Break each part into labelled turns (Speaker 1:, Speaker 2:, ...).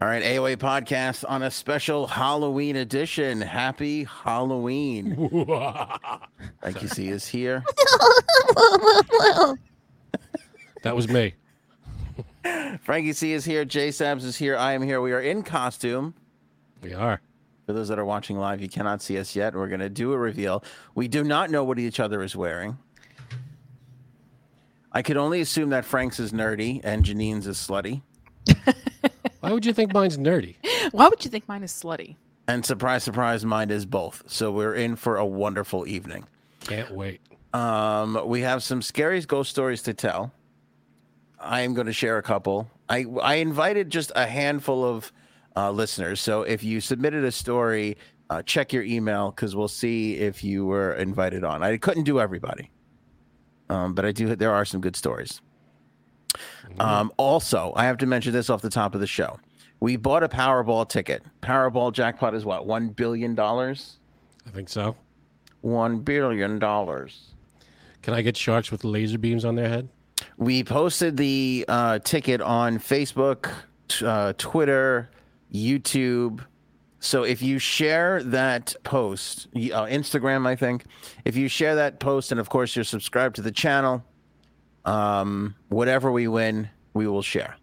Speaker 1: All right, AOA podcast on a special Halloween edition. Happy Halloween! Like you see, is here.
Speaker 2: that was me.
Speaker 1: Frankie C is here. Jay Sabs is here. I am here. We are in costume.
Speaker 2: We are.
Speaker 1: For those that are watching live, you cannot see us yet. We're going to do a reveal. We do not know what each other is wearing. I could only assume that Frank's is nerdy and Janine's is slutty.
Speaker 2: Why would you think mine's nerdy?
Speaker 3: Why would you think mine is slutty?
Speaker 1: And surprise, surprise, mine is both. So we're in for a wonderful evening.
Speaker 2: Can't wait.
Speaker 1: Um, we have some scariest ghost stories to tell. I am going to share a couple. I I invited just a handful of uh, listeners. So if you submitted a story, uh, check your email because we'll see if you were invited on. I couldn't do everybody, um, but I do. There are some good stories. Um, also, I have to mention this off the top of the show. We bought a Powerball ticket. Powerball jackpot is what one billion dollars.
Speaker 2: I think so.
Speaker 1: One billion dollars.
Speaker 2: Can I get sharks with laser beams on their head?
Speaker 1: We posted the uh, ticket on Facebook, t- uh, Twitter, YouTube. So if you share that post, y- uh, Instagram, I think, if you share that post and of course you're subscribed to the channel, um, whatever we win, we will share.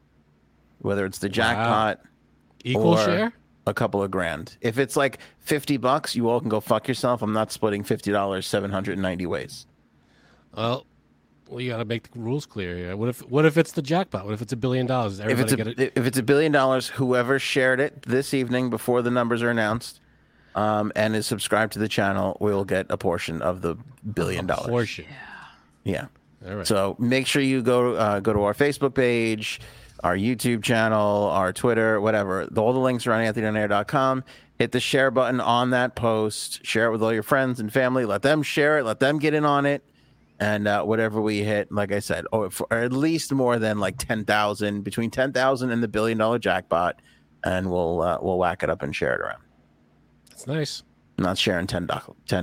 Speaker 1: Whether it's the jackpot,
Speaker 2: Equal
Speaker 1: Or-
Speaker 2: share?
Speaker 1: a couple of grand. If it's like 50 bucks, you all can go fuck yourself. I'm not splitting $50 790 ways.
Speaker 2: Well, we got to make the rules clear here. What if what if it's the jackpot? What if it's a billion dollars? Does
Speaker 1: if
Speaker 2: Everybody
Speaker 1: it's
Speaker 2: get it.
Speaker 1: a, if it's a billion dollars, whoever shared it this evening before the numbers are announced, um, and is subscribed to the channel, will get a portion of the billion dollars.
Speaker 2: Portion.
Speaker 1: Yeah.
Speaker 2: All right.
Speaker 1: So make sure you go uh, go to our Facebook page, our YouTube channel, our Twitter, whatever. All the links are on AnthonyDonair.com. Hit the share button on that post. Share it with all your friends and family. Let them share it. Let them get in on it. And uh, whatever we hit, like I said, or, for, or at least more than like ten thousand, between ten thousand and the billion dollar jackpot, and we'll uh, we'll whack it up and share it around.
Speaker 2: It's nice.
Speaker 1: I'm not sharing ten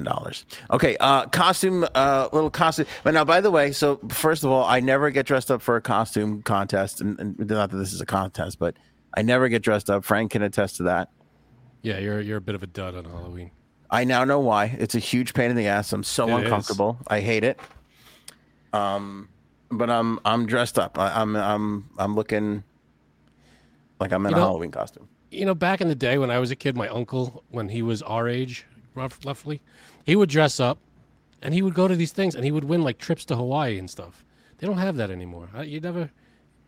Speaker 1: dollars. Okay, uh, costume, uh, little costume. But now, by the way, so first of all, I never get dressed up for a costume contest, and, and not that this is a contest, but I never get dressed up. Frank can attest to that.
Speaker 2: Yeah, you're you're a bit of a dud on Halloween.
Speaker 1: I now know why. It's a huge pain in the ass. I'm so
Speaker 2: It is.
Speaker 1: uncomfortable. I hate it. Um, but I'm I'm dressed up. I, I'm I'm I'm looking like I'm in
Speaker 2: You
Speaker 1: a
Speaker 2: know-
Speaker 1: Halloween costume.
Speaker 2: you know, back in the day when I was a kid, my uncle, when he was our age, rough, roughly, he would dress up and he would go to these things and he would win like trips to Hawaii and stuff. They don't have that anymore. Uh, You never,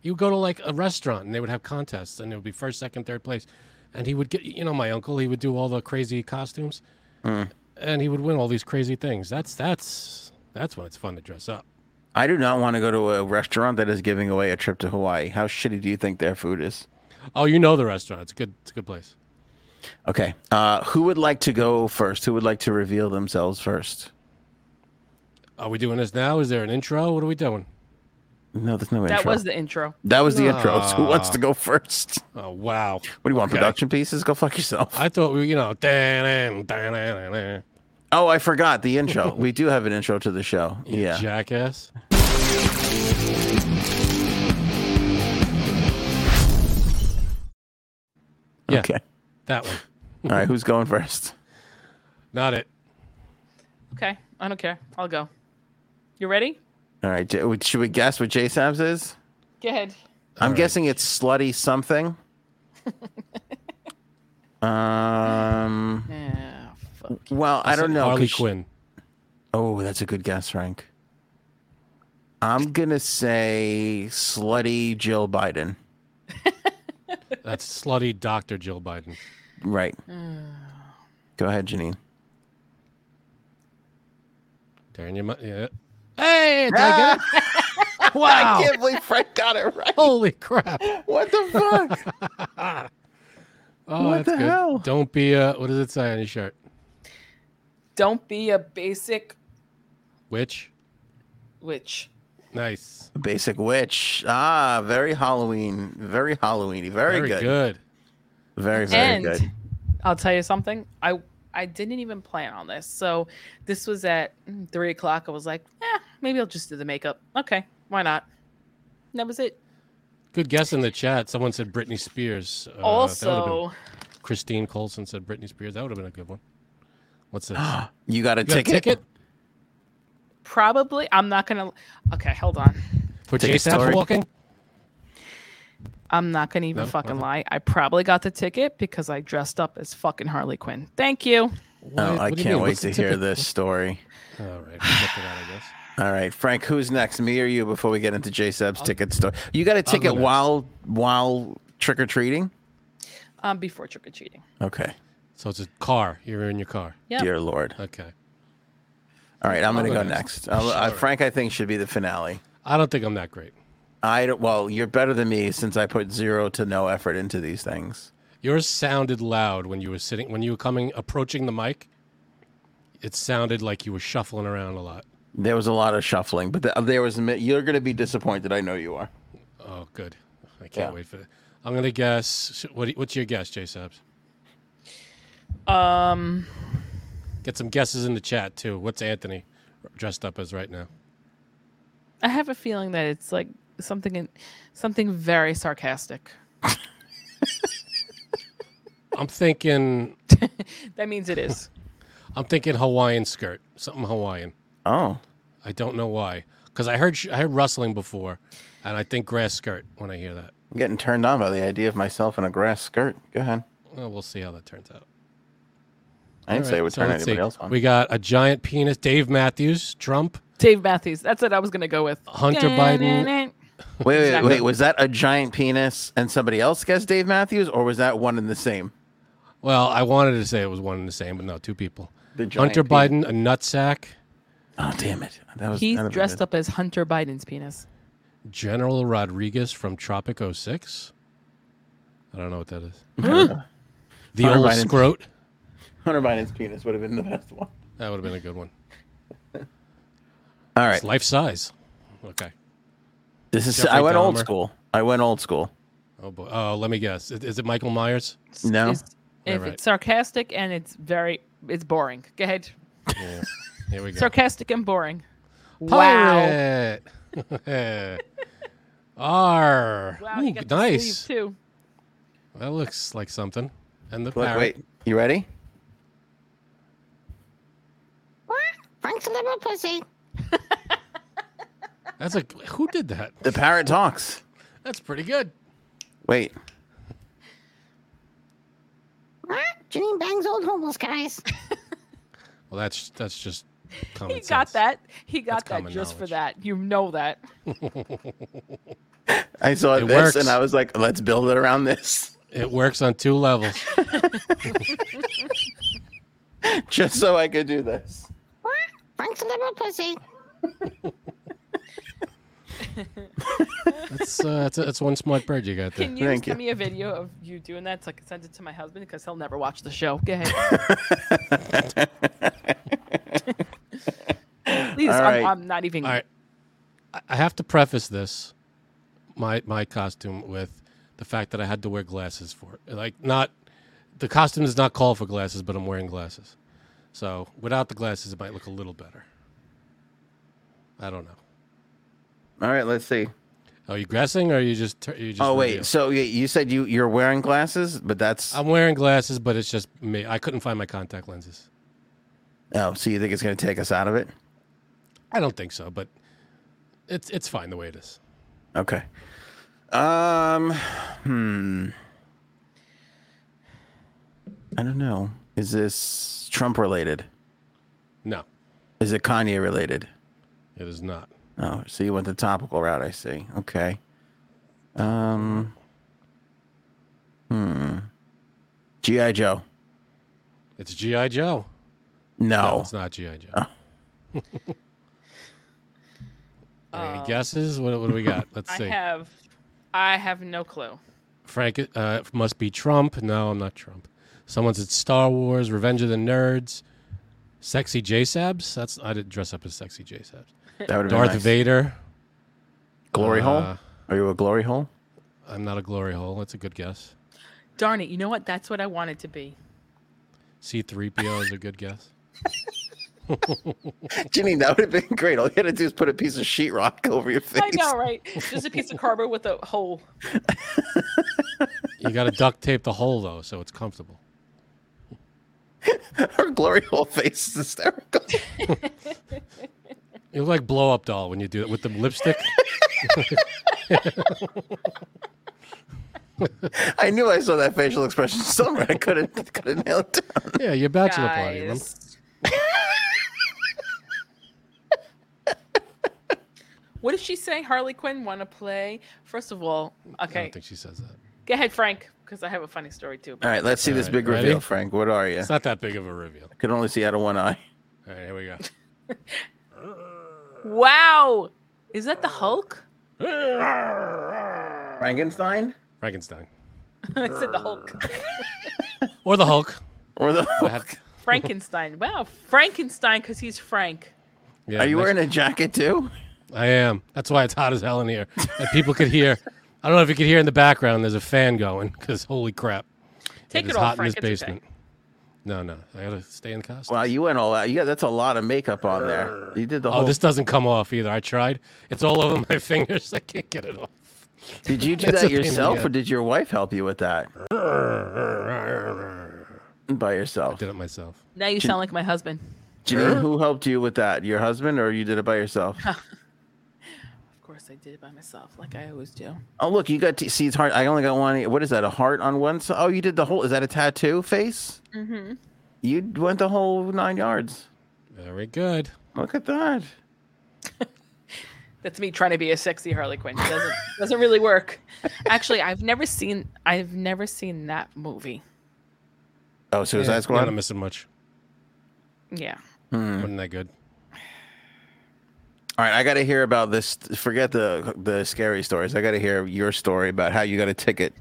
Speaker 2: you go to like a restaurant and they would have contests and it would be first, second, third place. And he would get, you know, my uncle, he would do all the crazy costumes and he would win all these crazy things. That's, that's, that's when it's fun to dress up.
Speaker 1: I do not want to go to a restaurant that is giving away a trip to Hawaii. How shitty do you think their food is?
Speaker 2: Oh, you know the restaurant. It's a good, it's a good place.
Speaker 1: Okay. Uh, who would like to go first? Who would like to reveal themselves first?
Speaker 2: Are we doing this now? Is there an intro? What are we doing?
Speaker 1: No, there's no intro.
Speaker 3: That was the intro.
Speaker 1: that was the intro. So who wants
Speaker 2: Ah.
Speaker 1: to go first?
Speaker 2: Oh, wow.
Speaker 1: What do you want?
Speaker 2: Okay.
Speaker 1: Production pieces? Go fuck yourself.
Speaker 2: I thought we, you know, dan dan
Speaker 1: oh, I forgot the intro. we do have an intro to the show. Yeah.
Speaker 2: jackass. Yeah.
Speaker 1: Okay.
Speaker 2: That one,
Speaker 1: All right. Who's going first?
Speaker 2: not it.
Speaker 3: Okay, I don't care. I'll go. You ready?
Speaker 1: All right. J- would- Should we guess what J Sabs is?
Speaker 3: Go ahead.
Speaker 1: I'm
Speaker 2: All right.
Speaker 1: guessing it's slutty something. um.
Speaker 3: Yeah, Ah, fuck.
Speaker 1: Well, I don't know. 'cause
Speaker 2: Harley
Speaker 1: she-
Speaker 2: Quinn.
Speaker 1: Oh, that's a good guess, Frank. I'm gonna say slutty Jill Biden.
Speaker 2: That's slutty Doctor Jill Biden.
Speaker 1: Right. Go ahead, Janine.
Speaker 2: Darren, you might. Yeah. Hey, did I get it? wow!
Speaker 1: believe Frank got it right.
Speaker 2: Holy crap!
Speaker 1: What the fuck?
Speaker 2: Oh,
Speaker 1: What
Speaker 2: that's
Speaker 1: the
Speaker 2: good.
Speaker 1: hell?
Speaker 2: Don't be a. What does it say on your shirt?
Speaker 3: Don't be a basic
Speaker 2: Witch.
Speaker 3: witch.
Speaker 2: Nice.
Speaker 1: Basic witch. Ah, very Halloween. Very Halloweeny. Very, good. Very very
Speaker 3: and
Speaker 1: good.
Speaker 3: I'll tell you something. I I didn't even plan on this. So this was at mm, three
Speaker 1: Uh,
Speaker 3: o'clock. I was like, eh, maybe I'll just do the makeup. Okay, why not? And that was it.
Speaker 2: Good guess in the chat. Someone said Britney Spears. Uh, that would've been-
Speaker 3: also,
Speaker 2: Christine Colson said Britney Spears. That would have been a good one. What's this?
Speaker 1: you got a
Speaker 2: You got a
Speaker 1: ticket?
Speaker 2: ticket?
Speaker 3: probably I'm not gonna. Okay, hold on.
Speaker 2: For
Speaker 1: Ticket
Speaker 2: Jason
Speaker 1: story.
Speaker 2: walking?
Speaker 3: I'm not gonna even
Speaker 2: No,
Speaker 3: fucking
Speaker 2: nothing.
Speaker 3: lie. I probably got the ticket because I dressed up as fucking Harley Quinn. Thank you.
Speaker 1: Oh, I can't wait to hear
Speaker 2: this.
Speaker 1: this story.
Speaker 2: All right, we'll get to that, I guess.
Speaker 1: All right, Frank, who's next? Me or you? Before we get into J Seb's ticket story, you got a
Speaker 2: go
Speaker 1: ticket
Speaker 2: next.
Speaker 1: while while trick or treating?
Speaker 3: Um, before trick or treating.
Speaker 1: Okay,
Speaker 2: So it's a car. You're in your car.
Speaker 3: Yeah.
Speaker 1: dear Lord.
Speaker 2: Okay.
Speaker 1: All right, I'm
Speaker 2: I'll
Speaker 1: gonna go
Speaker 2: go
Speaker 1: next. I'll- uh, Frank, I think should be the finale.
Speaker 2: I don't think I'm that great.
Speaker 1: I don't, well, you're better than me since I put zero to no effort into these things.
Speaker 2: Yours sounded loud when you were sitting when you were coming approaching the mic. It sounded like you were shuffling around a lot.
Speaker 1: There was a lot of shuffling, but th- there was. a mi- You're gonna be disappointed. I know you are.
Speaker 2: Oh, good. I can't
Speaker 1: Yeah.
Speaker 2: wait for that. I'm gonna guess. What, do you- what's your guess, J Sabs?
Speaker 3: Um,
Speaker 2: Get some guesses in the chat too. What's Anthony dressed up as right now?
Speaker 3: I have a feeling that it's like something in, something very sarcastic.
Speaker 2: I'm thinking.
Speaker 3: That means it is.
Speaker 2: I'm thinking Hawaiian skirt. Something Hawaiian.
Speaker 1: Oh,
Speaker 2: I don't know why. Because I heard sh- I heard rustling before, and I think grass skirt when I hear that.
Speaker 1: I'm getting turned on by the idea of myself in a grass skirt. Go ahead.
Speaker 2: Well, we'll see how that turns out.
Speaker 1: I didn't
Speaker 2: All
Speaker 1: say
Speaker 2: right,
Speaker 1: it would
Speaker 2: so
Speaker 1: turn
Speaker 2: let's
Speaker 1: anybody
Speaker 2: see.
Speaker 1: else on.
Speaker 2: We got a giant penis, Dave Matthews, Trump,
Speaker 3: Dave Matthews. That's what I was gonna go with.
Speaker 2: Hunter Biden.
Speaker 1: Wait, wait,
Speaker 3: Exactly.
Speaker 1: wait. Was that a giant penis and somebody else guessed Dave Matthews, or was that one and the same?
Speaker 2: Well, I wanted to say it was one and the same, but no, two people.
Speaker 1: The giant
Speaker 2: Hunter
Speaker 1: penis.
Speaker 2: Biden, a nutsack.
Speaker 1: Oh, damn it. That was
Speaker 3: He's dressed up as Hunter Biden's penis.
Speaker 2: General Rodriguez from Tropic 06. I don't know what that is. the
Speaker 1: Hunter
Speaker 2: old
Speaker 1: Biden.
Speaker 2: scrote.
Speaker 1: Hunter Biden's penis would have been the best one.
Speaker 2: That would have been a good one.
Speaker 1: All right.
Speaker 2: It's life size. Okay.
Speaker 1: This is
Speaker 2: Jeffrey
Speaker 1: I went old
Speaker 2: Dahmer.
Speaker 1: school. I went old school.
Speaker 2: Oh boy. Oh, let me guess. Is, is it Michael Myers?
Speaker 3: It's-
Speaker 1: No.
Speaker 3: it's- If
Speaker 2: right.
Speaker 3: it's sarcastic and it's very, it's boring. Go ahead.
Speaker 2: Yeah. Here we go.
Speaker 3: Sarcastic and boring. Wow.
Speaker 2: Pirate. R.
Speaker 3: Wow. You
Speaker 2: Ooh,
Speaker 3: got the sleeve,
Speaker 2: nice.
Speaker 3: too.
Speaker 2: That looks like something. And the
Speaker 1: Look,
Speaker 2: parrot.
Speaker 1: wait. You ready?
Speaker 4: What? Frank's a little pussy.
Speaker 2: That's a who did that?
Speaker 1: The parrot talks.
Speaker 2: That's pretty good.
Speaker 1: Wait.
Speaker 4: What? Janine bangs old homeless guys.
Speaker 2: Well, that's that's just common
Speaker 3: He got
Speaker 2: sense.
Speaker 3: that. He got that
Speaker 2: common
Speaker 3: just for
Speaker 2: knowledge.
Speaker 3: that. You know that.
Speaker 1: I saw
Speaker 2: It
Speaker 1: this
Speaker 2: works.
Speaker 1: and I was like, let's build it around this.
Speaker 2: It works on two levels.
Speaker 1: Just so I could do this.
Speaker 4: What? Frank's a little pussy.
Speaker 2: That's uh, that's, that's one smart bird you got there.
Speaker 3: Can you
Speaker 1: Thank
Speaker 3: send
Speaker 1: you.
Speaker 3: me a video of you doing that so I can send it to my husband because he'll never watch the show. Go ahead. Please,
Speaker 1: All right.
Speaker 3: I'm, I'm not even.
Speaker 2: All right, I- I have to preface this, my my costume with the fact that I had to wear glasses for it. Like not, the costume does not call for glasses, but I'm wearing glasses, so without the glasses, it might look a little better. I don't know.
Speaker 1: All right, let's see.
Speaker 2: Are you guessing, or are you just tur- you just?
Speaker 1: oh
Speaker 2: reveal?
Speaker 1: wait, so y- you said you you're wearing glasses, but that's
Speaker 2: I'm wearing glasses, but it's just me. I couldn't find my contact lenses.
Speaker 1: oh, so you think it's gonna take us out of it?
Speaker 2: I don't think so, but it's it's fine the way it is.
Speaker 1: Okay. Um, hmm. I don't know. Is this Trump related?
Speaker 2: No,
Speaker 1: Is it Kanye related?
Speaker 2: it is not.
Speaker 1: Oh, so you went the topical route. I see. Okay. Um. Hmm. GI Joe.
Speaker 2: It's GI Joe. No,
Speaker 1: No.
Speaker 2: it's not GI Joe.
Speaker 1: Oh.
Speaker 2: Any
Speaker 3: Um,
Speaker 2: guesses? What, what do we got? Let's
Speaker 3: I
Speaker 2: see.
Speaker 3: have, I have no clue.
Speaker 2: Frank uh, must be Trump. No, I'm not Trump. Someone said Star Wars, Revenge of the Nerds, sexy J Sabs. That's I didn't dress up as sexy J Sabs.
Speaker 1: that would
Speaker 2: Darth Vader.
Speaker 1: Glory hole.
Speaker 2: Uh,
Speaker 1: Are you a glory hole?
Speaker 2: I'm not a glory hole. That's a good guess.
Speaker 3: Darn it! You know what? That's what I wanted to be.
Speaker 2: C3PO is a good guess.
Speaker 1: Janine, that would have been great. All you had to do is put a piece of sheetrock over your face.
Speaker 3: I know, right? Just a piece of cardboard with a hole.
Speaker 2: You got to duct tape the hole though, so it's comfortable.
Speaker 1: Her glory hole face is hysterical.
Speaker 2: You look like blow up doll when you do it with the lipstick.
Speaker 1: I knew I saw that facial expression somewhere. I couldn't couldn't nail it down.
Speaker 2: Yeah, your bachelor party. remember?
Speaker 3: Guys. what did she say? Harley Quinn want to play? First of all,
Speaker 2: I
Speaker 3: okay,
Speaker 2: don't think she says that.
Speaker 3: go ahead, Frank, because I have a funny story too.
Speaker 1: All right, let's see this
Speaker 2: All right,
Speaker 1: big
Speaker 2: ready?
Speaker 1: reveal, Frank. What are you?
Speaker 2: It's not that big of a reveal.
Speaker 1: I could only see out of one eye.
Speaker 2: All right, here we go.
Speaker 3: Wow, is that the
Speaker 2: Uh,
Speaker 3: Hulk?
Speaker 1: Frankenstein
Speaker 2: Frankenstein
Speaker 3: I said the
Speaker 2: uh.
Speaker 3: Hulk.
Speaker 2: or the Hulk.
Speaker 1: or the?
Speaker 2: I have-
Speaker 3: Frankenstein. Wow, Frankenstein, because he's Frank.
Speaker 2: yeah,
Speaker 1: Are you
Speaker 2: next-
Speaker 1: wearing a jacket too?
Speaker 2: I am. That's why it's hot as hell in here. And people could hear. I don't know if you could hear in the background. There's a fan going because holy crap,
Speaker 3: Take it
Speaker 2: is
Speaker 3: off,
Speaker 2: hot in this
Speaker 3: Frank, it's okay.
Speaker 2: basement. No, no, I gotta stay in the costume.
Speaker 1: Wow, you went all out. Yeah, that's a lot of makeup on there. You did the whole.
Speaker 2: Oh, this doesn't come off either. I tried. It's all over my fingers. I can't get it off.
Speaker 1: Did you do
Speaker 2: That's a
Speaker 1: that
Speaker 2: pain in the
Speaker 1: yourself,
Speaker 2: ass.
Speaker 1: or did your wife help you with that? By yourself,
Speaker 2: Did it myself.
Speaker 3: Now you sound like my husband.
Speaker 1: Janine. Who helped you with that? Your husband, or you did it by yourself?
Speaker 3: Of course, I did it by myself, like I always do.
Speaker 1: Oh, look, you got to see it's heart. I only got one. What is that? A heart on one side? Oh, you did the whole. Is that a tattoo face?
Speaker 3: Mm-hmm.
Speaker 1: You went the whole nine yards.
Speaker 2: Very good.
Speaker 1: Look at that.
Speaker 3: That's me trying to be a sexy Harley Quinn. It doesn't doesn't really work. Actually, I've never seen I've never seen that movie.
Speaker 1: Oh, Suicide
Speaker 2: Yeah,
Speaker 1: Squad.
Speaker 2: Not missing much.
Speaker 3: Yeah.
Speaker 1: Hmm.
Speaker 2: Wasn't that good?
Speaker 1: All right, I got to hear about this. Forget the the scary stories. I got to hear your story about how you got a ticket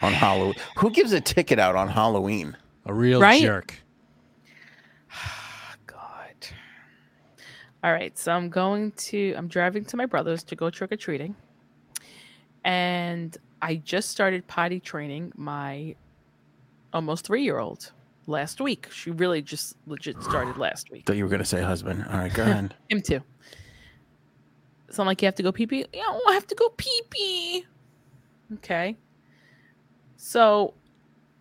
Speaker 1: on Halloween. Who gives a ticket out on Halloween?
Speaker 2: A real
Speaker 3: Right?
Speaker 2: jerk.
Speaker 3: God. All right, so I'm going to I'm driving to my brother's to go trick or treating. And I just started potty training my almost 3-year-old last week. She really just legit started last week.
Speaker 1: Thought you were gonna say husband. All right, go ahead.
Speaker 3: Him too. So I'm like, you have to go pee pee. Yeah, I have to go pee pee. Okay. So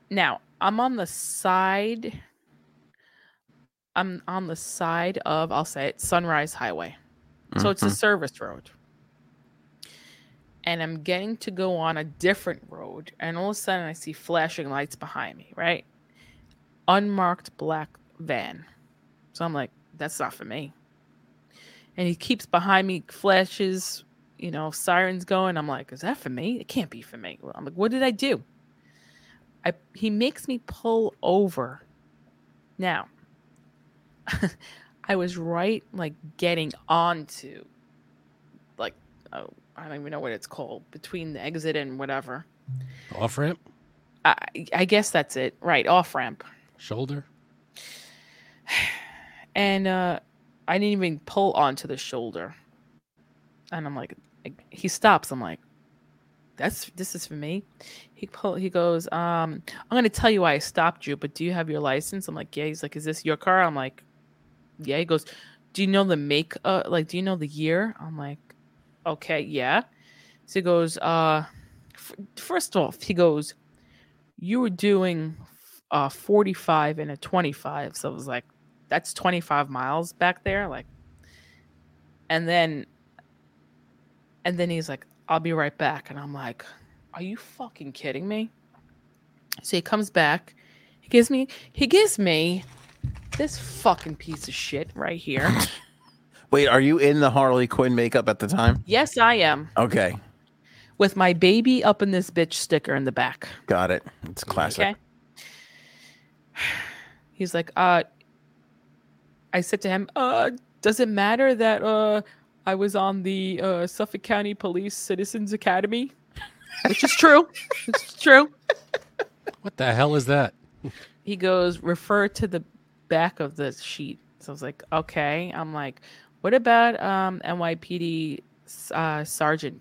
Speaker 3: now I'm on the side. I'm on the side of I'll say it Sunrise Highway. So
Speaker 1: Mm-hmm.
Speaker 3: it's a service road. And I'm getting to go on a different road, and all of a sudden I see flashing lights behind me. Right, unmarked black van. So I'm like, that's not for me and he keeps behind me, flashes, you know, sirens going. I'm like, is that for me? It can't be for me. Well, I'm like, what did I do? I he makes me pull over. Now, I was right, like getting onto, like, oh, I don't even know what it's called between the exit and whatever.
Speaker 2: Off ramp,
Speaker 3: I I guess that's it, right? Off ramp.
Speaker 2: shoulder.
Speaker 3: and uh I didn't even pull onto the shoulder. And I'm like, he stops. I'm like, that's this is for me. He pull, he goes, um, I'm gonna tell you why I stopped you, but do you have your license? I'm like, yeah. He's like, is this your car? I'm like, yeah. He goes, do you know the make? Uh, like, do you know the year? I'm like, okay, yeah. So he goes, uh, f- first off, he goes, you were doing uh 45 and a 25. So I was like that's 25 miles back there like and then and then he's like i'll be right back and i'm like are you fucking kidding me so he comes back he gives me he gives me this fucking piece of shit right here
Speaker 1: Wait, are you in the Harley Quinn makeup at the time?
Speaker 3: yes i am
Speaker 1: Okay,
Speaker 3: with my baby up in this bitch sticker in the back
Speaker 1: got it. It's classic.
Speaker 3: Okay. He's like, uh, I said to him, uh, does it matter that uh, I was on the uh, Suffolk County Police Citizens Academy? Which is true. it's true.
Speaker 2: What the hell is that?
Speaker 3: He goes, refer to the back of the sheet. So I was like, okay. I'm like, what about um, NYPD uh, Sergeant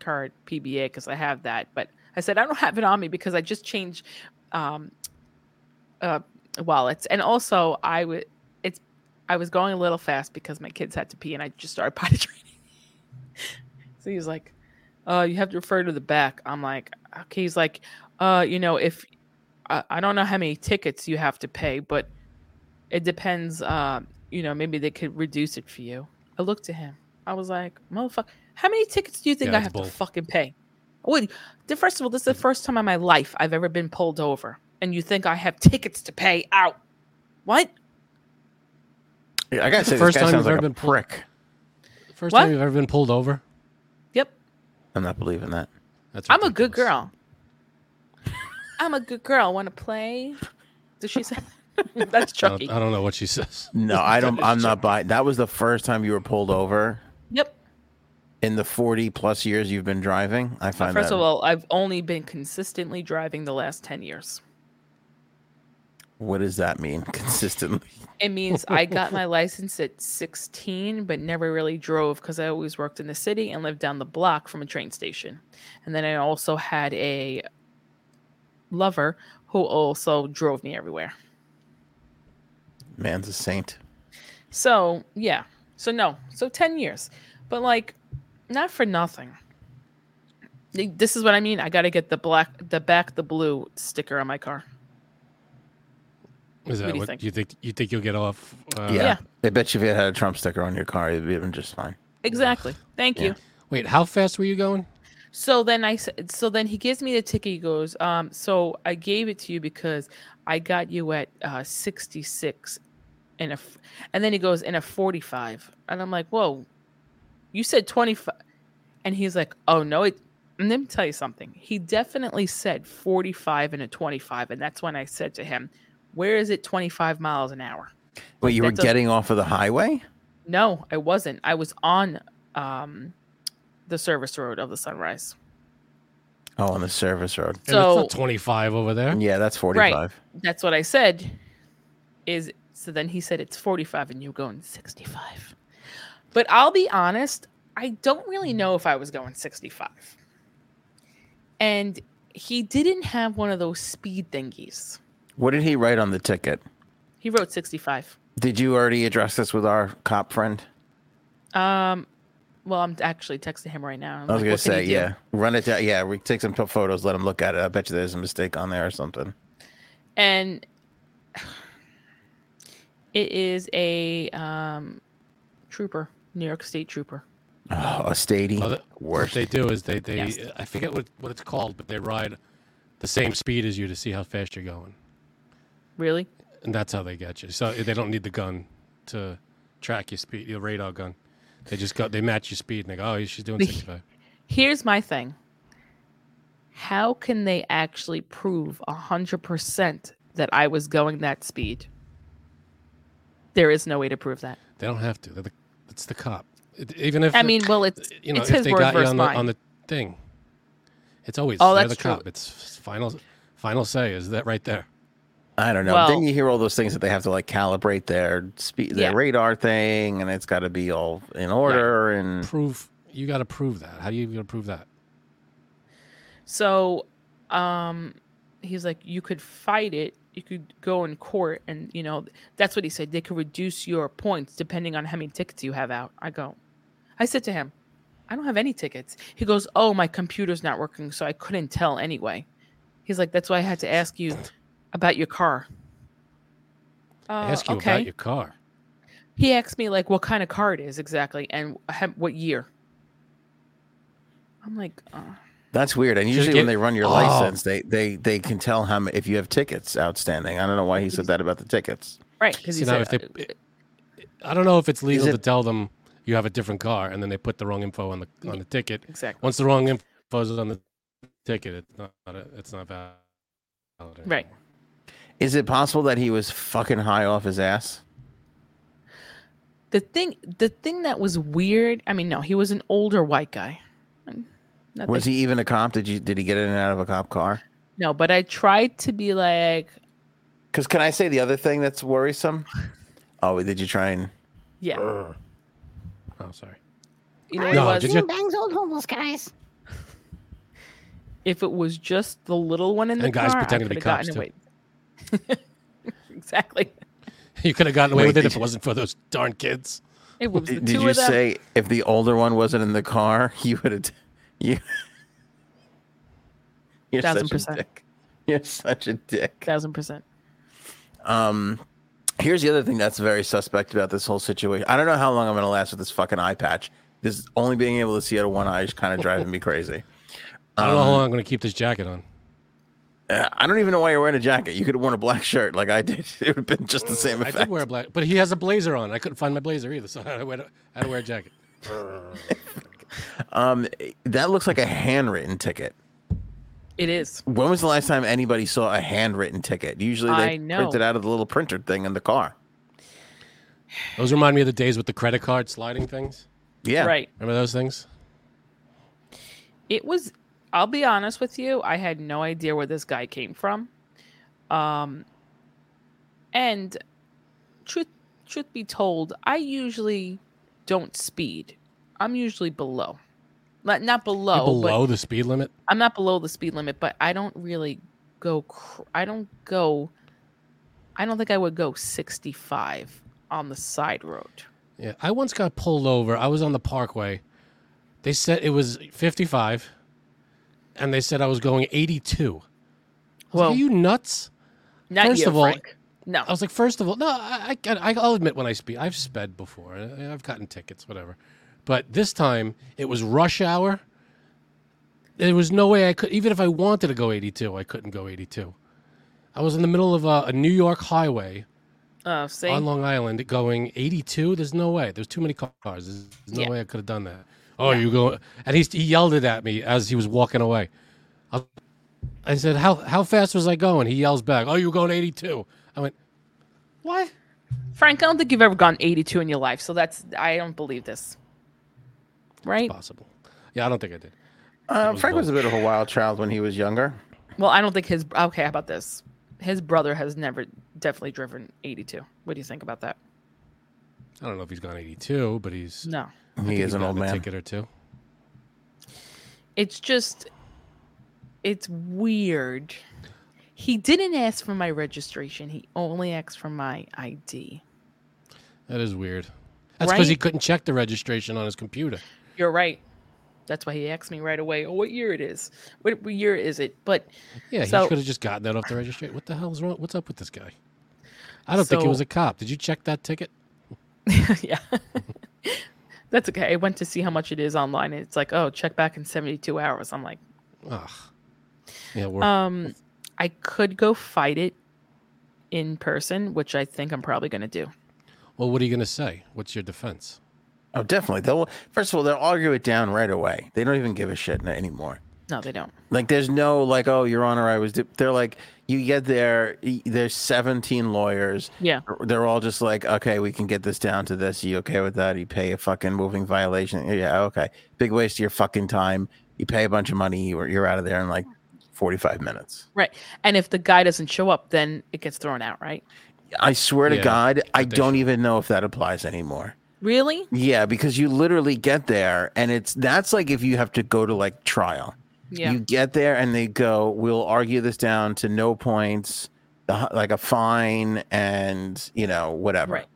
Speaker 3: card PBA? Because I have that. But I said, I don't have it on me because I just changed um, uh, wallets. And also, I would, it's I was going a little fast because my kids had to pee and I just started potty training. so he was like, uh, you have to refer to the back. I'm like, okay. He's like, uh, you know, if I I don't know how many tickets you have to pay, but it depends. Uh, you know, maybe they could reduce it for you. I looked at him. I was like, motherfucker, how many tickets do you think
Speaker 2: Yeah,
Speaker 3: I
Speaker 2: that's
Speaker 3: have
Speaker 2: bull.
Speaker 3: to fucking pay? Wait, the- first of all, this is the first time in my life I've ever been pulled over, and you think I have tickets to pay out? What?
Speaker 1: Yeah, I gotta say,
Speaker 2: First
Speaker 1: this guy
Speaker 2: time
Speaker 1: sounds
Speaker 2: you've
Speaker 1: like
Speaker 2: ever
Speaker 1: a
Speaker 2: been pulled-
Speaker 1: prick.
Speaker 2: First
Speaker 3: What?
Speaker 2: time you've ever been pulled over.
Speaker 3: Yep.
Speaker 1: I'm not believing that.
Speaker 2: That's
Speaker 3: I'm a good
Speaker 2: ridiculous.
Speaker 3: girl. I'm a good girl. Want to play? Does she say? That's
Speaker 2: I don't-
Speaker 3: Chucky.
Speaker 2: I don't know what she says.
Speaker 1: No, I don't.
Speaker 2: That is
Speaker 1: I'm not buying. That was the first time you were pulled over
Speaker 3: Yep.
Speaker 1: in the 40 plus years you've been driving. I
Speaker 3: But
Speaker 1: find
Speaker 3: first
Speaker 1: that.
Speaker 3: of all, I've only been consistently driving the last 10 years.
Speaker 1: what does that mean consistently?
Speaker 3: It means I got my license at 16, but never really drove because I always worked in the city and lived down the block from a train station. And then I also had a lover who also drove me everywhere.
Speaker 1: Man's a saint.
Speaker 3: So yeah. So no. So ten years, but like, not for nothing. Like, This is what I mean. I gotta get the black, the back, the blue sticker on my car.
Speaker 2: Is that
Speaker 3: do you
Speaker 2: what
Speaker 3: think?
Speaker 2: you think? You think you'll get off? Uh,
Speaker 1: yeah.
Speaker 3: yeah.
Speaker 1: I bet you if you had a Trump sticker on your car, it'd be even just fine.
Speaker 3: Exactly. Thank
Speaker 1: Yeah.
Speaker 3: you.
Speaker 2: Wait, how fast were you going?
Speaker 3: So then I said. So then he gives me the ticket. He goes, um. So I gave it to you because I got you at uh, sixty six, and a, f- and then he goes in a forty five, and I'm like, whoa, you said twenty five, and he's like, oh no, it. And let me tell you something. He definitely said forty five and a twenty five, and that's when I said to him, where is it twenty five miles an hour?
Speaker 1: Wait, you were
Speaker 3: That doesn't-
Speaker 1: getting off of the highway?
Speaker 3: No, I wasn't. I was on, um, the service road of the sunrise.
Speaker 1: Oh, on the service road.
Speaker 2: And
Speaker 3: So-
Speaker 2: it's not 25 over
Speaker 3: Mm-hmm.
Speaker 2: there.
Speaker 1: Yeah, that's 45.
Speaker 3: that's what I said. Is so then he said it's 45 and you going 65. But I'll be honest, I don't really know if I was going 65. And he didn't have one of those speed thingies.
Speaker 1: What did he write on the ticket?
Speaker 3: He wrote 65.
Speaker 1: Did you already address this with our cop friend?
Speaker 3: Um well, I'm actually texting him right now. I'm
Speaker 1: I was
Speaker 3: like,
Speaker 1: gonna
Speaker 3: "What can you
Speaker 1: say,
Speaker 3: do?"
Speaker 1: yeah, run it down. Yeah, we take some p- photos, let him look at it. I bet you there's a mistake on there or something.
Speaker 3: and it is a um, trooper, New York State trooper.
Speaker 1: Oh, a statey.
Speaker 2: Oh, that- What
Speaker 1: Worst.
Speaker 2: they do is they they
Speaker 3: Yes.
Speaker 2: I forget what what it's called, but they ride the same speed as you to see how fast you're going,
Speaker 3: Really?
Speaker 2: and that's how they get you. So they don't need the gun to track your speed, your radar gun. They just got they match your speed and they go, oh, she's doing
Speaker 3: The-
Speaker 2: 65.
Speaker 3: Here's my thing. How can they actually prove 100% that I was going that speed? There is no way to prove that.
Speaker 2: They don't have to. They're the, it's the cop. It, even if
Speaker 3: I
Speaker 2: the-
Speaker 3: mean, well, it's
Speaker 2: you know
Speaker 3: it's
Speaker 2: if
Speaker 3: his
Speaker 2: they
Speaker 3: word
Speaker 2: got you
Speaker 3: versus
Speaker 2: on the
Speaker 3: mine.
Speaker 2: on the thing, it's always
Speaker 3: Oh,
Speaker 2: they're
Speaker 3: that's
Speaker 2: the
Speaker 3: true.
Speaker 2: cop. It's final final say is that right there.
Speaker 1: I don't know. then
Speaker 3: Well-
Speaker 1: you hear all those things that they have to like calibrate their speed, their
Speaker 3: Yeah.
Speaker 1: radar thing, and it's got to be all in order. And
Speaker 2: Prove you got to prove that. How do you gonna prove that?
Speaker 3: So, um, he's like, you could fight it. You could go in court, and you know that's what he said. They could reduce your points depending on how many tickets you have out. I go, I said to him, I don't have any tickets. He goes, Oh, my computer's not working, so I couldn't tell anyway. He's like, That's why I had to ask you about your car. Uh,
Speaker 2: I ask you
Speaker 3: okay.
Speaker 2: about your car.
Speaker 3: He asked me like what kind of car it is exactly and ha- what year. I'm like, uh,
Speaker 1: that's weird. And
Speaker 2: Should
Speaker 1: usually
Speaker 2: give-
Speaker 1: when they run your
Speaker 2: Oh.
Speaker 1: license, they they they can tell how many, if you have tickets outstanding. I don't know why he said that about the tickets.
Speaker 3: right? Because
Speaker 2: See,
Speaker 3: he
Speaker 2: now
Speaker 3: said, uh,
Speaker 2: if they- I don't know if it's legal
Speaker 1: it-
Speaker 2: to tell them you have a different car and then they put the wrong info on the on the ticket.
Speaker 3: exactly.
Speaker 2: Once the wrong info is on the ticket, it's not it's not valid. anymore.
Speaker 3: Right.
Speaker 1: Is it possible that he was fucking high off his ass?
Speaker 3: the thing the thing that was weird i mean no he was an older white guy Um, not
Speaker 1: Was
Speaker 3: that-
Speaker 1: he even a cop? Did you did he get in and out of a cop car?
Speaker 3: no but i tried to be like
Speaker 1: Because can I say the other thing that's worrisome? Oh, did you try and?
Speaker 3: yeah
Speaker 2: Oh, sorry.
Speaker 3: you know what
Speaker 2: No,
Speaker 3: it was
Speaker 2: did
Speaker 4: Did
Speaker 2: you-
Speaker 4: Bangs old homeless guys.
Speaker 3: if it was just the little one in the
Speaker 2: And guys
Speaker 3: car, I
Speaker 2: pretending to be
Speaker 3: coulda
Speaker 2: cops,
Speaker 3: gotten away. exactly
Speaker 2: You could have gotten away
Speaker 1: Wait,
Speaker 2: with it
Speaker 1: did
Speaker 2: if it
Speaker 1: you-
Speaker 2: wasn't for those darn kids.
Speaker 3: It was the
Speaker 1: Did,
Speaker 3: two
Speaker 1: you
Speaker 3: of them.
Speaker 1: say if the older one wasn't in the car, you would have? You. You're
Speaker 3: Thousand
Speaker 1: such
Speaker 3: percent.
Speaker 1: a dick. You're such a dick.
Speaker 3: Thousand percent.
Speaker 1: Um, here's the other thing that's very suspect about this whole situation. I don't know how long I'm going to last with this fucking eye patch. This only being able to see out of one eye is kind of driving me crazy.
Speaker 2: I don't know
Speaker 1: Um,
Speaker 2: how long I'm going to keep this jacket on.
Speaker 1: Uh, I don't even know why you're wearing a jacket. You could have worn a black shirt like I did. It would have been just the same
Speaker 2: I
Speaker 1: effect.
Speaker 2: did wear a black, but he has a blazer on. I couldn't find my blazer either, so I had to wear, I had to wear a jacket.
Speaker 1: Um, that looks like a handwritten ticket.
Speaker 3: It is.
Speaker 1: When was the last time anybody saw a handwritten ticket? Usually
Speaker 3: I
Speaker 1: they
Speaker 3: know.
Speaker 1: print it out of the little printer thing in the car.
Speaker 2: Those remind me of the days with the credit card sliding things.
Speaker 1: Yeah.
Speaker 3: Right.
Speaker 2: Remember those things?
Speaker 3: It was. I'll be honest with you. I had no idea where this guy came from. Um, and truth truth be told, I usually don't speed. I'm usually below, not not
Speaker 2: You're
Speaker 3: below, Oh, but
Speaker 2: below the speed limit.
Speaker 3: I'm not below the speed limit, but I don't really go. Cr- I don't go. I don't think I would go 65 on the side road.
Speaker 2: Yeah, I once got pulled over. I was on the parkway. They said it was 55, and they said I was going 82. I was like,
Speaker 3: Well,
Speaker 2: Are you nuts?
Speaker 3: not
Speaker 2: first
Speaker 3: you,
Speaker 2: of all-
Speaker 3: Frank. no,
Speaker 2: I was like, first of all, no, I, I, I'll admit when I speed, I've sped before. I- I've gotten tickets, whatever. But this time, it was rush hour. There was no way I could, even if I wanted to go 82, I couldn't go 82. I was in the middle of a, a New York highway
Speaker 3: uh, see,
Speaker 2: on Long Island going 82. There's no way. There's too many cars. There's no
Speaker 3: Yeah.
Speaker 2: way I could have done that. Oh, you go. And he, he yelled it at me as he was walking away. I, I said, how, how fast was I going? He yells back, Oh, you were going 82. I went, What?
Speaker 3: Frank, I don't think you've ever gone 82 in your life, so that's I don't believe this. Right?
Speaker 2: possible. Yeah, I don't think I did.
Speaker 1: Uh,
Speaker 2: was
Speaker 1: Frank was a bit of a wild child when he was younger.
Speaker 3: Well, I don't think his okay. How about this? His brother has never definitely driven 82. What do you think about that?
Speaker 2: I don't know if he's gone 82, but he's
Speaker 3: No,
Speaker 1: He is an old
Speaker 2: a
Speaker 1: man.
Speaker 2: ticket or two.
Speaker 3: it's just it's weird. He didn't ask for my registration. He only asked for my ID.
Speaker 2: That is weird. That's because he
Speaker 3: Right?
Speaker 2: couldn't check the registration on his computer.
Speaker 3: You're right. That's why he asked me right away. Oh, what year it is? What, what year is it? But
Speaker 2: Yeah,
Speaker 3: So-
Speaker 2: he should have just gotten that off the registration. What the hell is wrong? What's up with this guy? I don't think he
Speaker 3: So-
Speaker 2: was a cop. Did you check that ticket?
Speaker 3: yeah. That's okay. I went to see how much it is online. And it's like, oh, check back in 72 hours. I'm like,
Speaker 2: Ugh. Yeah, we're,
Speaker 3: um, I could go fight it in person, which I think I'm probably going to do.
Speaker 2: well, what are you going to say? What's your defense?
Speaker 1: Oh, definitely. They'll first of all, they'll argue it down right away. They don't even give a shit n- anymore.
Speaker 3: No, they don't.
Speaker 1: Like, there's no like, oh, Your Honor, I was. di-" They're like, you get there. y- There's 17 lawyers.
Speaker 3: Yeah.
Speaker 1: They're all just like, okay, we can get this down to this. You okay with that? You pay a fucking moving violation. Yeah, okay. Big waste of your fucking time. You pay a bunch of money. You're, you're out of there in like 45 minutes.
Speaker 3: Right. And if the guy doesn't show up, then it gets thrown out, right?
Speaker 1: I swear to
Speaker 2: Yeah,
Speaker 1: God, I
Speaker 2: they
Speaker 1: don't
Speaker 2: should.
Speaker 1: even know if that applies anymore.
Speaker 3: Really?
Speaker 1: Yeah, because you literally get there and it's that's like if you have to go to like trial.
Speaker 3: Yeah.
Speaker 1: You get there and they go, we'll argue this down to no points, the hu- like a fine and, you know, whatever.
Speaker 3: right.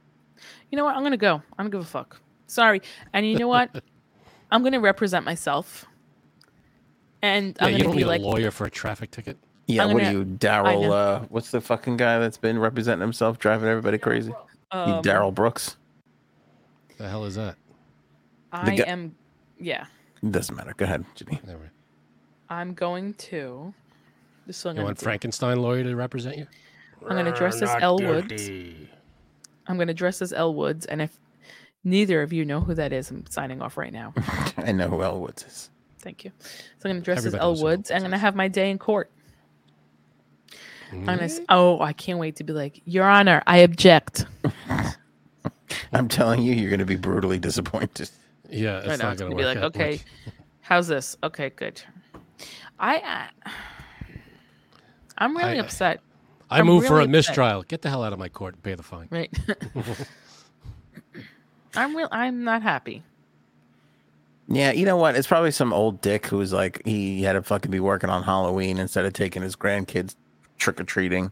Speaker 3: You know what? I'm going to go. I don't give a fuck. Sorry. And you know what? I'm going to represent myself. And
Speaker 2: Yeah,
Speaker 3: I'm
Speaker 2: you
Speaker 3: going
Speaker 2: don't
Speaker 3: to be
Speaker 2: need
Speaker 3: like,
Speaker 2: a lawyer for a traffic ticket.
Speaker 1: Yeah,
Speaker 3: I'm
Speaker 1: what are
Speaker 3: gonna-
Speaker 1: you,
Speaker 3: I
Speaker 1: Daryl?
Speaker 3: know.
Speaker 1: Uh, what's the fucking guy that's been representing himself, driving everybody crazy? You
Speaker 3: um,
Speaker 1: Daryl Brooks?
Speaker 2: The hell is that?
Speaker 3: I
Speaker 1: guy-
Speaker 3: am, yeah.
Speaker 1: It doesn't matter. Go ahead, Jimmy.
Speaker 2: Never. mind.
Speaker 3: I'm going to. This is what I'm
Speaker 2: You
Speaker 3: gonna
Speaker 2: want
Speaker 3: do.
Speaker 2: Frankenstein lawyer to represent you?
Speaker 3: I'm gonna dress as Elle Woods. I'm gonna dress as Elle Woods, and if neither of you know who that is, I'm signing off right now.
Speaker 1: I know who Elle Woods is.
Speaker 3: Thank you. So I'm gonna dress
Speaker 2: Everybody
Speaker 3: as Elle
Speaker 2: knows who Elle
Speaker 3: Woods. I'm
Speaker 2: Woods
Speaker 3: gonna
Speaker 2: is.
Speaker 3: have my day in court.
Speaker 2: Mm.
Speaker 3: I'm gonna.
Speaker 2: Mm-hmm.
Speaker 3: s- Oh, I can't wait to be like, Your Honor, I object.
Speaker 1: I'm telling you, you're going to be brutally disappointed.
Speaker 2: Yeah,
Speaker 3: I
Speaker 2: it's
Speaker 3: know,
Speaker 2: not
Speaker 3: it's
Speaker 2: going
Speaker 3: gonna
Speaker 2: to
Speaker 3: be
Speaker 2: work
Speaker 3: like,
Speaker 2: out.
Speaker 3: okay, how's this? Okay, good. I. Uh, I'm really
Speaker 2: I-
Speaker 3: upset.
Speaker 2: I
Speaker 3: I'm
Speaker 2: move for
Speaker 3: really
Speaker 2: a
Speaker 3: upset.
Speaker 2: mistrial. Get the hell out of my court and pay the fine.
Speaker 3: Right. I'm real. I'm not happy.
Speaker 1: Yeah, you know what? It's probably some old dick who was like, he had to fucking be working on Halloween instead of taking his grandkids trick or treating.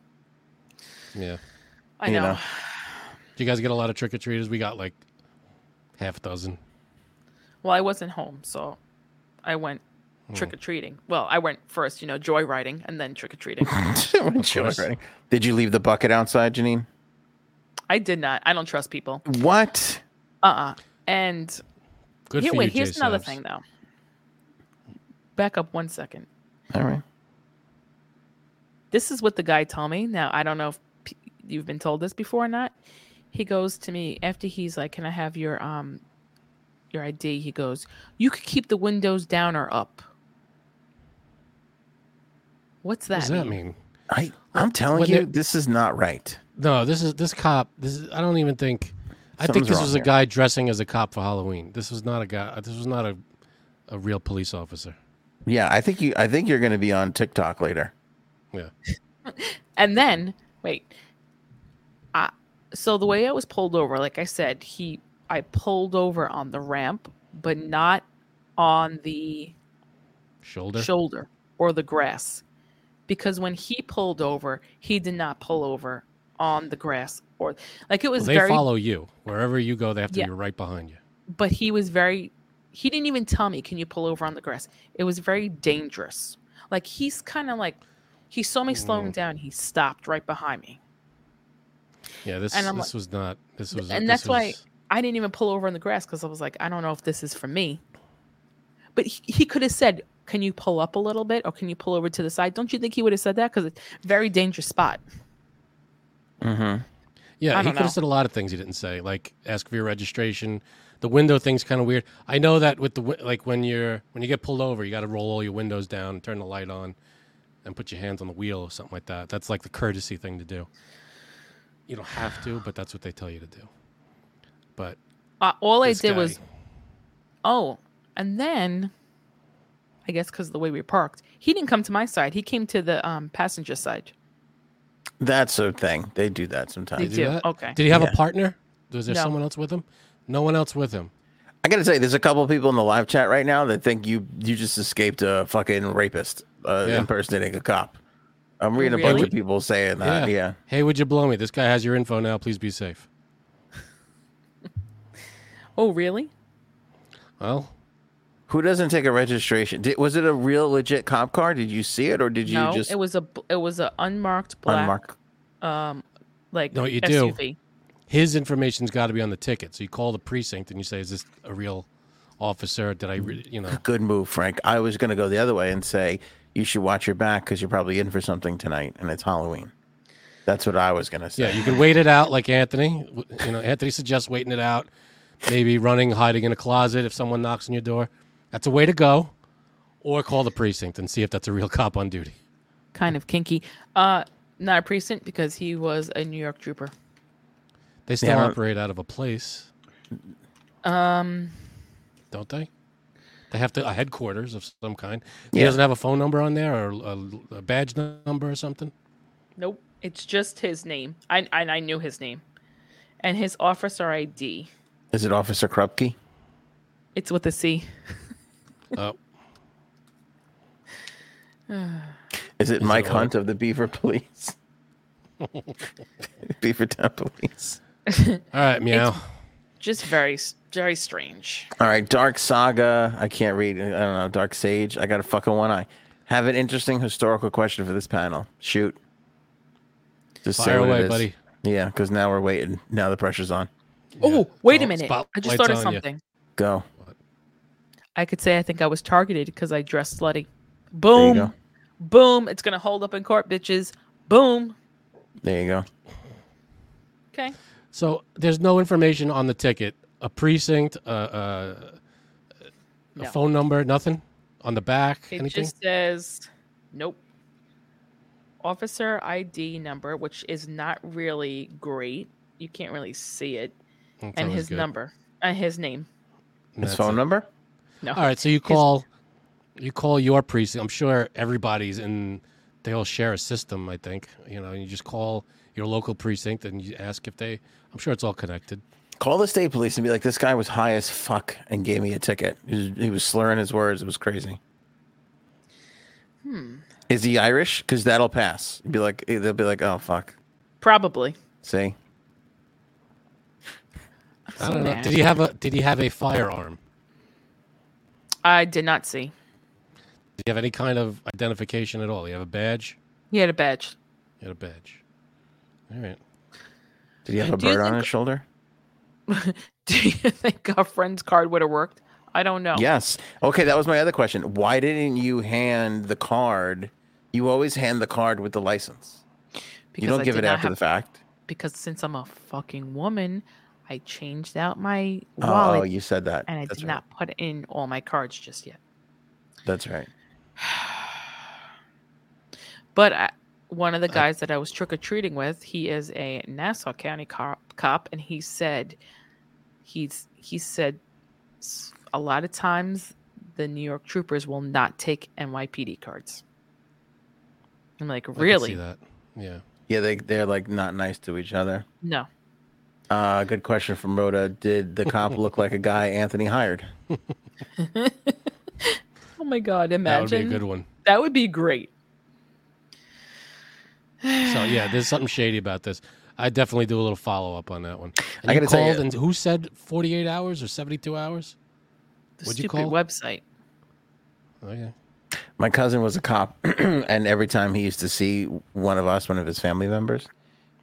Speaker 2: Yeah.
Speaker 3: I
Speaker 1: You
Speaker 3: know.
Speaker 1: know.
Speaker 2: Do you guys get a lot of trick or treaters? We got like half a dozen.
Speaker 3: Well, I wasn't home, so I went
Speaker 2: Hmm.
Speaker 3: trick or treating. Well, I went first, you know, joyriding and then trick or treating.
Speaker 1: Joyriding. Did you leave the bucket outside, Janine?
Speaker 3: I did not. I don't trust people.
Speaker 1: What?
Speaker 3: Uh uh And
Speaker 2: Good
Speaker 3: here,
Speaker 2: for
Speaker 3: wait,
Speaker 2: you,
Speaker 3: here's another
Speaker 2: J-Sabs.
Speaker 3: thing, though. Back up one second.
Speaker 1: All right.
Speaker 3: This is what the guy told me. Now, I don't know if p- you've been told this before or not. He goes to me after he's like, Can I have your um your ID? He goes, You could keep the windows down or up. What's that?
Speaker 2: What does that mean?
Speaker 1: I I'm telling
Speaker 2: When
Speaker 1: you,
Speaker 2: they're-
Speaker 1: this is not right.
Speaker 2: No, this is this cop. This is. I don't even think. I think
Speaker 1: Something's
Speaker 2: this
Speaker 1: wrong
Speaker 2: was a
Speaker 1: here.
Speaker 2: guy dressing as a cop for Halloween. This was not a guy. This was not a, a real police officer.
Speaker 1: Yeah, I think you. I think you're going to be on TikTok later.
Speaker 3: And then wait, I, so the way I was pulled over, like I said, he I pulled over on the ramp, but not on the
Speaker 2: Shoulder.
Speaker 3: shoulder or the grass, because when he pulled over, he did not pull over on the grass or like it was
Speaker 2: they
Speaker 3: very.
Speaker 2: follow you wherever you go. They have to
Speaker 3: Yeah.
Speaker 2: be right behind you.
Speaker 3: But he was very. He didn't even tell me, "Can you pull over on the grass?" It was very dangerous. Like he's kind of like, he saw me slowing
Speaker 2: Mm.
Speaker 3: down. He stopped right behind me.
Speaker 2: Yeah. This. This
Speaker 3: And I'm like-
Speaker 2: was not. This was.
Speaker 3: and
Speaker 2: this
Speaker 3: that's why
Speaker 2: was-
Speaker 3: I didn't even pull over in the grass because I was like, I don't know if this is for me. But he, he could have said, Can you pull up a little bit or can you pull over to the side? Don't you think he would have said that? Because it's a very dangerous spot.
Speaker 1: Mm-hmm.
Speaker 2: Yeah,
Speaker 3: I
Speaker 2: he
Speaker 3: don't
Speaker 2: could
Speaker 3: know.
Speaker 2: have said a lot of things he didn't say, like ask for your registration. The window thing's kind of weird. I know that with the wi- like when you're when you get pulled over, you got to roll all your windows down, turn the light on, and put your hands on the wheel or something like that. That's like the courtesy thing to do. You don't have to, but that's what they tell you to do. But
Speaker 3: Uh, all I
Speaker 2: this
Speaker 3: did
Speaker 2: guy-
Speaker 3: was, Oh, and then I guess because the way we parked, he didn't come to my side. He came to the um, passenger side.
Speaker 1: That's a thing. They do that
Speaker 3: They
Speaker 1: sometimes.
Speaker 2: do
Speaker 3: do.
Speaker 2: that?
Speaker 3: Okay.
Speaker 2: did he have
Speaker 1: Yeah.
Speaker 2: a partner? Was there
Speaker 3: No.
Speaker 2: someone else with him? No one else with him.
Speaker 1: I got to say, there's a couple of people in the live chat right now that think you you just escaped a fucking rapist uh,
Speaker 2: Yeah.
Speaker 1: impersonating a cop. I'm reading a
Speaker 3: Really?
Speaker 1: bunch of people saying that. Uh, Yeah.
Speaker 2: Hey, would you blow me? This guy has your info now. Please be safe.
Speaker 3: Oh, really?
Speaker 2: Well,
Speaker 1: Who doesn't take a registration? Did, was it a real legit cop car? Did you see it, or did you
Speaker 3: no,
Speaker 1: just
Speaker 3: it was a bl- it was a unmarked black
Speaker 1: unmark?
Speaker 3: um like
Speaker 2: No, what you do-
Speaker 3: SUV.
Speaker 2: his information's got to be on the ticket. So you call the precinct and you say, "Is this a real officer? Did I, re-, you know?"
Speaker 1: Good move, Frank. I was going to go the other way and say you should watch your back because you're probably in for something tonight, and it's Halloween. That's what I was going to
Speaker 2: Yeah,
Speaker 1: say.
Speaker 2: you can wait it out, like Anthony. W- You know, Anthony suggests waiting it out, maybe running, hiding in a closet if someone knocks on your door. That's a way to go. Or call the precinct and see if that's a real cop on duty.
Speaker 3: kind of kinky. Uh, not a precinct because he was a New York trooper.
Speaker 2: They still
Speaker 1: Yeah, I don't-
Speaker 2: operate out of a place,
Speaker 3: Um,
Speaker 2: don't they? They have to a headquarters of some kind. He
Speaker 1: Yeah.
Speaker 2: doesn't have a phone number on there or a, a badge number or something.
Speaker 3: nope, it's just his name. I and I knew his name, and his officer ID.
Speaker 1: Is it Officer Krupke?
Speaker 3: It's with a C.
Speaker 2: Oh,
Speaker 1: Is it
Speaker 2: it
Speaker 1: Mike
Speaker 2: all-
Speaker 1: Hunt of the Beaver Police? Beaver Town Police.
Speaker 2: all right, meow.
Speaker 3: Just very, s- very strange.
Speaker 1: All right, Dark Saga. I can't read. I don't know. Dark Sage. I got a fucking one eye. Have an interesting historical question for this panel. Shoot. Just say
Speaker 2: Fire
Speaker 1: what it
Speaker 2: away,
Speaker 1: is.
Speaker 2: buddy.
Speaker 1: Yeah, because now we're waiting. Now the pressure's on.
Speaker 3: Oh, wait
Speaker 2: Oh,
Speaker 3: a minute! I just
Speaker 2: spotlight's
Speaker 3: thought of
Speaker 2: on ya.
Speaker 3: something.
Speaker 1: Go.
Speaker 3: I could say I think I was targeted because I dressed slutty.
Speaker 1: There you
Speaker 3: Boom,
Speaker 1: go.
Speaker 3: boom! It's gonna hold up in court, bitches. Boom.
Speaker 1: There you go.
Speaker 3: Okay.
Speaker 2: So there's no information on the ticket, a precinct, uh, uh, a
Speaker 3: No.
Speaker 2: phone number, nothing on the back,
Speaker 3: It
Speaker 2: anything.
Speaker 3: just says, nope. Officer ID number, which is not really great. You can't really see it.
Speaker 2: That's
Speaker 3: and
Speaker 2: always
Speaker 3: his
Speaker 2: good.
Speaker 3: number, and his name.
Speaker 2: And
Speaker 1: His
Speaker 2: that's
Speaker 1: phone
Speaker 2: it.
Speaker 1: number?
Speaker 3: No.
Speaker 2: All right, so you call, you call your precinct. I'm sure everybody's in. They all share a system, I think. You know, and you just call your local precinct and you ask if they. I'm sure it's all connected.
Speaker 1: Call the state police and be like, this guy was high as fuck and gave me a ticket. He was, he was slurring his words. It was crazy.
Speaker 3: Hmm.
Speaker 1: Is he Irish? Because that'll pass. Be like, they'll be like, oh fuck.
Speaker 3: Probably.
Speaker 1: See,
Speaker 2: I don't know.
Speaker 3: Nah.
Speaker 2: Did he have a Did he have a firearm?
Speaker 3: I did not see.
Speaker 2: Did he have any kind of identification at all? He have a badge.
Speaker 3: He had a badge.
Speaker 2: He had a badge. All right.
Speaker 1: Did he have a
Speaker 3: Do you
Speaker 1: bird on
Speaker 3: think-
Speaker 1: his shoulder?
Speaker 3: Do you think our friend's card would have worked? I don't know.
Speaker 1: Yes. Okay, that was my other question. Why didn't you hand the card? You always hand the card with the license. you don't
Speaker 3: I
Speaker 1: give
Speaker 3: did
Speaker 1: it
Speaker 3: not
Speaker 1: after the
Speaker 3: have-
Speaker 1: fact.
Speaker 3: Because since I'm a fucking woman, I changed out my
Speaker 1: Oh,
Speaker 3: wallet
Speaker 1: you said that.
Speaker 3: and I
Speaker 1: That's
Speaker 3: did
Speaker 1: right.
Speaker 3: not put in all my cards just yet.
Speaker 1: That's right.
Speaker 3: But I, one of the guys that I was trick or treating with, he is a Nassau County cop, cop, and he said, he's he said, "S- a lot of times the New York troopers will not take NYPD cards. I'm like,
Speaker 2: I can see
Speaker 3: really?
Speaker 2: that. Yeah.
Speaker 1: Yeah, they they're like not nice to each other.
Speaker 3: No.
Speaker 1: Uh, good question from Rhoda. Did the cop look like a guy Anthony hired?
Speaker 3: Oh my God!
Speaker 2: That
Speaker 3: Imagine
Speaker 2: would be a good one.
Speaker 3: That would be great.
Speaker 2: So yeah, there's something shady about this. I definitely do a little follow up on that one. And
Speaker 1: I
Speaker 2: you
Speaker 1: gotta tell you-
Speaker 2: called and who said 48 hours or 72 hours?
Speaker 3: The
Speaker 2: What'd you
Speaker 3: stupid
Speaker 2: call it?
Speaker 3: website.
Speaker 2: Okay.
Speaker 1: My cousin was a cop, and every time he used to see one of us, one of his family members,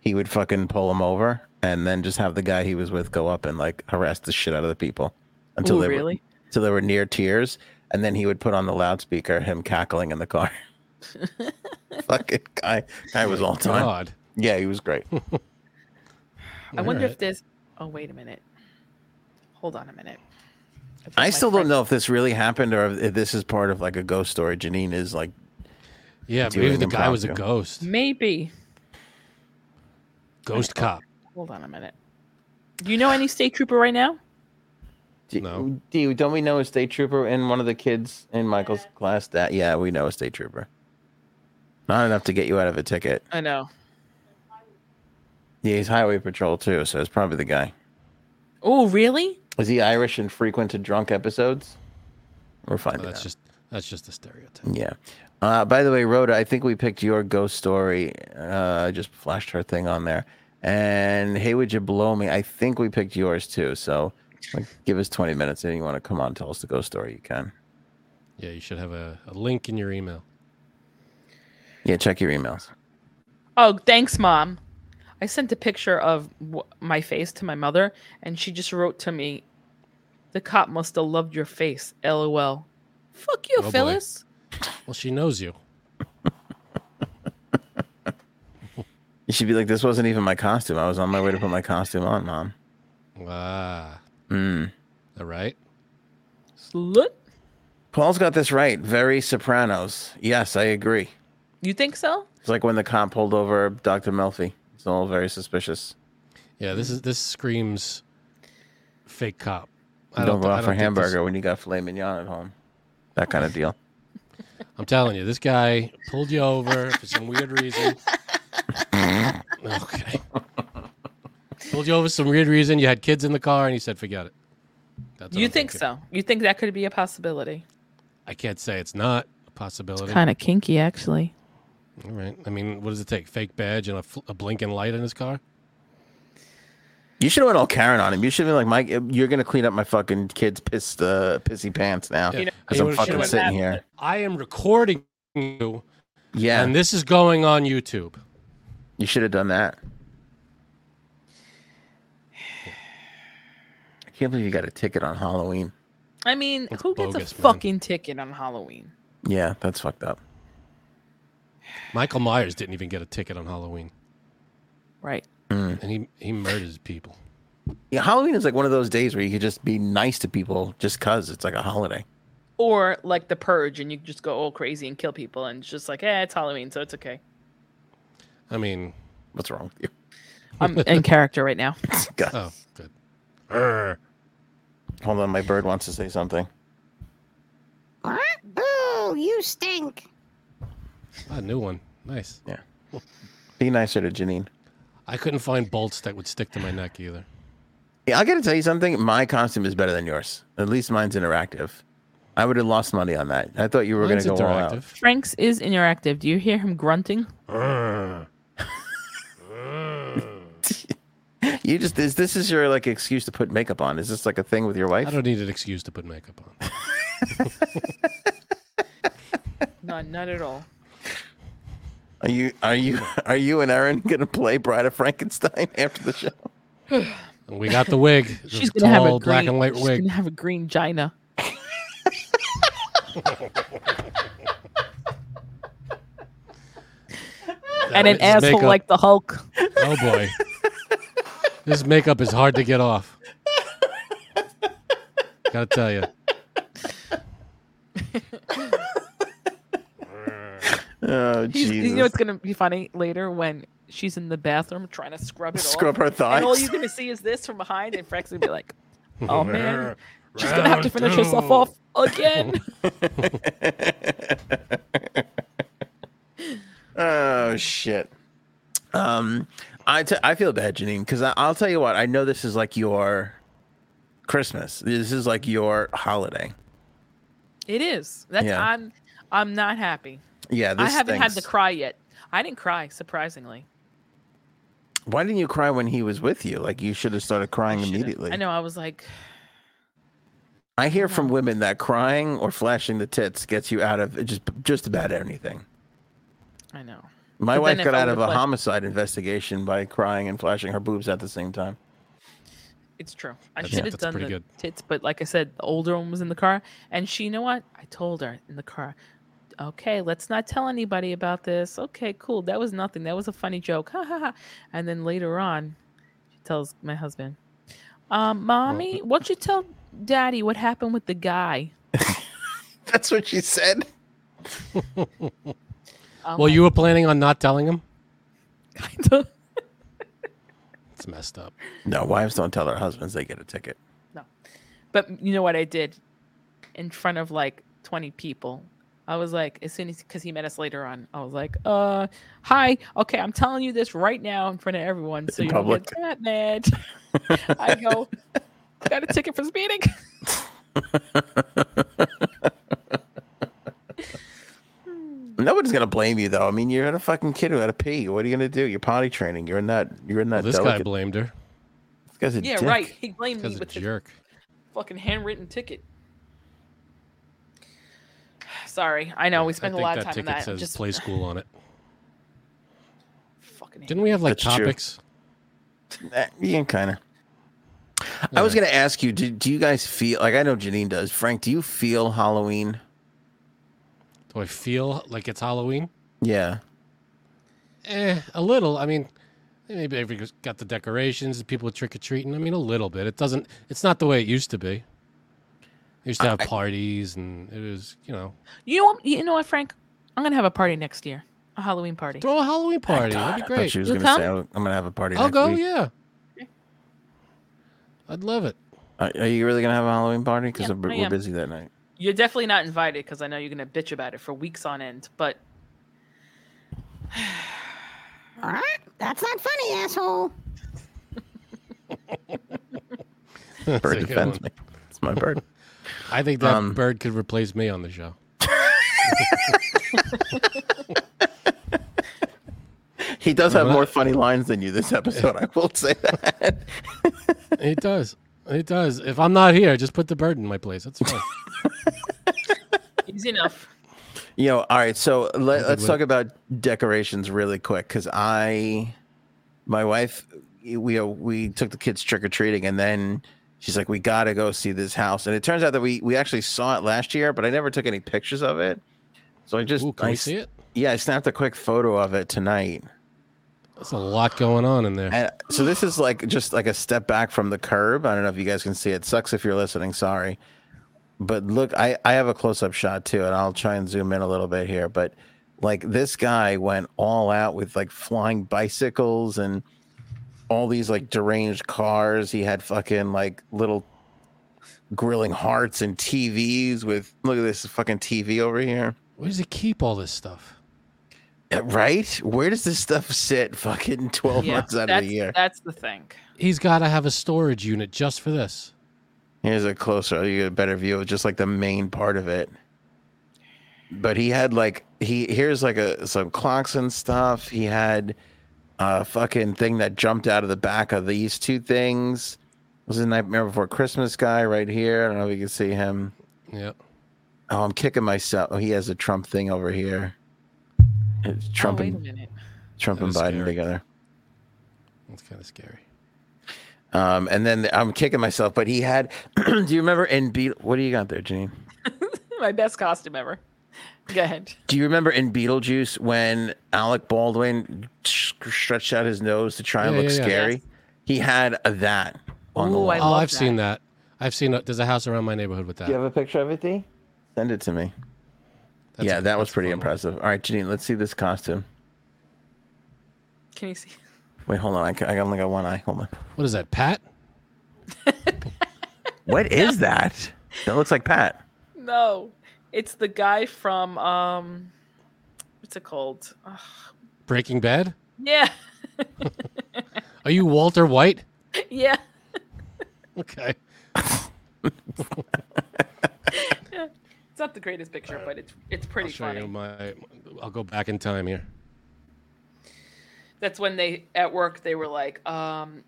Speaker 1: he would fucking pull him over and then just have the guy he was with go up and like harass the shit out of the people until
Speaker 3: Ooh,
Speaker 1: they
Speaker 3: really?
Speaker 1: were, until they were near tears, and then he would put on the loudspeaker him cackling in the car. fucking guy, guy was all time.
Speaker 2: God.
Speaker 1: Yeah, he was great.
Speaker 3: I
Speaker 2: All
Speaker 3: wonder
Speaker 2: right.
Speaker 3: if there's. Oh wait a minute. Hold on a minute. think
Speaker 1: I
Speaker 3: my
Speaker 1: still don't
Speaker 3: friend-
Speaker 1: know if this really happened or if this is part of like a ghost story. Janine is like,
Speaker 2: Yeah,
Speaker 1: doing
Speaker 2: maybe the guy was a
Speaker 1: impromptu.
Speaker 3: Mm.
Speaker 2: ghost.
Speaker 3: Maybe.
Speaker 1: Oh,
Speaker 2: Ghost cop.
Speaker 3: Hold on a minute. Do you know any state trooper right now?
Speaker 1: D-
Speaker 2: No.
Speaker 1: D- don't we know a state trooper and one of the kids in Michael's class? That yeah, we know a state trooper. Not enough to get you out of a ticket.
Speaker 3: I know.
Speaker 1: Yeah, he's highway patrol too, so it's probably the guy.
Speaker 3: Oh really?
Speaker 1: Is he Irish and frequented drunk episodes? We're
Speaker 2: Oh,
Speaker 1: finding
Speaker 2: that's
Speaker 1: out.
Speaker 2: just that's just a stereotype.
Speaker 1: Yeah. Uh, by the way, Rhoda, I think we picked your ghost story. Uh, I just flashed her thing on there. And hey, would you blow me? I think we picked yours too. So like, give us 20 minutes. And you want to come on, tell us the ghost story, you can.
Speaker 2: Yeah, you should have a, a link in your email.
Speaker 1: Yeah, check your emails.
Speaker 3: Oh, thanks, mom. I sent a picture of w- my face to my mother, and she just wrote to me, "The cop must have loved your face." LOL. Fuck you,
Speaker 2: Oh, boy.
Speaker 3: Phyllis.
Speaker 2: Well, she knows you.
Speaker 1: You should be like, this wasn't even my costume. I was on my way to put my costume on, mom.
Speaker 2: Ah,
Speaker 1: Mm.
Speaker 2: all right.
Speaker 3: Slut.
Speaker 1: Paul's got this right. Very Sopranos. Yes, I agree.
Speaker 3: You think so?
Speaker 1: It's like when the cop pulled over Dr. Melfi. It's all very suspicious.
Speaker 2: Yeah, this is this screams fake cop.
Speaker 1: I don't,
Speaker 2: thi-
Speaker 1: go out for
Speaker 2: think this-
Speaker 1: hamburger when you got filet mignon at home. That kind of deal.
Speaker 2: I'm telling you, this guy pulled you over for some weird reason. okay. Pulled you over for some weird reason. You had kids in the car, and you said, "Forget it." That's what
Speaker 3: you
Speaker 2: I'm
Speaker 3: think
Speaker 2: thinking.
Speaker 3: so? You think that could be a possibility?
Speaker 2: I can't say it's not a possibility.
Speaker 3: Kind of kinky, actually.
Speaker 2: All right. I mean, what does it take? Fake badge and a, fl- a blinking light in his car.
Speaker 1: You should have went all Karen on him. You should have been like, Mike, you're going to clean up my fucking kids' piss, uh, pissy pants now.
Speaker 2: Yeah. You know-
Speaker 1: Because
Speaker 2: you
Speaker 1: I'm
Speaker 2: would've-
Speaker 1: fucking
Speaker 2: should've
Speaker 1: sitting
Speaker 3: laughed.
Speaker 1: here.
Speaker 2: I am recording you,
Speaker 1: Yeah.
Speaker 2: and this is going on YouTube.
Speaker 1: you should have done that. I can't believe you got a ticket on Halloween.
Speaker 3: I mean,
Speaker 2: That's
Speaker 3: who
Speaker 2: bogus,
Speaker 3: gets a
Speaker 2: man.
Speaker 3: fucking ticket on Halloween?
Speaker 1: Yeah, that's fucked up.
Speaker 2: Michael Myers didn't even get a ticket on Halloween,
Speaker 3: Right.
Speaker 2: and he he murders people.
Speaker 1: Yeah, Halloween is like one of those days where you could just be nice to people just because it's like a holiday.
Speaker 3: Or like the purge and you just go all crazy and kill people and it's just like, eh, it's Halloween, so it's okay.
Speaker 2: I mean,
Speaker 1: What's wrong with
Speaker 3: I'm in character right now.
Speaker 1: you? God.
Speaker 2: oh, good. Err.
Speaker 1: Hold on, my bird wants to say something.
Speaker 4: What? Boo, you stink.
Speaker 2: A new one. Nice.
Speaker 1: Be nicer to Janine.
Speaker 2: I couldn't find bolts that would stick to my neck either.
Speaker 1: Yeah, I got to tell you something. My costume is better than yours. At least mine's interactive. I would have lost money on that. I thought you were going
Speaker 2: Mine's
Speaker 1: to go all out.
Speaker 2: interactive.
Speaker 3: Frank's is interactive. Do you hear him grunting?
Speaker 2: Err.
Speaker 1: You just is this is your like excuse to put makeup on? Is this like a thing with your
Speaker 2: I
Speaker 1: wife?
Speaker 2: don't need an excuse to put makeup on.
Speaker 3: No, not at all.
Speaker 1: Are you are you are you and Erin gonna play Bride of Frankenstein after the show?
Speaker 2: And we got the wig. this
Speaker 3: She's gonna have a
Speaker 2: tall,
Speaker 3: green,
Speaker 2: black and white
Speaker 3: she's
Speaker 2: wig.
Speaker 3: gonna have a green gina. and an
Speaker 2: This
Speaker 3: asshole
Speaker 2: makeup-
Speaker 3: like the Hulk.
Speaker 2: Oh boy. this makeup is hard to get off. Gotta tell you.
Speaker 1: Oh
Speaker 3: She's-
Speaker 1: Jesus!
Speaker 3: You know it's gonna be funny later when she's in the bathroom trying to scrub it
Speaker 1: Scrub
Speaker 3: off,
Speaker 1: her
Speaker 3: and all
Speaker 1: thighs.
Speaker 3: you're gonna see is this from behind, and Frank's gonna be like, "Oh man, she's gonna have to finish herself
Speaker 2: Round
Speaker 3: off again."
Speaker 1: oh shit. Um, I t- I feel bad, Janine, because I'll tell you what. I know this is like your Christmas. This is like your holiday.
Speaker 3: it is. That's
Speaker 1: Yeah.
Speaker 3: I'm. I'm not happy.
Speaker 1: Yeah,
Speaker 3: I
Speaker 1: this
Speaker 3: haven't had the
Speaker 1: stinks.
Speaker 3: cry yet. I didn't cry, surprisingly.
Speaker 1: Why didn't you cry when he was with you? Like you should have started crying
Speaker 3: Should've-
Speaker 1: immediately.
Speaker 3: I know. I was like,
Speaker 1: I hear from women that crying or flashing the tits gets you out of just just about anything.
Speaker 3: I know.
Speaker 1: My
Speaker 3: But
Speaker 1: wife
Speaker 3: then if
Speaker 1: got
Speaker 3: I
Speaker 1: out of a
Speaker 3: would've flashed-
Speaker 1: homicide investigation by crying and flashing her boobs at the same time.
Speaker 3: It's true. I
Speaker 2: That's-
Speaker 3: should have
Speaker 2: that's
Speaker 3: done the
Speaker 2: pretty good.
Speaker 3: tits, but like I said, the older one was in the car, and she, you know what? I told her in the car, okay, let's not tell anybody about this. Okay, cool. That was nothing. That was a funny joke. Ha ha ha. And then later on, she tells my husband, um, "Mommy, what you tell Daddy what happened with the guy?"
Speaker 1: That's what she said.
Speaker 3: I'm
Speaker 2: Well,
Speaker 3: like,
Speaker 2: you were planning on not telling him?
Speaker 3: kinda-
Speaker 2: It's messed up.
Speaker 1: No, wives don't tell their husbands they get a ticket.
Speaker 3: But you know what I did in front of like 20 people? I was like, as soon as, because he met us later on, I was like, uh, hi. Okay, I'm telling you this right now in front of everyone so
Speaker 1: In
Speaker 3: you don't get
Speaker 1: public.
Speaker 3: that mad. I go, got a ticket for speeding.
Speaker 1: Nobody's gonna blame you though. I mean, you're a fucking kid who had a pee. What are you gonna do? You're potty training. You're in that. You're in that.
Speaker 2: Well, this guy
Speaker 1: delicate.
Speaker 2: blamed her
Speaker 1: this guy's a
Speaker 3: Yeah,
Speaker 1: dick.
Speaker 3: right. He blamed me
Speaker 2: because a
Speaker 3: with his
Speaker 2: jerk.
Speaker 3: fucking handwritten ticket. Sorry, I know we spent
Speaker 2: I
Speaker 3: a
Speaker 2: think
Speaker 3: lot
Speaker 2: that
Speaker 3: of time on
Speaker 2: ticket
Speaker 3: that. I'm
Speaker 2: says
Speaker 3: just
Speaker 2: play school on it.
Speaker 3: fucking. hate
Speaker 2: Didn't we have like
Speaker 1: That's true.
Speaker 2: topics?
Speaker 1: Eh, Yeah, kind of. I was gonna ask you. Do, do you guys feel like I know Janine does? Frank, do you feel Halloween?
Speaker 2: Do I feel like it's Halloween?
Speaker 1: Yeah.
Speaker 2: Eh, a little. I mean, maybe everybody's got the decorations, the people trick or treating. I mean, a little bit. It doesn't. It's not the way it used to be. They used to have parties, and it was, you know,
Speaker 3: You know what? You know what, Frank? I'm gonna have a party next year, a Halloween party.
Speaker 2: throw a Halloween party.
Speaker 1: God,
Speaker 2: That'd be
Speaker 1: I thought
Speaker 2: great.
Speaker 1: she was
Speaker 3: You'll
Speaker 1: gonna say, "Oh, "I'm gonna have a party."
Speaker 2: I'll
Speaker 1: next
Speaker 2: go.
Speaker 1: week."
Speaker 2: Yeah, I'd love it.
Speaker 1: Are, are you really gonna have a Halloween party? Because
Speaker 3: Yeah,
Speaker 1: we're,
Speaker 3: I
Speaker 1: we're
Speaker 3: am.
Speaker 1: busy that night.
Speaker 3: You're definitely not invited because I know you're gonna bitch about it for weeks on end. But
Speaker 4: All right, that's not funny, asshole.
Speaker 2: That's a
Speaker 1: Bird
Speaker 2: good
Speaker 1: defends
Speaker 2: one.
Speaker 1: me. It's my bird.
Speaker 2: I think that
Speaker 1: Um,
Speaker 2: bird could replace me on the show.
Speaker 1: He does have
Speaker 2: Well-
Speaker 1: more funny lines than you this episode. I will say that.
Speaker 2: It does. It does. If I'm not here, just put the bird in my place. That's fine.
Speaker 3: easy enough.
Speaker 1: You know, all right. So let,
Speaker 2: good
Speaker 1: let's
Speaker 2: with
Speaker 1: talk about decorations really quick because I, my wife, we uh, we took the kids trick or treating, and then she's like, "We got to go see this house." And it turns out that we we actually saw it last year, but I never took any pictures of it. So I just,
Speaker 2: Ooh, can
Speaker 1: I
Speaker 2: we
Speaker 1: s-
Speaker 2: see it?
Speaker 1: yeah, I snapped a quick photo of it tonight.
Speaker 2: There's a lot going on in there.
Speaker 1: And so this is like just like a step back from the curb. I don't know if you guys can see it. Sucks if you're listening. Sorry. But look, I, I have a close up shot too, and I'll try and zoom in a little bit here. But like this guy went all out with like flying bicycles and all these like deranged cars. He had fucking like little grilling hearts and TVs with look at this fucking TV over here.
Speaker 2: Where does he keep all this stuff?
Speaker 1: Uh, Right? Where does this stuff sit fucking 12 months out of
Speaker 3: that's,
Speaker 1: the year?
Speaker 3: that's the thing.
Speaker 2: He's got to have a storage unit just for this.
Speaker 1: Here's a closer. You get a better view of just like the main part of it. But he had like he here's like a some clocks and stuff. He had uh, fucking thing that jumped out of the back of these two things. This is Nightmare Before Christmas guy right here. I don't know if you can see him.
Speaker 2: Yeah.
Speaker 1: Oh, I'm kicking myself. Oh, he has a Trump thing over here. It's Trump
Speaker 3: oh, wait a
Speaker 1: and
Speaker 3: minute.
Speaker 1: Trump
Speaker 2: That
Speaker 1: and
Speaker 2: was
Speaker 1: Biden
Speaker 2: scary.
Speaker 1: together.
Speaker 2: That's kind of scary.
Speaker 1: Um, and then the- I'm kicking myself, but he had. do you remember in Beetle? What do you got there, Janine?
Speaker 3: My best costume ever. Go ahead.
Speaker 1: Do you remember in Beetlejuice when Alec Baldwin sh- stretched out his nose to try and
Speaker 2: Yeah,
Speaker 1: look
Speaker 2: yeah, yeah.
Speaker 1: scary? He had a, that on the
Speaker 3: Ooh,
Speaker 1: wall.
Speaker 3: I
Speaker 2: oh,
Speaker 3: love
Speaker 2: I've seen that. I've seen. A, there's a house around my neighborhood with that.
Speaker 1: do you have a picture of it, D? Send it to me.
Speaker 2: That's
Speaker 1: yeah,
Speaker 2: a-
Speaker 1: that was
Speaker 2: that's a
Speaker 1: pretty
Speaker 2: fun one.
Speaker 1: impressive. All right, Janine, let's see this costume.
Speaker 3: Can you see?
Speaker 1: Wait, hold on. I, ca- I only got one eye. Hold on.
Speaker 2: What is that, Pat?
Speaker 1: What is that? That looks like Pat.
Speaker 3: No, it's the guy from um, what's it called? Ugh.
Speaker 2: Breaking Bad?
Speaker 3: Yeah,
Speaker 2: Are you Walter White?
Speaker 3: yeah.
Speaker 2: Okay.
Speaker 3: It's not the greatest picture, but it's it's
Speaker 2: Uh, I'll
Speaker 3: pretty
Speaker 2: show you
Speaker 3: funny.
Speaker 2: my. I'll go back in time here.
Speaker 3: That's when they at work they were like, um,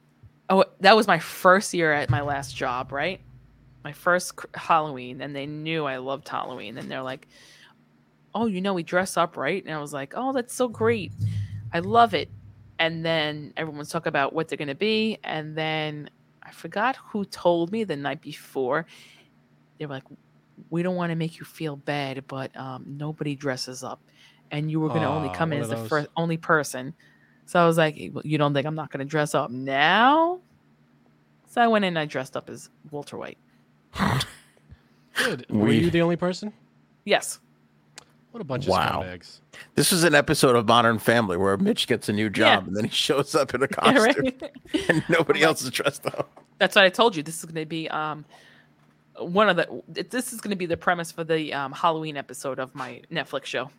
Speaker 3: oh, that was my first year at my last job, right? My first cr- Halloween, and they knew I loved Halloween, and they're like, oh, you know, we dress up, right? And I was like, oh, that's so great, I love it. And then everyone's talking about what they're gonna be, and then I forgot who told me the night before. They were like, we don't want to make you feel bad, but um, nobody dresses up, and you were gonna only
Speaker 2: Aw,
Speaker 3: come in
Speaker 2: one
Speaker 3: as the
Speaker 2: of
Speaker 3: first
Speaker 2: those.
Speaker 3: only person. So I was like, "Well, you don't think I'm not gonna dress up now? So I went in. and I dressed up as Walter White.
Speaker 2: Good. Were
Speaker 1: We-
Speaker 2: you the only person?
Speaker 3: Yes.
Speaker 2: What a bunch
Speaker 1: Wow.
Speaker 2: of scumbags.
Speaker 1: This was an episode of Modern Family where Mitch gets a new job
Speaker 3: Yeah.
Speaker 1: and then he shows up in a
Speaker 3: Yeah,
Speaker 1: costume
Speaker 3: right?
Speaker 1: and nobody
Speaker 3: I'm like-
Speaker 1: else is dressed up.
Speaker 3: That's what I told you. This is going to be um one of the. it- This is going to be the premise for the um, Halloween episode of my Netflix show.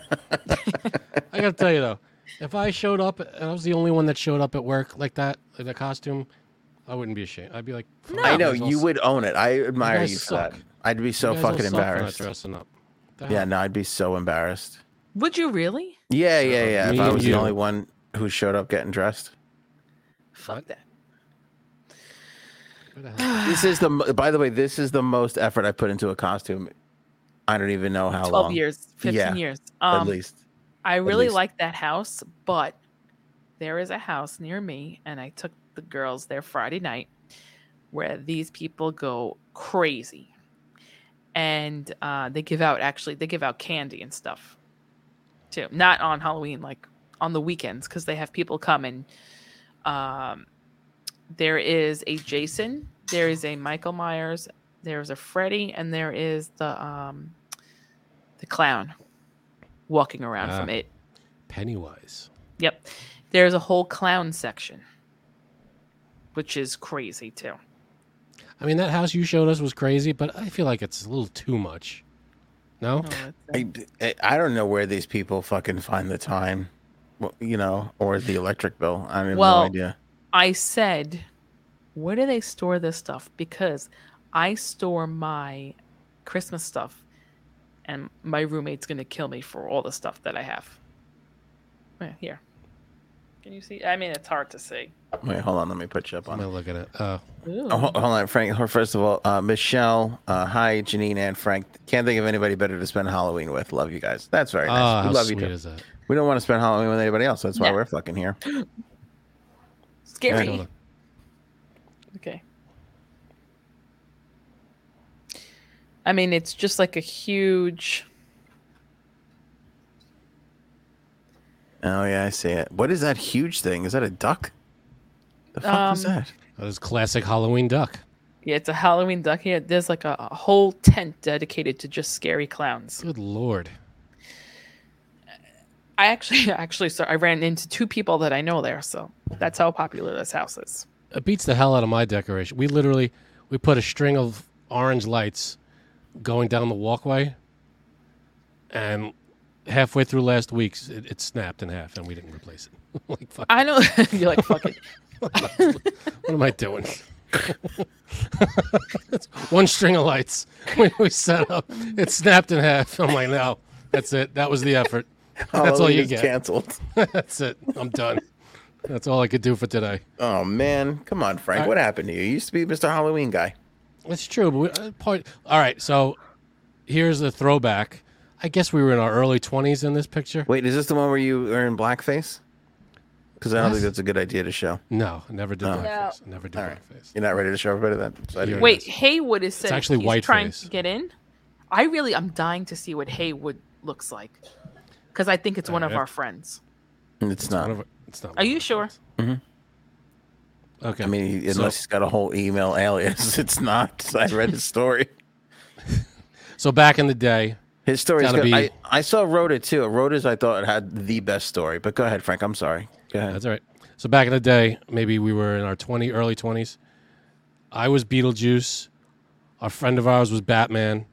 Speaker 2: I gotta tell you though, if I showed up and I was the only one that showed up at work like that in a costume, I wouldn't be ashamed. I'd be like, "Fuck,
Speaker 3: No.
Speaker 1: I know
Speaker 2: guys all
Speaker 1: you
Speaker 2: s-
Speaker 1: would own it. I admire
Speaker 2: guys
Speaker 1: you for that.
Speaker 2: suck.
Speaker 1: I'd be so
Speaker 2: you guys all
Speaker 1: fucking
Speaker 2: suck for not
Speaker 1: embarrassed.
Speaker 2: dressing up. The
Speaker 1: Yeah,
Speaker 2: hell?
Speaker 1: no, I'd be so embarrassed.
Speaker 3: Would you really?
Speaker 1: Yeah, yeah, yeah.
Speaker 2: me
Speaker 1: if I
Speaker 2: and
Speaker 1: was
Speaker 2: you.
Speaker 1: the only one who showed up getting dressed.
Speaker 3: Fuck
Speaker 2: What?
Speaker 3: that.
Speaker 2: What the hell?
Speaker 1: This is the mo- by the way, this is the most effort I put into a costume. I don't even know how
Speaker 3: Twelve
Speaker 1: long.
Speaker 3: years, fifteen
Speaker 1: Yeah,
Speaker 3: years.
Speaker 1: at
Speaker 3: Um,
Speaker 1: least.
Speaker 3: I really
Speaker 1: least.
Speaker 3: like that house, but there is a house near me, and I took the girls there Friday night, where these people go crazy, and uh, they give out actually they give out candy and stuff, too. Not on Halloween, like on the weekends, because they have people come and um, there is a Jason, there is a Michael Myers, there is a Freddy, and there is the um, the clown walking around from
Speaker 2: Ah.
Speaker 3: it.
Speaker 2: Pennywise.
Speaker 3: Yep. There's a whole clown section, which is crazy too.
Speaker 2: I mean, that house you showed us was crazy, but I feel like it's a little too much. No,
Speaker 3: Oh, it's, uh,
Speaker 1: I, I- I don't know where these people fucking find the time, well, you know, or the electric bill. I have
Speaker 3: Well,
Speaker 1: no idea.
Speaker 3: I said, where do they store this stuff? Because I store my Christmas stuff, and my roommate's going to kill me for all the stuff that I have. Yeah, here. Can you see? I mean, it's hard to see.
Speaker 1: Wait, hold on. Let me put you up
Speaker 2: what
Speaker 1: on.
Speaker 2: am I looking at? Uh,
Speaker 3: Ooh.
Speaker 1: Oh, ho- hold on, Frank. ho- First of all, uh, Michelle, uh, hi, Janine and Frank. Can't think of anybody better to spend Halloween with. Love you guys. That's very
Speaker 2: ah,
Speaker 1: nice.
Speaker 2: how
Speaker 1: we love
Speaker 2: sweet
Speaker 1: you. too.
Speaker 2: is that?
Speaker 1: We don't want to spend Halloween with anybody else. That's why
Speaker 3: No.
Speaker 1: we're fucking here.
Speaker 3: Scary.
Speaker 1: Hold
Speaker 2: on.
Speaker 3: Okay. I mean, it's just like a huge.
Speaker 1: Oh yeah, I see it. What is that huge thing? Is that a duck? The fuck was
Speaker 3: Um,
Speaker 1: that?
Speaker 2: That is classic Halloween duck.
Speaker 3: Yeah, it's a Halloween duck here. There's like a, a whole tent dedicated to just scary clowns.
Speaker 2: Good lord.
Speaker 3: I actually, actually, so I ran into two people that I know there, so that's how popular this house is.
Speaker 2: it beats the hell out of my decoration. We literally we put a string of orange lights going down the walkway, and halfway through last week's, it, it snapped in half, and we didn't replace it. like, fuck,
Speaker 3: I know you're like, fuck it.
Speaker 2: what am I doing? It's One string of lights we, we set up. It snapped in half. I'm like, no, that's it. That was the effort. That's all
Speaker 1: Halloween
Speaker 2: you
Speaker 1: is
Speaker 2: get.
Speaker 1: Canceled.
Speaker 2: That's it. I'm done. That's all I could do for today.
Speaker 1: Oh man, come on, Frank.
Speaker 2: I-
Speaker 1: What happened to you? You used to be Mr. Halloween guy.
Speaker 2: It's true. But we, uh, part, all right. So here's the throwback. I guess we were in our early 20s in this picture.
Speaker 1: Wait, is this the one where you are in blackface? Because I don't think
Speaker 2: Yes.
Speaker 1: that's a good idea to show.
Speaker 2: No, I never did
Speaker 1: Oh.
Speaker 2: blackface. I Never did
Speaker 1: All right.
Speaker 2: blackface.
Speaker 1: You're not ready to show everybody that. So I
Speaker 2: You're-
Speaker 1: didn't-
Speaker 3: Wait, Haywood is saying
Speaker 2: actually
Speaker 3: he's
Speaker 2: white
Speaker 3: trying
Speaker 2: face.
Speaker 3: to get in. I really, I'm dying to see what Haywood looks like, because I think it's one of
Speaker 2: Alright.
Speaker 3: our friends.
Speaker 1: it's not.
Speaker 2: Whatever- It's not
Speaker 3: Are you
Speaker 2: blackface.
Speaker 3: sure?
Speaker 2: Okay.
Speaker 1: Mm-hmm. I mean, he-
Speaker 2: So-
Speaker 1: unless he's got a whole email alias, it's not. I read his story.
Speaker 2: so back in the day,
Speaker 1: His story is
Speaker 2: Gotta
Speaker 1: good. I,
Speaker 2: be-
Speaker 1: I saw Rhoda too. Rhoda's I thought had the best story. But go ahead, Frank. I'm sorry. Go ahead.
Speaker 2: That's all right. So back in the day, maybe we were in our 20, early 20s. I was Beetlejuice. A friend of ours was Batman.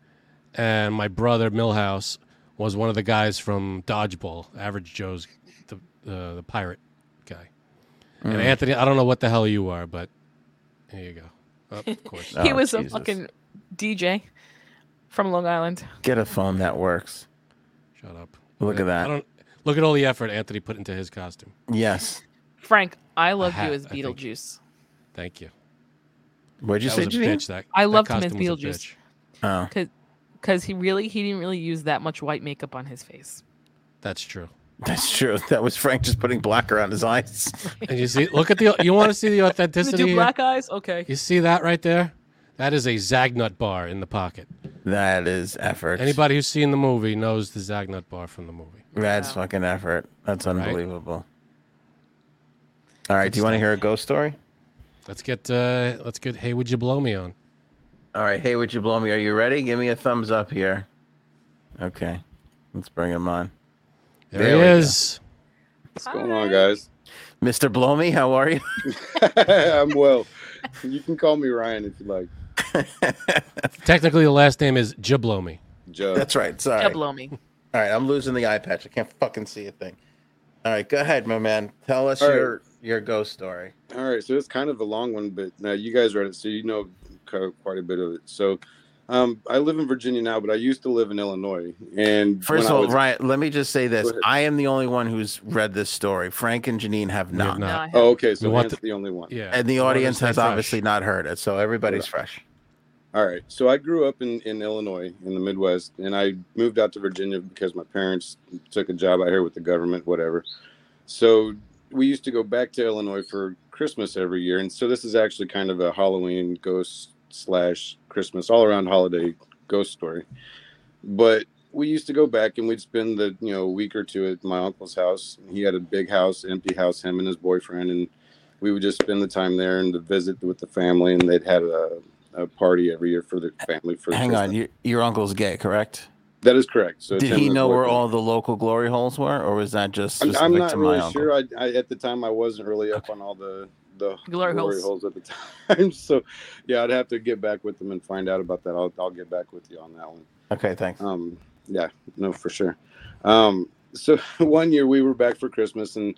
Speaker 2: And my brother, Millhouse, was one of the guys from Dodgeball, Average Joe's, the, uh, the pirate guy.
Speaker 1: Mm.
Speaker 2: And Anthony, I don't know what the hell you are, but here you go. Oh, of course.
Speaker 3: he
Speaker 1: Oh,
Speaker 3: was
Speaker 1: Jesus.
Speaker 3: a fucking DJ from Long Island.
Speaker 1: Get a phone that works.
Speaker 2: Shut up.
Speaker 1: Look at that.
Speaker 2: I don't, look at all the effort Anthony put into his costume.
Speaker 1: Yes.
Speaker 3: Frank, I love
Speaker 2: hat,
Speaker 3: you as
Speaker 2: I think.
Speaker 3: Beetlejuice.
Speaker 2: Thank you.
Speaker 1: Where'd you
Speaker 2: that
Speaker 1: say,
Speaker 2: was a
Speaker 1: Janine?
Speaker 2: bitch. That,
Speaker 3: I
Speaker 2: that
Speaker 3: loved him as
Speaker 2: costume was a
Speaker 3: Beetlejuice.
Speaker 2: bitch.
Speaker 1: Oh,
Speaker 3: Because he really, he didn't really use that much white makeup on his face.
Speaker 2: That's true.
Speaker 1: that's true. That was Frank just putting black around his eyes.
Speaker 2: And you see, look at the. You want to see the
Speaker 3: You
Speaker 2: authenticity?
Speaker 3: do
Speaker 2: here?
Speaker 3: black eyes? Okay.
Speaker 2: You see that right there? That is a Zagnut bar in the pocket.
Speaker 1: that is effort.
Speaker 2: Anybody who's seen the movie knows the Zagnut bar from the movie.
Speaker 1: That's
Speaker 3: Wow.
Speaker 1: fucking effort. That's unbelievable. All right. Do you want to hear a ghost story?
Speaker 2: Let's get uh, let's get Hey Would You Blow Me on.
Speaker 1: All right. Hey, would you blow me? Are you ready? Give me a thumbs up here. Okay. Let's bring him on.
Speaker 2: There,
Speaker 1: There
Speaker 2: he
Speaker 1: we go.
Speaker 2: is.
Speaker 5: What's going on, guys?
Speaker 1: Mr. Blow Me, how are you?
Speaker 5: I'm well. You can call me Ryan if you like.
Speaker 2: Technically the last name is Jablow Me.
Speaker 5: Joe.
Speaker 1: That's right. Sorry.
Speaker 3: Yeah, blow me.
Speaker 1: All right, I'm losing the eye patch. I can't fucking see a thing. All right, go ahead, my man. Tell us
Speaker 5: All right.
Speaker 1: your your ghost story.
Speaker 5: All right, so it's kind of a long one, but now you guys read it, so you know co- quite a bit of it. So, um, I live in Virginia now, but I used to live in Illinois. And
Speaker 1: First of
Speaker 5: when I
Speaker 1: all,
Speaker 5: was-
Speaker 1: Ryan, let me just say
Speaker 5: Go
Speaker 1: this:
Speaker 5: ahead.
Speaker 1: I am the only one who's read this story. Frank and Janine have
Speaker 2: We
Speaker 1: not,
Speaker 2: have not.
Speaker 3: No, I
Speaker 5: oh, okay, so
Speaker 2: We want
Speaker 5: that's the only one.
Speaker 2: Yeah.
Speaker 1: and
Speaker 2: We
Speaker 1: the
Speaker 2: wanna
Speaker 1: audience
Speaker 2: stay
Speaker 1: has
Speaker 2: fresh.
Speaker 1: obviously not heard it. So everybody's fresh.
Speaker 5: All right. So I grew up in, in Illinois in the Midwest, and I moved out to Virginia because my parents took a job out here with the government, whatever. So we used to go back to Illinois for Christmas every year. And so this is actually kind of a Halloween ghost slash Christmas, all around holiday ghost story. But we used to go back and we'd spend the, you know, week or two at my uncle's house. He had a big house, empty house, him and his boyfriend. And we would just spend the time there and the visit with the family. And they'd had a, a party every year for the family. For
Speaker 1: Hang
Speaker 5: Christmas.
Speaker 1: on, your, your uncle's gay, correct?
Speaker 5: That is correct. So it's
Speaker 1: Did
Speaker 5: him
Speaker 1: he
Speaker 5: and his
Speaker 1: know where
Speaker 5: boyfriend.
Speaker 1: all the local glory holes were, or was that just
Speaker 5: I'm,
Speaker 1: specific
Speaker 5: I'm not
Speaker 1: to my
Speaker 5: really
Speaker 1: uncle?
Speaker 5: sure. I, I at the time I wasn't really up on all the the
Speaker 3: Glory holes.
Speaker 5: at the time. So yeah, I'd have to get back with them and find out about that. I'll I'll get back with you on that one.
Speaker 1: Okay, thanks.
Speaker 5: Um, yeah, no, for sure. Um, so one year we were back for Christmas, and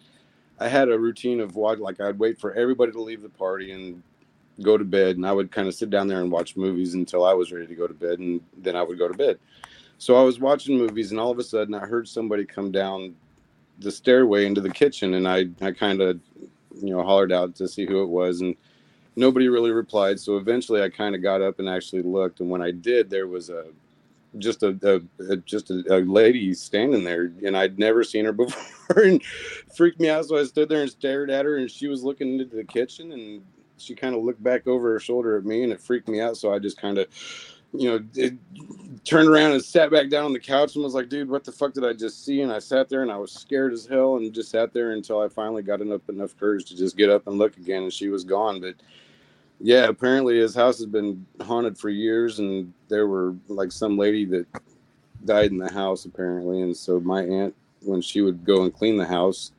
Speaker 5: I had a routine of what, like I'd wait for everybody to leave the party and go to bed, and I would kind of sit down there and watch movies until I was ready to go to bed, and then I would go to bed. So I was watching movies, and all of a sudden I heard somebody come down the stairway into the kitchen, and I I kind of you know hollered out to see who it was, and nobody really replied. So eventually I kind of got up and actually looked, and when I did, there was a just a, a, a just a, a lady standing there, and I'd never seen her before, and freaked me out. So I stood there and stared at her, and she was looking into the kitchen, and she kind of looked back over her shoulder at me, and it freaked me out. So I just kind of, you know, did, turned around and sat back down on the couch and was like, "Dude, what the fuck did I just see?" And I sat there, and I was scared as hell, and just sat there until I finally got enough enough courage to just get up and look again, and she was gone. But yeah, apparently his house has been haunted for years, and there were like some lady that died in the house apparently, and so my aunt, when she would go and clean the house,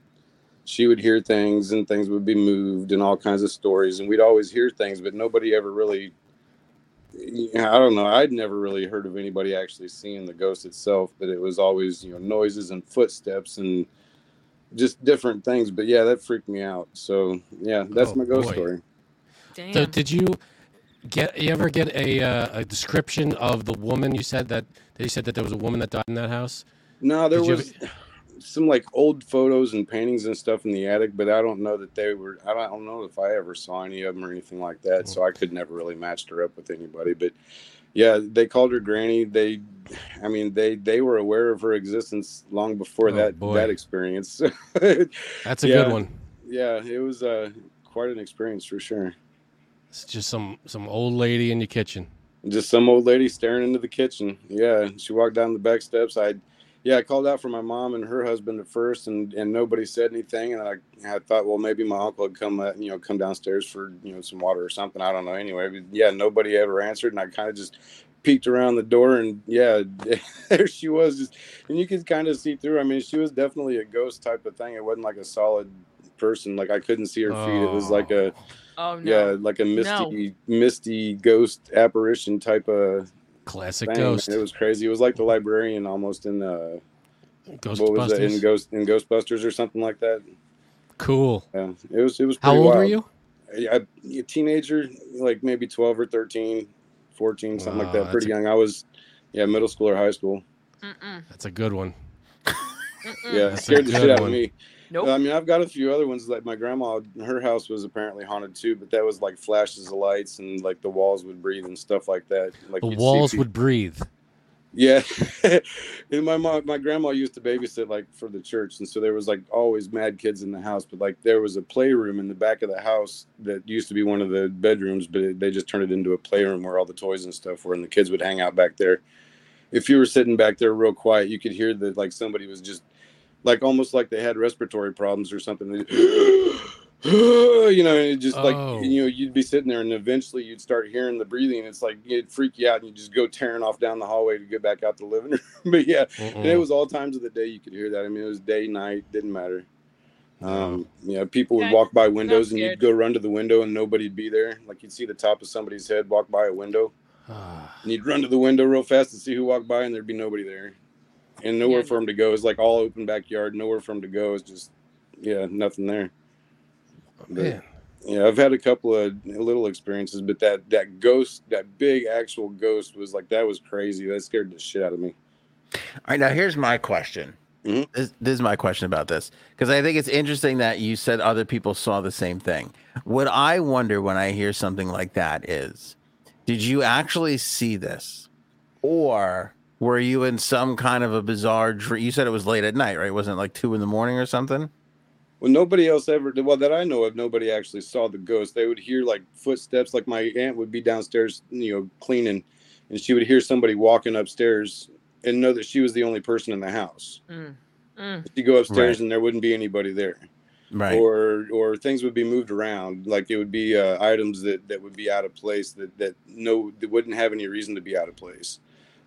Speaker 5: she would hear things, and things would be moved, and all kinds of stories, and we'd always hear things, but nobody ever really. I don't know. I'd never really heard of anybody actually seeing the ghost itself, but it was always you know noises and footsteps and just different things. But yeah, that freaked me out. So yeah, that's
Speaker 2: Oh,
Speaker 5: my ghost
Speaker 2: boy.
Speaker 5: story.
Speaker 3: Damn.
Speaker 2: So did you get you ever get a uh, a description of the woman you said that they said that there was a woman that died in that house?
Speaker 5: No, there
Speaker 2: Did you-
Speaker 5: was. some like old photos and paintings and stuff in the attic, but I don't know that they were. I don't, I don't know if I ever saw any of them or anything like that. So I could never really matched her up with anybody. But yeah, they called her Granny. They, I mean, they they were aware of her existence long before
Speaker 2: Oh,
Speaker 5: that
Speaker 2: boy.
Speaker 5: that experience.
Speaker 2: That's a
Speaker 5: Yeah.
Speaker 2: good one.
Speaker 5: yeah, it was uh, quite an experience for sure.
Speaker 2: It's just some some old lady in your kitchen.
Speaker 5: just some old lady staring into the kitchen. Yeah, she walked down the back steps. I, yeah, I called out for my mom and her husband at first, and and nobody said anything. And I, I thought, well, maybe my uncle had come, uh, you know, come downstairs for you know some water or something. I don't know. Anyway, but yeah, nobody ever answered, and I kind of just peeked around the door, and yeah, there she was, just, and you could kind of see through. I mean, she was definitely a ghost type of thing. It wasn't like a solid person. Like I couldn't see her feet. It was like a
Speaker 3: Oh no.
Speaker 5: yeah, like a misty, misty ghost apparition type of
Speaker 2: classic
Speaker 5: thing. man.
Speaker 2: ghost.
Speaker 5: It was crazy. It was like the librarian almost in uh, what was that in
Speaker 2: Ghostbusters.
Speaker 5: Ghost in Ghostbusters or something like that.
Speaker 2: cool.
Speaker 5: Yeah, it was it was.
Speaker 2: How
Speaker 5: pretty
Speaker 2: old
Speaker 5: wild.
Speaker 2: were you?
Speaker 5: I, a teenager, like maybe twelve or 13, 14, something like
Speaker 2: Wow,
Speaker 5: that.
Speaker 2: that's
Speaker 5: Pretty
Speaker 2: a-
Speaker 5: young. I was, yeah, middle school or high school.
Speaker 3: Mm-mm,
Speaker 2: That's a good one.
Speaker 3: mm-mm.
Speaker 5: Yeah, it
Speaker 2: That's a
Speaker 5: scared the shit
Speaker 2: good
Speaker 5: out of
Speaker 2: one.
Speaker 5: me.
Speaker 3: Mm. Nope.
Speaker 5: I mean, I've got a few other ones. Like my grandma, her house was apparently haunted too, but that was like flashes of lights and like the walls would breathe and stuff like that. Like
Speaker 2: The
Speaker 5: you'd see
Speaker 2: walls
Speaker 5: people-
Speaker 2: would breathe.
Speaker 5: Yeah, and my mom, my grandma used to babysit like for the church, and so there was like always mad kids in the house. But like there was a playroom in the back of the house that used to be one of the bedrooms, but it, they just turned it into a playroom where all the toys and stuff were, and the kids would hang out back there. If you were sitting back there real quiet, you could hear that like somebody was just like almost like they had respiratory problems or something. They- you know, and it just like
Speaker 2: Oh.
Speaker 5: you know, you'd be sitting there, and eventually you'd start hearing the breathing. It's like it'd freak you out, and you just go tearing off down the hallway to get back out the living room. but yeah, and it
Speaker 2: Mm-mm.
Speaker 5: was all times of the day you could hear that. I mean, it was day, night, didn't matter. Um, you know, people would
Speaker 3: Okay.
Speaker 5: walk by windows, and
Speaker 3: scared.
Speaker 5: you'd go run to the window, and nobody'd be there. Like you'd see the top of somebody's head walk by a window,
Speaker 2: Ah,
Speaker 5: and you'd run to the window real fast and see who walked by, and there'd be nobody there, and nowhere
Speaker 3: Yeah.
Speaker 5: for him to go. It's like all open backyard, nowhere for him to go. It's just yeah, nothing there.
Speaker 2: man.
Speaker 5: Yeah, I've had a couple of little experiences, but that that ghost, that big actual ghost, was like that was crazy. That scared the shit out of me.
Speaker 1: All right, now here's my question.
Speaker 5: Mhm.
Speaker 1: This, this is my question about this because I think it's interesting that you said other people saw the same thing. What I wonder when I hear something like that is, did you actually see this, or were you in some kind of a bizarre dream? You said it was late at night, right? Wasn't it like two in the morning or something?
Speaker 5: Well, nobody else ever did. Well, that I know of, nobody actually saw the ghost. They would hear like footsteps. Like my aunt would be downstairs, you know, cleaning, and she would hear somebody walking upstairs and know that she was the only person in the house.
Speaker 3: Mm, mm.
Speaker 5: She'd go upstairs
Speaker 1: Right.
Speaker 5: and there wouldn't be anybody there.
Speaker 1: Right.
Speaker 5: or or things would be moved around like it would be uh, items that that would be out of place that that no that wouldn't have any reason to be out of place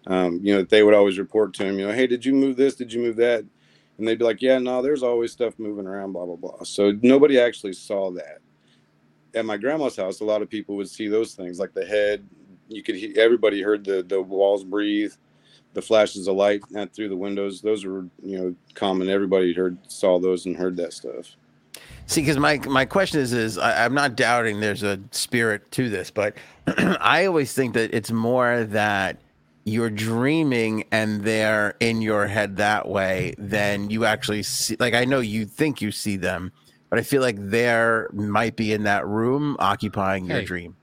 Speaker 5: um, you know that they would always report to him you know hey did you move this did you move that and they'd be like yeah no there's always stuff moving around blah blah blah so nobody actually saw that at my grandma's house a lot of people would see those things like the head you could he- everybody heard the the walls breathe the flashes of light out through the windows those were you know common everybody heard saw those and heard that stuff
Speaker 1: See, because my my question is is I, I'm not doubting there's a spirit to this, but I always think that it's more that you're dreaming and they're in your head that way than you actually see. Like I know you think you see them, but I feel like they're might be in that room occupying your
Speaker 2: Hey.
Speaker 1: dream.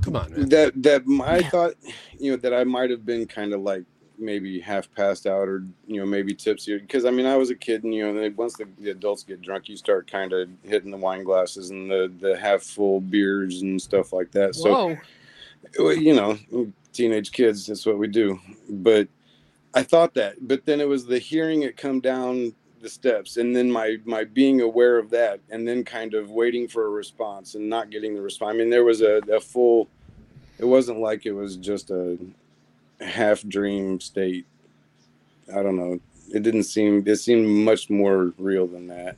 Speaker 2: Come on, man.
Speaker 5: that that m- I thought, you know, that I might have been kind of like maybe half passed out or you know maybe tipsy because I mean I was a kid and you know they, once the, the adults get drunk you start kind of hitting the wine glasses and the the half full beers and stuff like that. So
Speaker 3: Whoa.
Speaker 5: well, you know, teenage kids, that's what we do. But I thought that, but then it was the hearing it come down the steps and then my my being aware of that and then kind of waiting for a response and not getting the response. I mean, there was a, a full it wasn't like it was just a half dream state. I don't know. It didn't seem it seemed much more real than that.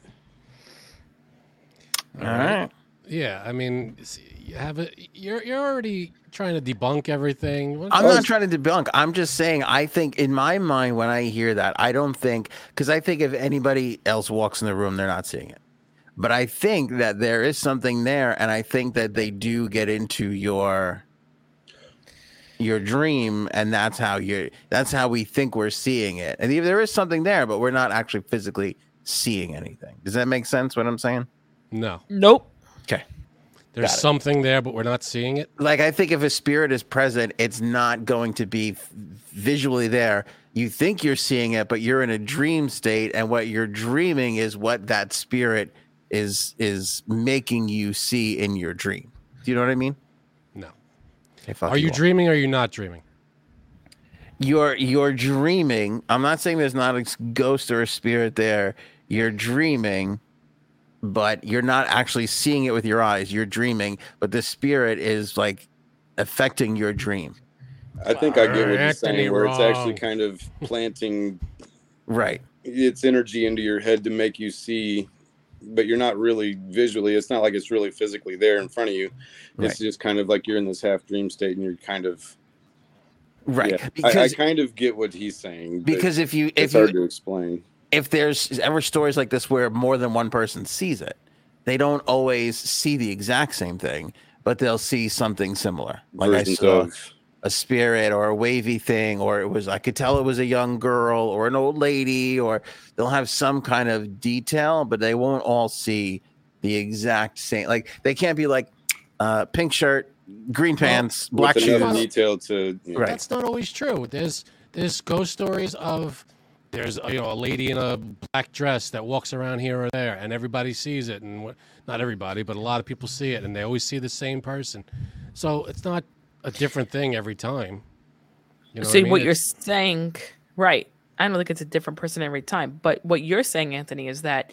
Speaker 1: All right.
Speaker 2: Yeah, I mean, s- you have a, you're you're already trying to debunk everything. What-
Speaker 1: I'm not trying to debunk. I'm just saying I think in my mind when I hear that, I don't think because I think if anybody else walks in the room, they're not seeing it. But I think that there is something there, and I think that they do get into your your dream, and that's how you that's how we think we're seeing it. And there is something there, but we're not actually physically seeing anything. Does that make sense? What I'm saying?
Speaker 2: No,
Speaker 3: Nope.
Speaker 2: there's
Speaker 1: Got it.
Speaker 2: something there, but we're not seeing it.
Speaker 1: like I think if a spirit is present, it's not going to be f- visually there. You think you're seeing it, but you're in a dream state, and what you're dreaming is what that spirit is is making you see in your dream. Do you know what I mean?
Speaker 2: No.
Speaker 1: Okay, fuck
Speaker 2: are you
Speaker 1: all.
Speaker 2: dreaming? or Are you not dreaming?
Speaker 1: you're you're dreaming. I'm not saying there's not a s- ghost or a spirit there. You're dreaming, but you're not actually seeing it with your eyes. You're dreaming, but the spirit is like affecting your dream.
Speaker 5: I think I get what you're
Speaker 2: Anthony
Speaker 5: saying, where it's actually
Speaker 2: wrong.
Speaker 5: kind of planting
Speaker 1: Right.
Speaker 5: its energy into your head to make you see, but you're not really visually. It's not like it's really physically there in front of you.
Speaker 1: Right.
Speaker 5: It's just kind of like you're in this half dream state, and you're kind of
Speaker 1: Right.
Speaker 5: yeah. I-
Speaker 1: Because
Speaker 5: I, kind of get what he's saying but
Speaker 1: because if you if
Speaker 5: it's
Speaker 1: you
Speaker 5: hard to explain.
Speaker 1: if there's ever stories like this where more than one person sees it, they don't always see the exact same thing, but they'll see something similar. Like I
Speaker 5: Versions
Speaker 1: saw
Speaker 5: of-
Speaker 1: a spirit or a wavy thing, or it was I could tell it was a young girl or an old lady, or they'll have some kind of detail, but they won't all see the exact same. Like they can't be like uh, pink shirt, green pants, black
Speaker 5: with another
Speaker 1: shoes.
Speaker 5: detail to you know,
Speaker 1: Right.
Speaker 2: That's not always true. There's there's ghost stories of there's you know a lady in a black dress that walks around here or there, and everybody sees it, and what, not everybody, but a lot of people see it, and they always see the same person. So it's not a different thing every time. You know
Speaker 3: so
Speaker 2: I
Speaker 3: what,
Speaker 2: mean?
Speaker 3: you're
Speaker 2: It's-
Speaker 3: saying, right? I don't think it's a different person every time, but what you're saying, Anthony, is that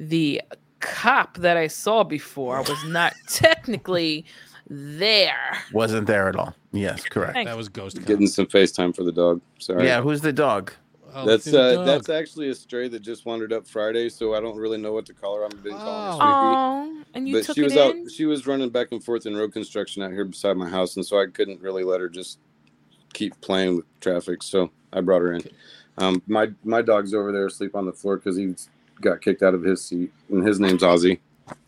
Speaker 3: the cop that I saw before was not technically there.
Speaker 1: Wasn't there at all. Yes, correct.
Speaker 3: Thank-
Speaker 2: that was ghost.
Speaker 5: getting some FaceTime for the dog. Sorry.
Speaker 1: Yeah, who's the dog?
Speaker 2: Oh,
Speaker 5: That's
Speaker 2: see the
Speaker 5: uh,
Speaker 2: dog.
Speaker 5: that's actually a stray that just wandered up Friday, so I don't really know what to call her. I've been calling her Sleepy.
Speaker 3: Oh, and you
Speaker 5: but
Speaker 3: took
Speaker 5: she was
Speaker 3: it
Speaker 5: out.
Speaker 3: in.
Speaker 5: She was running back and forth in road construction out here beside my house, and so I couldn't really let her just keep playing with traffic. So I brought her in. Um, my my dog's over there asleep on the floor because he got kicked out of his seat, and his name's Ozzy.
Speaker 2: Can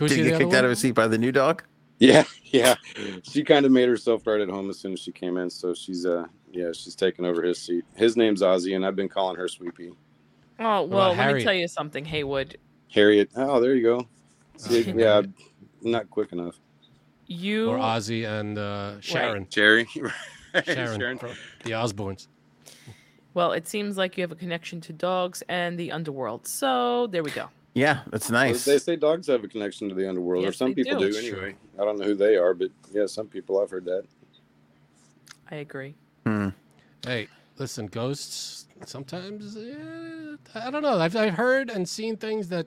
Speaker 2: we
Speaker 1: Did
Speaker 2: see
Speaker 1: you
Speaker 2: the
Speaker 1: get
Speaker 2: other
Speaker 1: kicked
Speaker 2: one?
Speaker 1: out of a seat by the new dog?
Speaker 5: Yeah, yeah. She kind of made herself right at home as soon as she came in. So she's uh, yeah, she's taking over his seat. His name's Ozzy, and I've been calling her Sweepy.
Speaker 3: Oh well, let
Speaker 2: Harriet?
Speaker 3: me tell you something, Haywood.
Speaker 5: Harriet. Oh, there you go. See,
Speaker 2: Okay.
Speaker 5: yeah, I'm not quick enough.
Speaker 3: You
Speaker 2: or Ozzy and uh, Sharon,
Speaker 5: Jerry.
Speaker 2: Sharon, from the Osbournes.
Speaker 3: well, it seems like you have a connection to dogs and the underworld. So there we go.
Speaker 1: Yeah, that's nice.
Speaker 5: They say dogs have a connection to the underworld, or
Speaker 3: Yes,
Speaker 5: some
Speaker 3: they
Speaker 5: people do.
Speaker 3: do.
Speaker 5: anyway, I don't know who they are, but yeah, some people I've heard that.
Speaker 3: I agree.
Speaker 1: Hmm.
Speaker 2: Hey, listen, ghosts. Sometimes, yeah, I don't know. I've, I've heard and seen things that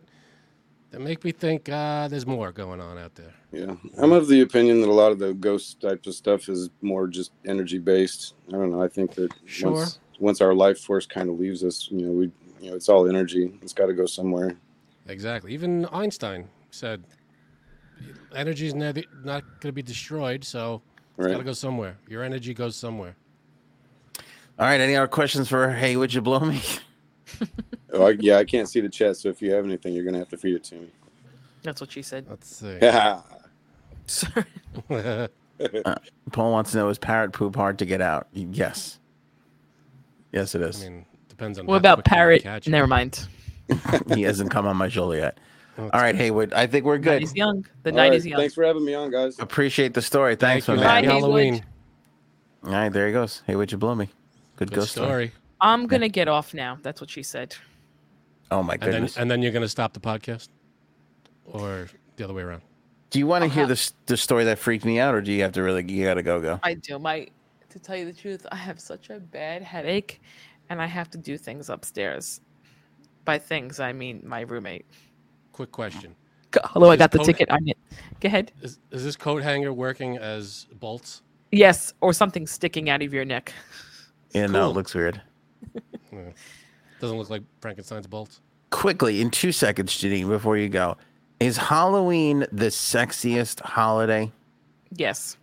Speaker 2: that make me think uh, there's more going on out there.
Speaker 5: Yeah, I'm of the opinion that a lot of the ghost type of stuff is more just energy based. I don't know. I think that
Speaker 2: Sure.
Speaker 5: once once our life force kind of leaves us, you know, we you know, it's all energy. It's got to go somewhere.
Speaker 2: Exactly. Even Einstein said energy's never not going to be destroyed, so it's
Speaker 5: Right.
Speaker 2: got to go somewhere. Your energy goes somewhere.
Speaker 1: All right. Any other questions for Hey? Would you blow me?
Speaker 5: Oh, I, yeah, I can't see the chat, so if you have anything, you're gonna have to feed it to me.
Speaker 3: That's what she said.
Speaker 5: Uh,
Speaker 2: Let's see.
Speaker 5: Yeah.
Speaker 1: Paul wants to know: Is parrot poop hard to get out? Yes. Yes, it
Speaker 2: I
Speaker 1: is.
Speaker 2: mean, depends on
Speaker 3: what
Speaker 2: how
Speaker 3: about
Speaker 2: quick you can
Speaker 3: parrot?
Speaker 2: catch it.
Speaker 3: Never mind.
Speaker 1: he hasn't come on my show yet.
Speaker 2: Well,
Speaker 1: All right, Haywood. I think we're good.
Speaker 3: He's young. The
Speaker 5: All
Speaker 3: night
Speaker 5: right,
Speaker 3: is young.
Speaker 5: Thanks for having me on, guys.
Speaker 1: Appreciate the story. Thanks,
Speaker 2: Thank
Speaker 1: my
Speaker 2: you.
Speaker 3: Bye,
Speaker 1: man.
Speaker 2: Happy
Speaker 3: Haywood.
Speaker 2: Halloween.
Speaker 1: All right, there he goes. Hey, would you blow me? Good,
Speaker 2: Good
Speaker 1: ghost story.
Speaker 2: story.
Speaker 3: I'm gonna get off now. That's what she said.
Speaker 1: Oh my
Speaker 2: And then
Speaker 1: goodness.
Speaker 2: and then you're going to stop the podcast, or the other way around.
Speaker 1: do you want to
Speaker 3: I'll
Speaker 1: hear
Speaker 3: have-
Speaker 1: this the story that freaked me out, or do you have to really? You gotta go go.
Speaker 3: I do. My to tell you the truth, I have such a bad headache, and I have to do things upstairs. By things, I mean my roommate.
Speaker 2: Quick question:
Speaker 3: G- Hello, I
Speaker 2: Just
Speaker 3: got the
Speaker 2: pwn-
Speaker 3: ticket on it. Go ahead.
Speaker 2: Is is this coat hanger working as bolts?
Speaker 3: Yes, or something sticking out of your neck.
Speaker 1: Yeah, no, it
Speaker 2: cool.
Speaker 1: looks weird.
Speaker 2: No. Doesn't look like Frankenstein's bolts.
Speaker 1: Quickly, in two seconds, Janine, before you go, is Halloween the sexiest holiday?
Speaker 3: Yes.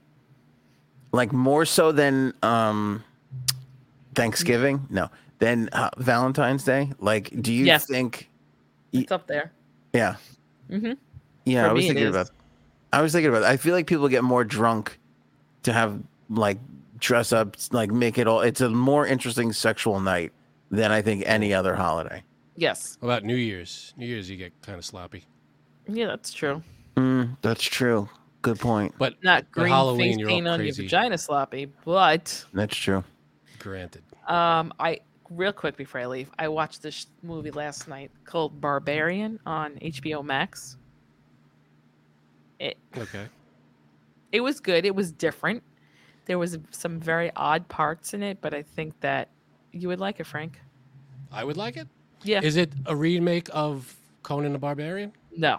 Speaker 1: like more so than um Thanksgiving? No, than uh, Valentine's Day. Like, do you
Speaker 3: Yes.
Speaker 1: think?
Speaker 2: E
Speaker 3: It's up there.
Speaker 1: Yeah,
Speaker 3: hmm
Speaker 1: yeah.
Speaker 3: For
Speaker 1: I was
Speaker 3: me, it
Speaker 1: thinking
Speaker 3: is.
Speaker 1: about. I was thinking about. I feel like people get more drunk to have like dress up, like make it all. It's a more interesting sexual night than I think any other holiday.
Speaker 3: Yes.
Speaker 2: How about New Year's? New Year's, you get kind of sloppy.
Speaker 3: Yeah, that's true.
Speaker 1: Mm, that's true. Good point.
Speaker 2: But
Speaker 3: Not
Speaker 2: But
Speaker 3: green
Speaker 2: Halloween,
Speaker 3: face
Speaker 2: you're all
Speaker 3: paint on your
Speaker 2: crazy.
Speaker 3: vagina sloppy, but
Speaker 1: That's true.
Speaker 2: granted,
Speaker 3: um, I real quick before I leave, I watched this sh- movie last night called Barbarian on HBO Max. It
Speaker 2: okay.
Speaker 3: it was good. It was different. There was some very odd parts in it, but I think that you would like it, Frank.
Speaker 2: I would like it.
Speaker 3: Yeah.
Speaker 2: Is it a remake of Conan the Barbarian?
Speaker 3: no.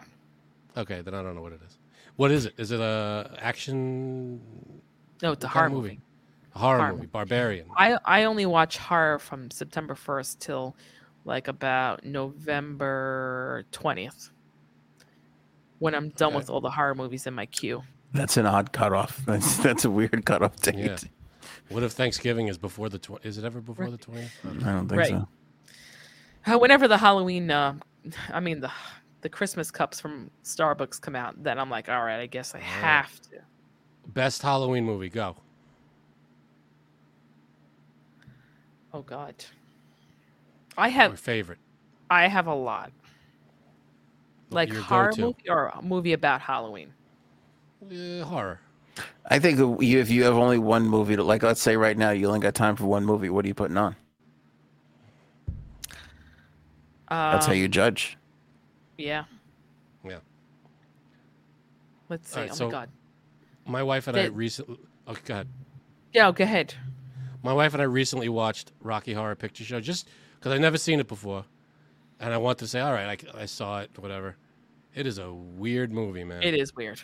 Speaker 2: Okay, then I don't know what it is. What is it? Is it a action
Speaker 3: No, it's a
Speaker 2: What kind of
Speaker 3: horror
Speaker 2: movie?
Speaker 3: movie.
Speaker 2: horror
Speaker 3: Horror
Speaker 2: movie?
Speaker 3: movie.
Speaker 2: Barbarian.
Speaker 3: I I only watch horror from September 1st till like about November 20th. When I'm done
Speaker 2: Okay.
Speaker 3: with all the horror movies in my queue.
Speaker 1: That's an odd cutoff. That's that's a weird cutoff date.
Speaker 2: Yeah. What if Thanksgiving is before the tw- is it ever before the twentieth?
Speaker 1: I don't think
Speaker 3: Right.
Speaker 1: so.
Speaker 3: Uh, Whenever the Halloween uh, I mean the the Christmas cups from Starbucks come out, then I'm like, all right, I guess I
Speaker 2: right.
Speaker 3: have to.
Speaker 2: Best Halloween movie, go.
Speaker 3: Oh god. I
Speaker 2: Your
Speaker 3: have
Speaker 2: favorite.
Speaker 3: I have a lot. Like
Speaker 2: your
Speaker 3: horror
Speaker 2: go-to.
Speaker 3: movie or a movie about Halloween.
Speaker 2: Uh, horror.
Speaker 1: I think you, if you have only one movie to like, let's say right now you only got time for one movie. What are you putting on?
Speaker 3: Um,
Speaker 1: That's how you judge.
Speaker 3: Yeah.
Speaker 2: Yeah.
Speaker 3: Let's see.
Speaker 2: Alright,
Speaker 3: oh
Speaker 2: so-
Speaker 3: my god.
Speaker 2: My wife and I
Speaker 3: That-
Speaker 2: recently. Oh God.
Speaker 3: Yeah, go ahead.
Speaker 2: My wife and I recently watched Rocky Horror Picture Show just because I never seen it before, and I wanted to say, all right, I, I saw it, whatever. It is a weird movie, man.
Speaker 3: It is weird.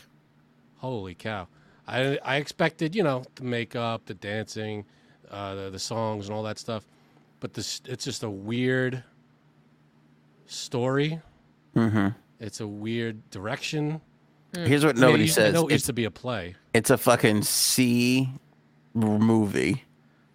Speaker 2: Holy cow! I I expected, you know, the makeup, the dancing, uh, the, the songs, and all that stuff, but this it's just a weird story.
Speaker 1: hmm
Speaker 2: It's a weird direction.
Speaker 1: Here's what
Speaker 2: I mean, it
Speaker 1: nobody
Speaker 2: used- I
Speaker 1: says.
Speaker 2: know it
Speaker 1: It's
Speaker 2: used to be a play.
Speaker 1: it's a fucking C movie.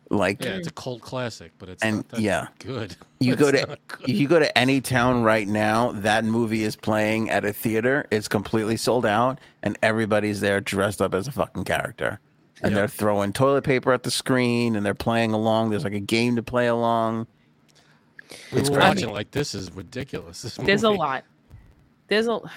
Speaker 1: Like
Speaker 2: Yeah,
Speaker 3: Mm.
Speaker 2: it's a cult classic, but it's
Speaker 1: And-
Speaker 2: not that
Speaker 1: yeah.
Speaker 2: good.
Speaker 1: you go
Speaker 2: It's
Speaker 1: to
Speaker 2: not good.
Speaker 1: you go to any town right now, that movie is playing at a theater. It's completely sold out, and everybody's there dressed up as a fucking character. And
Speaker 2: Yeah.
Speaker 1: they're throwing toilet paper at the screen, and they're playing along. There's like a game to play along.
Speaker 2: we were
Speaker 1: crazy.
Speaker 2: watching like this is ridiculous. This
Speaker 3: There's a
Speaker 2: movie.
Speaker 3: lot. There's a God.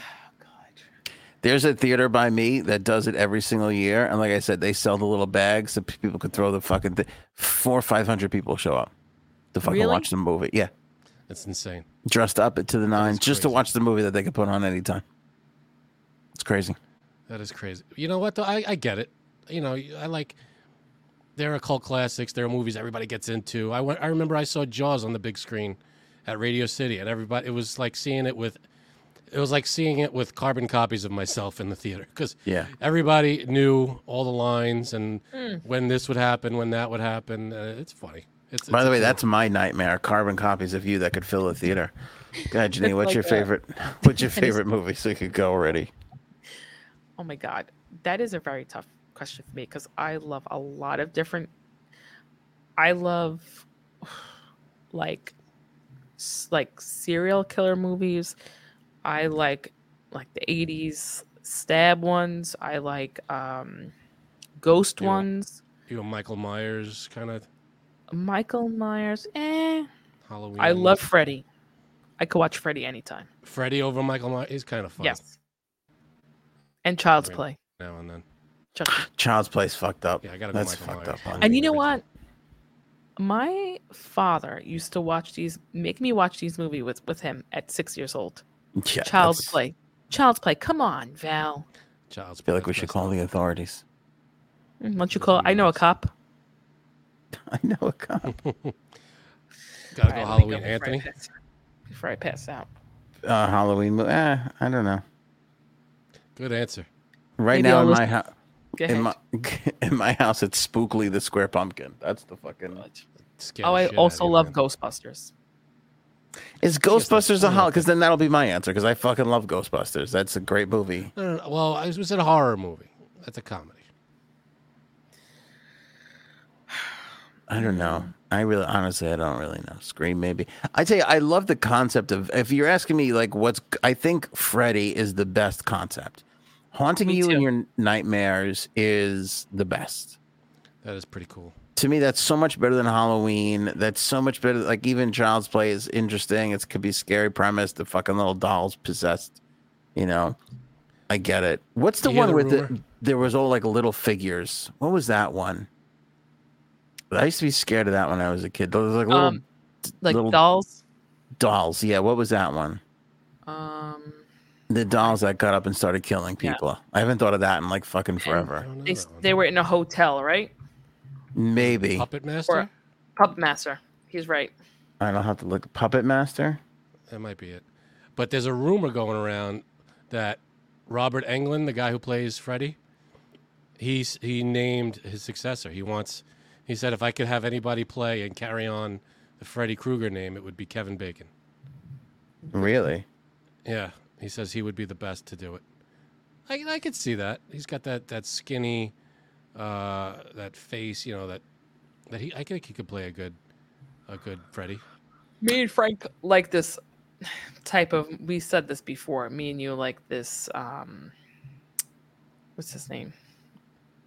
Speaker 1: There's a theater by me that does it every single year, and like I said, they sell the little bags so people could throw the fucking thi- Four or five hundred people show up to fucking
Speaker 3: Really?
Speaker 1: watch the movie. Yeah,
Speaker 2: It's insane.
Speaker 1: dressed up to the nines just to
Speaker 2: crazy.
Speaker 1: watch the movie that they could put on anytime. It's crazy.
Speaker 2: That is crazy. You know what though? I, I get it. You know, I like there are cult classics, there are movies everybody gets into. I went, I remember I saw Jaws on the big screen at Radio City and everybody it was like seeing it with it was like seeing it with carbon copies of myself in the theater cuz
Speaker 1: Yeah.
Speaker 2: everybody knew all the lines and
Speaker 3: Mm.
Speaker 2: when this would happen, when that would happen. Uh, it's funny. It's,
Speaker 1: By
Speaker 2: it's
Speaker 1: the
Speaker 2: a
Speaker 1: way,
Speaker 2: cool-
Speaker 1: that's my nightmare. Carbon copies of you that could fill a theater. God, Janine, what's
Speaker 3: like
Speaker 1: your
Speaker 3: that.
Speaker 1: favorite? What's your
Speaker 3: That is-
Speaker 1: favorite movie? So you could go already.
Speaker 3: Oh my God. That is a very tough question for me because I love a lot of different. I love like s- like serial killer movies. I like like the 80s stab ones. I like um ghost
Speaker 2: Yeah.
Speaker 3: ones.
Speaker 2: you know Michael Myers kind of
Speaker 3: Michael Myers. Eh.
Speaker 2: Halloween.
Speaker 3: I love Freddy. I could watch Freddy anytime.
Speaker 2: Freddy over Michael Myers. He's kind of fun
Speaker 3: Yes. And Child's
Speaker 2: Right.
Speaker 3: Play.
Speaker 2: now and then.
Speaker 3: Chucky.
Speaker 1: Child's Play's fucked up.
Speaker 2: Yeah, I gotta go
Speaker 1: That's
Speaker 2: Michael
Speaker 1: fucked
Speaker 2: Myers.
Speaker 1: up. on
Speaker 3: And
Speaker 1: me.
Speaker 3: you know
Speaker 2: original.
Speaker 3: what? My father used to watch these, make me watch these movies with, with him at six years old.
Speaker 1: Yeah,
Speaker 3: Child's
Speaker 1: that's-
Speaker 3: Play. Child's Play. Come on, Val.
Speaker 2: Child's
Speaker 1: I feel like
Speaker 2: Play,
Speaker 1: we
Speaker 2: that's
Speaker 1: should
Speaker 2: messed
Speaker 1: call
Speaker 2: up.
Speaker 1: the authorities.
Speaker 3: Mm, What you
Speaker 2: That's
Speaker 3: call? I know a
Speaker 2: nuts.
Speaker 3: cop.
Speaker 1: I know a cop.
Speaker 2: Gotta
Speaker 3: All
Speaker 2: go
Speaker 3: right, let
Speaker 2: Halloween,
Speaker 3: me go before I
Speaker 2: Anthony.
Speaker 3: pass- Before I pass out.
Speaker 1: Uh, Halloween movie. Eh, I don't know.
Speaker 2: Good answer.
Speaker 1: Right
Speaker 3: Maybe
Speaker 1: now
Speaker 3: I'll
Speaker 1: in my
Speaker 3: listen-
Speaker 1: house,
Speaker 3: Go ahead.
Speaker 1: in my in my house, it's Spookly the Square Pumpkin. That's the fucking.
Speaker 2: Scare
Speaker 3: oh,
Speaker 2: the
Speaker 3: I
Speaker 2: shit out of
Speaker 3: also
Speaker 2: you,
Speaker 3: love
Speaker 2: man.
Speaker 3: Ghostbusters.
Speaker 1: Is
Speaker 2: guess that's
Speaker 1: Ghostbusters a
Speaker 2: funny,
Speaker 1: holiday?
Speaker 2: I
Speaker 1: Because then that'll be my answer. Because I fucking love Ghostbusters. That's a great movie.
Speaker 2: No, no, no, Well, I was was it a horror movie? That's a comedy.
Speaker 1: I don't know. I really, honestly, I don't really know. Scream, maybe. I tell you, I love the concept of. If you're asking me, like, what's, I think Freddy is the best concept. Haunting
Speaker 3: Me
Speaker 1: you
Speaker 3: too.
Speaker 1: in your nightmares is the best.
Speaker 2: That is pretty cool.
Speaker 1: to me that's so much better than halloween that's so much better like even child's play is interesting it could be scary premise the fucking little dolls possessed you know i get it what's the
Speaker 2: You hear
Speaker 1: one
Speaker 2: the
Speaker 1: with
Speaker 2: rumor?
Speaker 1: the there was all like little figures what was that one i used to be scared of that when i was a kid those like little
Speaker 3: um, like
Speaker 1: little-
Speaker 3: dolls.
Speaker 1: dolls yeah what was that one
Speaker 3: Um,
Speaker 1: the dolls that got up and started killing
Speaker 3: Yeah.
Speaker 1: people i haven't thought of that in like fucking
Speaker 2: I
Speaker 1: forever
Speaker 2: don't know
Speaker 3: they,
Speaker 2: that one.
Speaker 3: they were in a hotel, right?
Speaker 1: maybe
Speaker 2: puppet master.
Speaker 3: Puppet master. He's right.
Speaker 1: i don't have to look puppet master
Speaker 2: That might be it. But there's a rumor going around that Robert Englund, the guy who plays Freddy, he's he named his successor. He wants. He said if I could have anybody play and carry on the Freddy Krueger name, it would be Kevin Bacon.
Speaker 1: really
Speaker 2: Yeah, he says he would be the best to do it. I I could see that. He's got that that skinny, uh, that face. You know that that he. I think he could play a good, a good Freddy.
Speaker 3: me and Frank like this type of we said this before. Me and you like this um what's his name?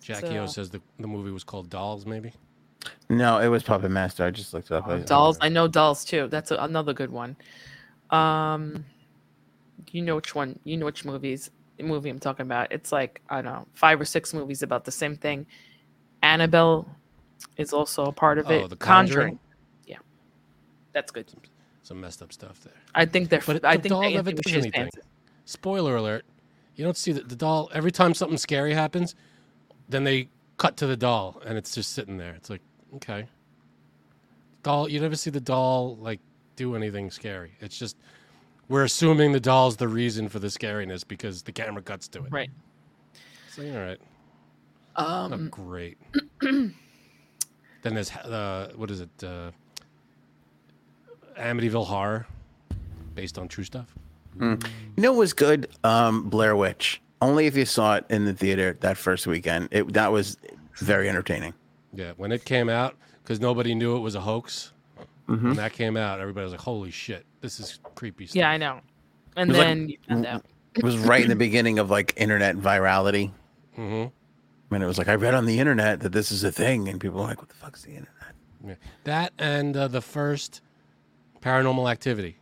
Speaker 2: Jackie O says the the movie was called Dolls. Maybe
Speaker 1: no it was puppet master i just looked it up I- I don't
Speaker 3: dolls.
Speaker 1: know.
Speaker 3: I know dolls too. That's a, another good one. Um you know which one you know which movies movie I'm talking about. It's like I don't know, five or six movies about the same thing. Annabelle is also a part of
Speaker 2: Oh,
Speaker 3: it.
Speaker 2: The Conjuring?
Speaker 3: Yeah. That's good.
Speaker 2: some messed up stuff there.
Speaker 3: I think they're
Speaker 2: But
Speaker 3: I
Speaker 2: the
Speaker 3: think
Speaker 2: doll
Speaker 3: they
Speaker 2: never
Speaker 3: Anthony
Speaker 2: does
Speaker 3: Michelle's
Speaker 2: anything.
Speaker 3: fans-
Speaker 2: spoiler alert you don't see the, the doll every time something scary happens then they cut to the doll and it's just sitting there it's like okay doll you never see the doll like do anything scary it's just we're assuming the doll's the reason for the scariness because the camera cuts to it
Speaker 3: Right.
Speaker 2: it's like all right not
Speaker 3: Um
Speaker 2: great then there's uh, what is it uh, amityville horror based on true stuff
Speaker 1: You know what was good? Um, Blair Witch. Only if you saw it in the theater that first weekend. It that was very entertaining.
Speaker 2: Yeah, when it came out, because nobody knew it was a hoax.
Speaker 1: Mhm.
Speaker 2: When that came out, everybody was like, "Holy shit, this is creepy." Stuff.
Speaker 3: Yeah, I know. And
Speaker 1: It was like-
Speaker 3: then you found out.
Speaker 1: It was right in the beginning of like internet virality.
Speaker 2: Mm-hmm.
Speaker 1: I mean, it was like I read on the internet that this is a thing, and people were like, "What the fuck's the internet?"
Speaker 2: Yeah. That and uh, the first Paranormal Activity.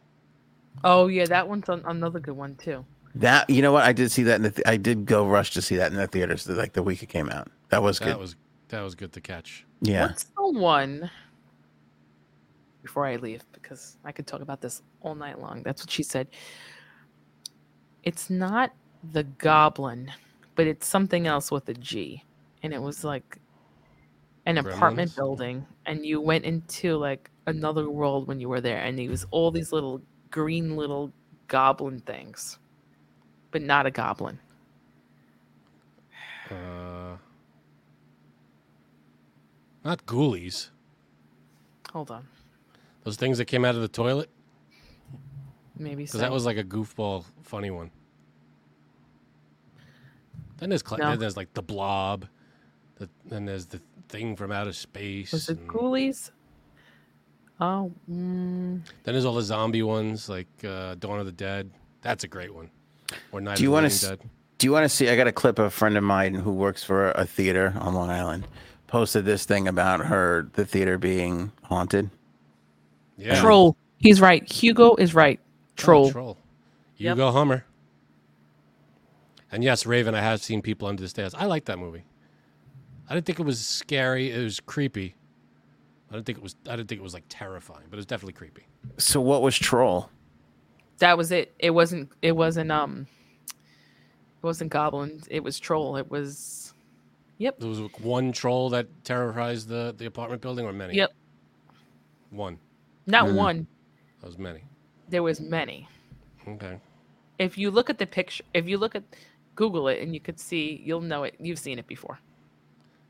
Speaker 3: Oh yeah, that one's an- another good one too.
Speaker 1: That you know what? I did see that. In the th- I did go rush to see that in the theaters the, like the week it came out. That was
Speaker 2: That
Speaker 1: good.
Speaker 2: was that was good to catch.
Speaker 1: yeah.
Speaker 3: What's the one? Before I leave, because I could talk about this all night long. That's what she said. It's not the goblin, but it's something else with a G, and it was like an apartment
Speaker 2: Gremlins?
Speaker 3: building, and you went into like another world when you were there, and it was all these little green little goblin things, but not a goblin.
Speaker 2: Uh, not Ghoulies.
Speaker 3: Hold on,
Speaker 2: Those things that came out of the toilet.
Speaker 3: maybe
Speaker 2: Because that
Speaker 3: so.
Speaker 2: was like a goofball, funny one. Then there's cla
Speaker 3: No.
Speaker 2: then there's like the blob. The, then there's the thing from outer space.
Speaker 3: Was it
Speaker 2: and
Speaker 3: Ghoulies? Oh, mm,
Speaker 2: Then there's all the zombie ones like uh, Dawn of the Dead. That's a great one. Or Night
Speaker 1: Do you
Speaker 2: of the
Speaker 1: wanna
Speaker 2: Living
Speaker 1: s-
Speaker 2: Dead.
Speaker 1: Do you want to see? I got a clip of a friend of mine who works for a theater on Long Island. Posted this thing about her the theater being haunted.
Speaker 2: Yeah.
Speaker 3: troll. He's right. Hugo is right.
Speaker 2: Oh,
Speaker 3: Troll.
Speaker 2: troll.
Speaker 3: Yep.
Speaker 2: Hugo Hummer. And yes, Raven, I have seen people under the stairs. I like that movie. I didn't think it was scary. It was creepy. I didn't think it was. I didn't think it was like terrifying, but it was definitely creepy.
Speaker 1: So what was troll?
Speaker 3: That was it. It wasn't. It wasn't. Um. It wasn't goblin. It was troll. It was.
Speaker 2: There was one troll that terrorized the, the apartment building, or many.
Speaker 3: Yep.
Speaker 2: One.
Speaker 3: Not
Speaker 1: Mm.
Speaker 3: one.
Speaker 2: That was many.
Speaker 3: There was many.
Speaker 2: Okay.
Speaker 3: If you look at the picture, if you look at, Google it, and you could see. You'll know it. You've seen it before.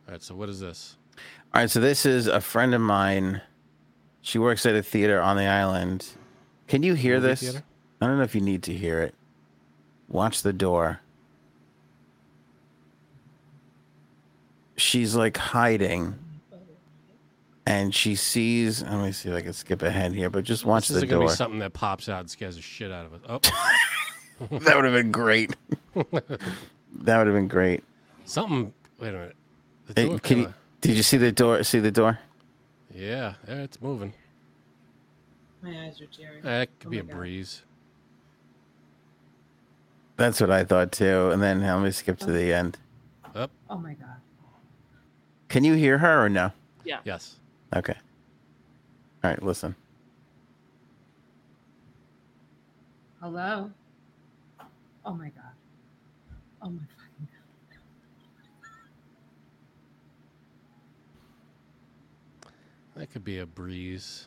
Speaker 2: All right. So what is this?
Speaker 1: All right, so this is a friend of mine. She works at a theater on the island. Can you hear
Speaker 2: Movie
Speaker 1: this?
Speaker 2: theater?
Speaker 1: I don't know if you need to hear it. Watch the door. She's like hiding. And she sees. Let me see if I can skip ahead here, but just watch
Speaker 2: this is
Speaker 1: the
Speaker 2: gonna
Speaker 1: door.
Speaker 2: be something that pops out and scares the shit out of us. Oh.
Speaker 1: that would have been great. that would have been great.
Speaker 2: Something. Wait a minute. The
Speaker 1: Hey,
Speaker 2: door
Speaker 1: can
Speaker 2: came
Speaker 1: you-
Speaker 2: out.
Speaker 1: Did you see the door? See the door?
Speaker 2: Yeah, yeah, it's moving.
Speaker 6: My eyes are tearing.
Speaker 2: Eh, It could
Speaker 6: Oh
Speaker 2: be
Speaker 6: my
Speaker 2: a
Speaker 6: God.
Speaker 2: breeze.
Speaker 1: That's what I thought too. And then let me skip to the end.
Speaker 6: Oh my god.
Speaker 1: Can you hear her or no?
Speaker 2: Yes.
Speaker 1: Okay. All right, listen.
Speaker 6: Hello. Oh my god. Oh my fucking god.
Speaker 2: That could be a breeze.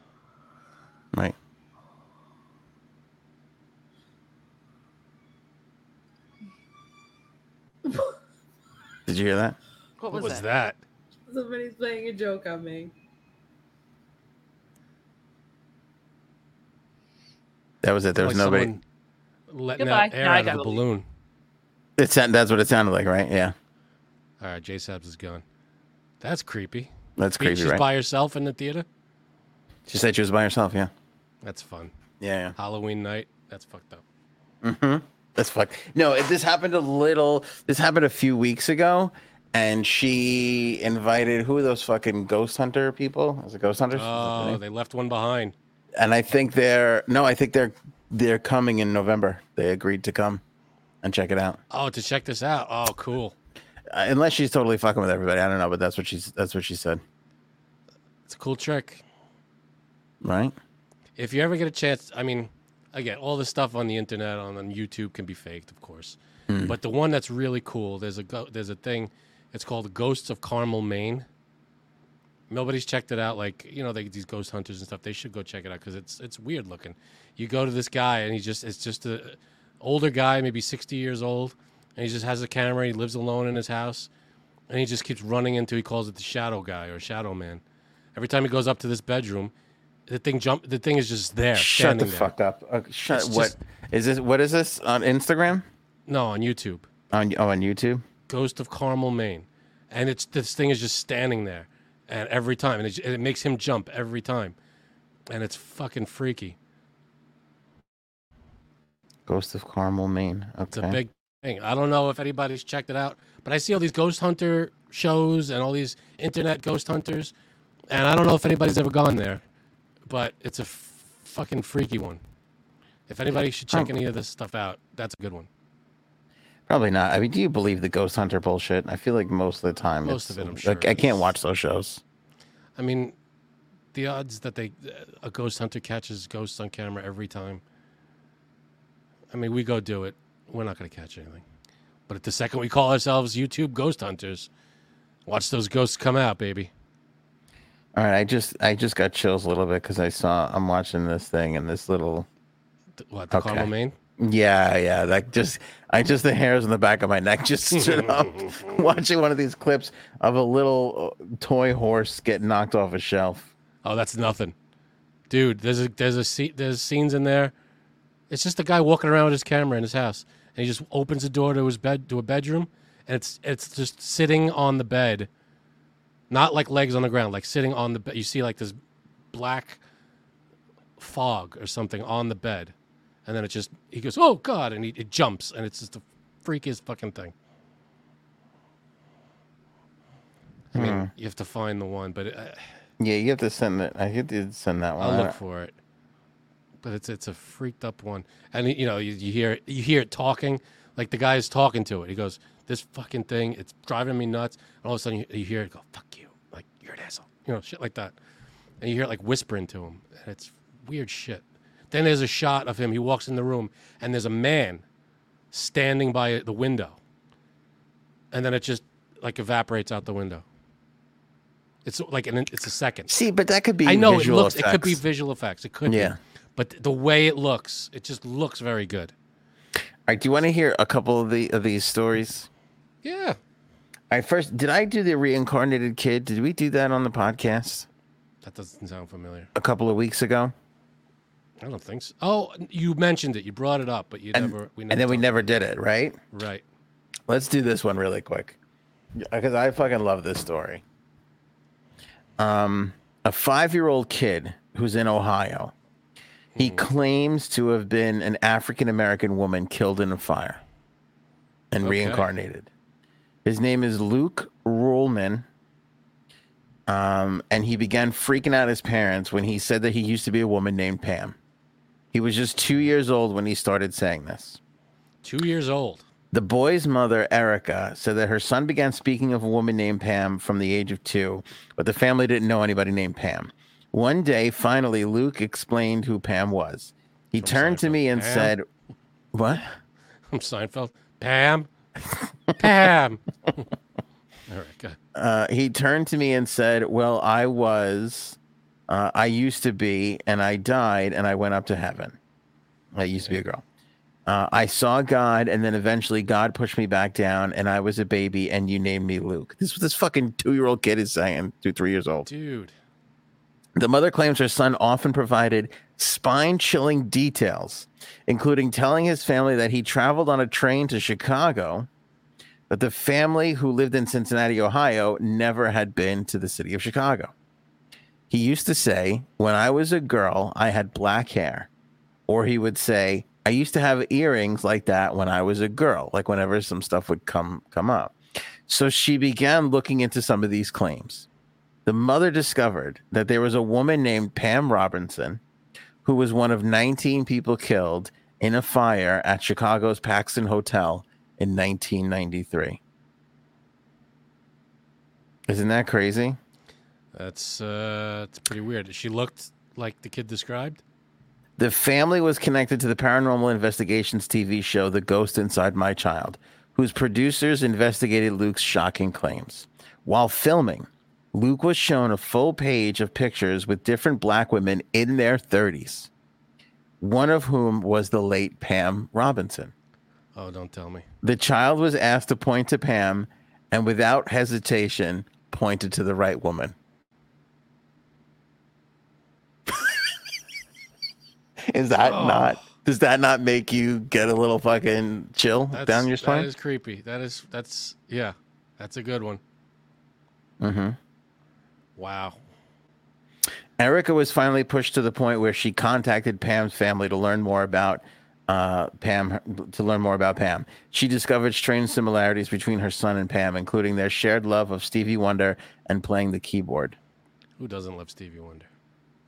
Speaker 1: Right. Did you hear that?
Speaker 3: What
Speaker 2: What
Speaker 3: was,
Speaker 2: was
Speaker 3: that?
Speaker 2: that?
Speaker 6: Somebody's playing a joke on me.
Speaker 1: That was it. There was
Speaker 2: Like
Speaker 1: nobody.
Speaker 2: someone Letting out
Speaker 3: Goodbye.
Speaker 2: air
Speaker 3: Now I
Speaker 2: out of the
Speaker 3: gotta leave.
Speaker 2: balloon.
Speaker 1: It sound, that's what it sounded like, right? Yeah.
Speaker 2: All right, J Sabs is gone. That's creepy.
Speaker 1: That's
Speaker 2: Means
Speaker 1: creepy,
Speaker 2: She's
Speaker 1: right?
Speaker 2: by herself in the theater.
Speaker 1: she said she was by herself. Yeah.
Speaker 2: That's fun.
Speaker 1: Yeah.
Speaker 2: Halloween night. That's fucked up.
Speaker 1: yeah. Mm-hmm. That's fucked. No, it, this happened a little. This happened a few weeks ago, and she invited who are those fucking ghost hunter people? Is it ghost hunters? Is that the
Speaker 2: Oh,
Speaker 1: name?
Speaker 2: they left one behind.
Speaker 1: and I think they're no, I think they're they're coming in November. They agreed to come and check it out.
Speaker 2: Oh, to check this out. Oh, cool.
Speaker 1: Uh, unless she's totally fucking with everybody, I don't know, but that's what she's that's what she said,
Speaker 2: It's a cool trick.
Speaker 1: right?
Speaker 2: if you ever get a chance, I mean, again, all the stuff on the internet on, on YouTube can be faked, of course.
Speaker 1: Hmm.
Speaker 2: But the one that's really cool, there's a go- there's a thing, it's called Ghosts of Carmel, Maine. Nobody's checked it out. Like you know, they, these ghost hunters and stuff. They should go check it out because it's it's weird looking. You go to this guy and he's just it's just a older guy, maybe sixty years old, and he just has a camera. He lives alone in his house, and he just keeps running into. He calls it the Shadow Guy or Shadow Man. Every time he goes up to this bedroom, the thing jump. The thing is just there.
Speaker 1: shut the
Speaker 2: standing there.
Speaker 1: fuck up. Uh, shut.
Speaker 2: It's
Speaker 1: what
Speaker 2: just-
Speaker 1: is this? What is this on Instagram?
Speaker 2: No, on YouTube.
Speaker 1: On oh, on YouTube.
Speaker 2: Ghost of Carmel, Maine, and it's this thing is just standing there, and every time, and it, and it makes him jump every time, and it's fucking freaky.
Speaker 1: Ghost of Carmel, Maine.
Speaker 2: It's
Speaker 1: Okay.
Speaker 2: a big thing. I don't know if anybody's checked it out, but I see all these ghost hunter shows and all these internet ghost hunters, and I don't know if anybody's ever gone there, but it's a f- fucking freaky one. If anybody should check
Speaker 1: Um,
Speaker 2: any of this stuff out, that's a good one.
Speaker 1: Probably not. I mean, do you believe the ghost hunter bullshit? I feel like most of the time,
Speaker 2: Most
Speaker 1: it's-
Speaker 2: of it, I'm
Speaker 1: like,
Speaker 2: sure,
Speaker 1: I can't
Speaker 2: is-
Speaker 1: watch those shows.
Speaker 2: I mean, the odds that they a ghost hunter catches ghosts on camera every time. I mean, we go do it. We're not going to catch anything. But the second we call ourselves YouTube ghost hunters, watch those ghosts come out, baby.
Speaker 1: All right, I just I just got chills a little bit because I saw I'm watching this thing and this little
Speaker 2: Th- What the
Speaker 1: Okay.
Speaker 2: Carmel Maine?
Speaker 1: Yeah, yeah. Like just I just the hairs on the back of my neck just stood up watching one of these clips of a little uh, toy horse get knocked off a shelf.
Speaker 2: Oh, that's nothing, dude. There's a there's a se- there's scenes in there. It's just a guy walking around with his camera in his house, and he just opens the door to his bed to a bedroom, and it's it's just sitting on the bed, not like legs on the ground, like sitting on the bed. You see like this black fog or something on the bed, and then it just he goes oh god, and he it jumps, and it's just the freakiest fucking thing. I mean,
Speaker 1: Hmm.
Speaker 2: you have to find the one, but. uh, It, I-
Speaker 1: Yeah, you have to send that. I think you send that one.
Speaker 2: I'll
Speaker 1: I
Speaker 2: look
Speaker 1: don't-
Speaker 2: for it. But it's it's a freaked up one, and you know you, you hear you hear it talking, like the guy is talking to it. He goes, "This fucking thing, it's driving me nuts." And all of a sudden you, you hear it go, "Fuck you!" Like you're an asshole, you know, shit like that. And you hear it like whispering to him, and it's weird shit. Then there's a shot of him. He walks in the room, and there's a man standing by the window, and then it just like evaporates out the window. It's like an it's a second.
Speaker 1: See, but that could be.
Speaker 2: I know it
Speaker 1: visual
Speaker 2: looks. It could be
Speaker 1: effects.
Speaker 2: visual effects. It could.
Speaker 1: Yeah.
Speaker 2: Be. But th- the way it looks, it just looks very good.
Speaker 1: All right, do you want to hear a couple of the of these stories?
Speaker 2: Yeah.
Speaker 1: All right, first, did I do the reincarnated kid? Did we do that on the podcast
Speaker 2: That doesn't sound familiar.
Speaker 1: a couple of weeks ago?
Speaker 2: I don't think so. Oh, you mentioned it. You brought it up, but you
Speaker 1: And-
Speaker 2: never. We never
Speaker 1: And then we
Speaker 2: talked-
Speaker 1: never did it, right?
Speaker 2: Right.
Speaker 1: Let's do this one really quick because I fucking love this story. Um, a five year old kid who's in Ohio, he claims to have been an African American woman killed in a fire and
Speaker 2: Okay.
Speaker 1: reincarnated. His name is Luke Ruhlman. Um, and he began freaking out his parents when he said that he used to be a woman named Pam. He was just two years old when he started saying this.
Speaker 2: Two years old.
Speaker 1: The boy's mother, Erica, said that her son began speaking of a woman named Pam from the age of two, but the family didn't know anybody named Pam. One day, finally, Luke explained who Pam was. He
Speaker 2: From
Speaker 1: turned to
Speaker 2: Seinfeld.
Speaker 1: me and
Speaker 2: Pam?
Speaker 1: said, What?
Speaker 2: I'm Seinfeld. Pam. Pam. All right. Good.
Speaker 1: uh, he turned to me and said, "Well, I was, uh, I used to be, and I died, and I went up to heaven. I used to be a girl. Uh, I saw God, and then eventually God pushed me back down, and I was a baby, and you named me Luke. This is what this fucking two year old kid is saying, two three years old.
Speaker 2: Dude.
Speaker 1: The mother claims her son often provided spine chilling details, including telling his family that he traveled on a train to Chicago, but the family who lived in Cincinnati, Ohio, never had been to the city of Chicago. He used to say, When I was a girl, I had black hair. Or he would say, I used to have earrings like that when I was a girl, like whenever some stuff would come come up. So she began looking into some of these claims the mother discovered that there was a woman named Pam Robinson who was one of 19 people killed in a fire at Chicago's Paxton Hotel in 1993. Isn't that crazy?
Speaker 2: That's uh, it's pretty weird. She looked like the kid described.
Speaker 1: The family was connected to the paranormal investigations TV show The Ghost Inside My Child, whose producers investigated Luke's shocking claims. While filming, Luke was shown a full page of pictures with different black women in their 30s, one of whom was the late Pam Robinson.
Speaker 2: Oh, don't tell me.
Speaker 1: The child was asked to point to Pam and without hesitation pointed to the right woman. Is that
Speaker 2: Oh.
Speaker 1: not does that not make you get a little fucking chill
Speaker 2: That's,
Speaker 1: down your spine?
Speaker 2: That is creepy. That is that's yeah. That's a good one.
Speaker 1: mm-hmm.
Speaker 2: Wow.
Speaker 1: Erica was finally pushed to the point where she contacted Pam's family to learn more about uh, Pam. To learn more about Pam, she discovered strange similarities between her son and Pam, including their shared love of Stevie Wonder and playing the keyboard.
Speaker 2: Who doesn't love Stevie Wonder?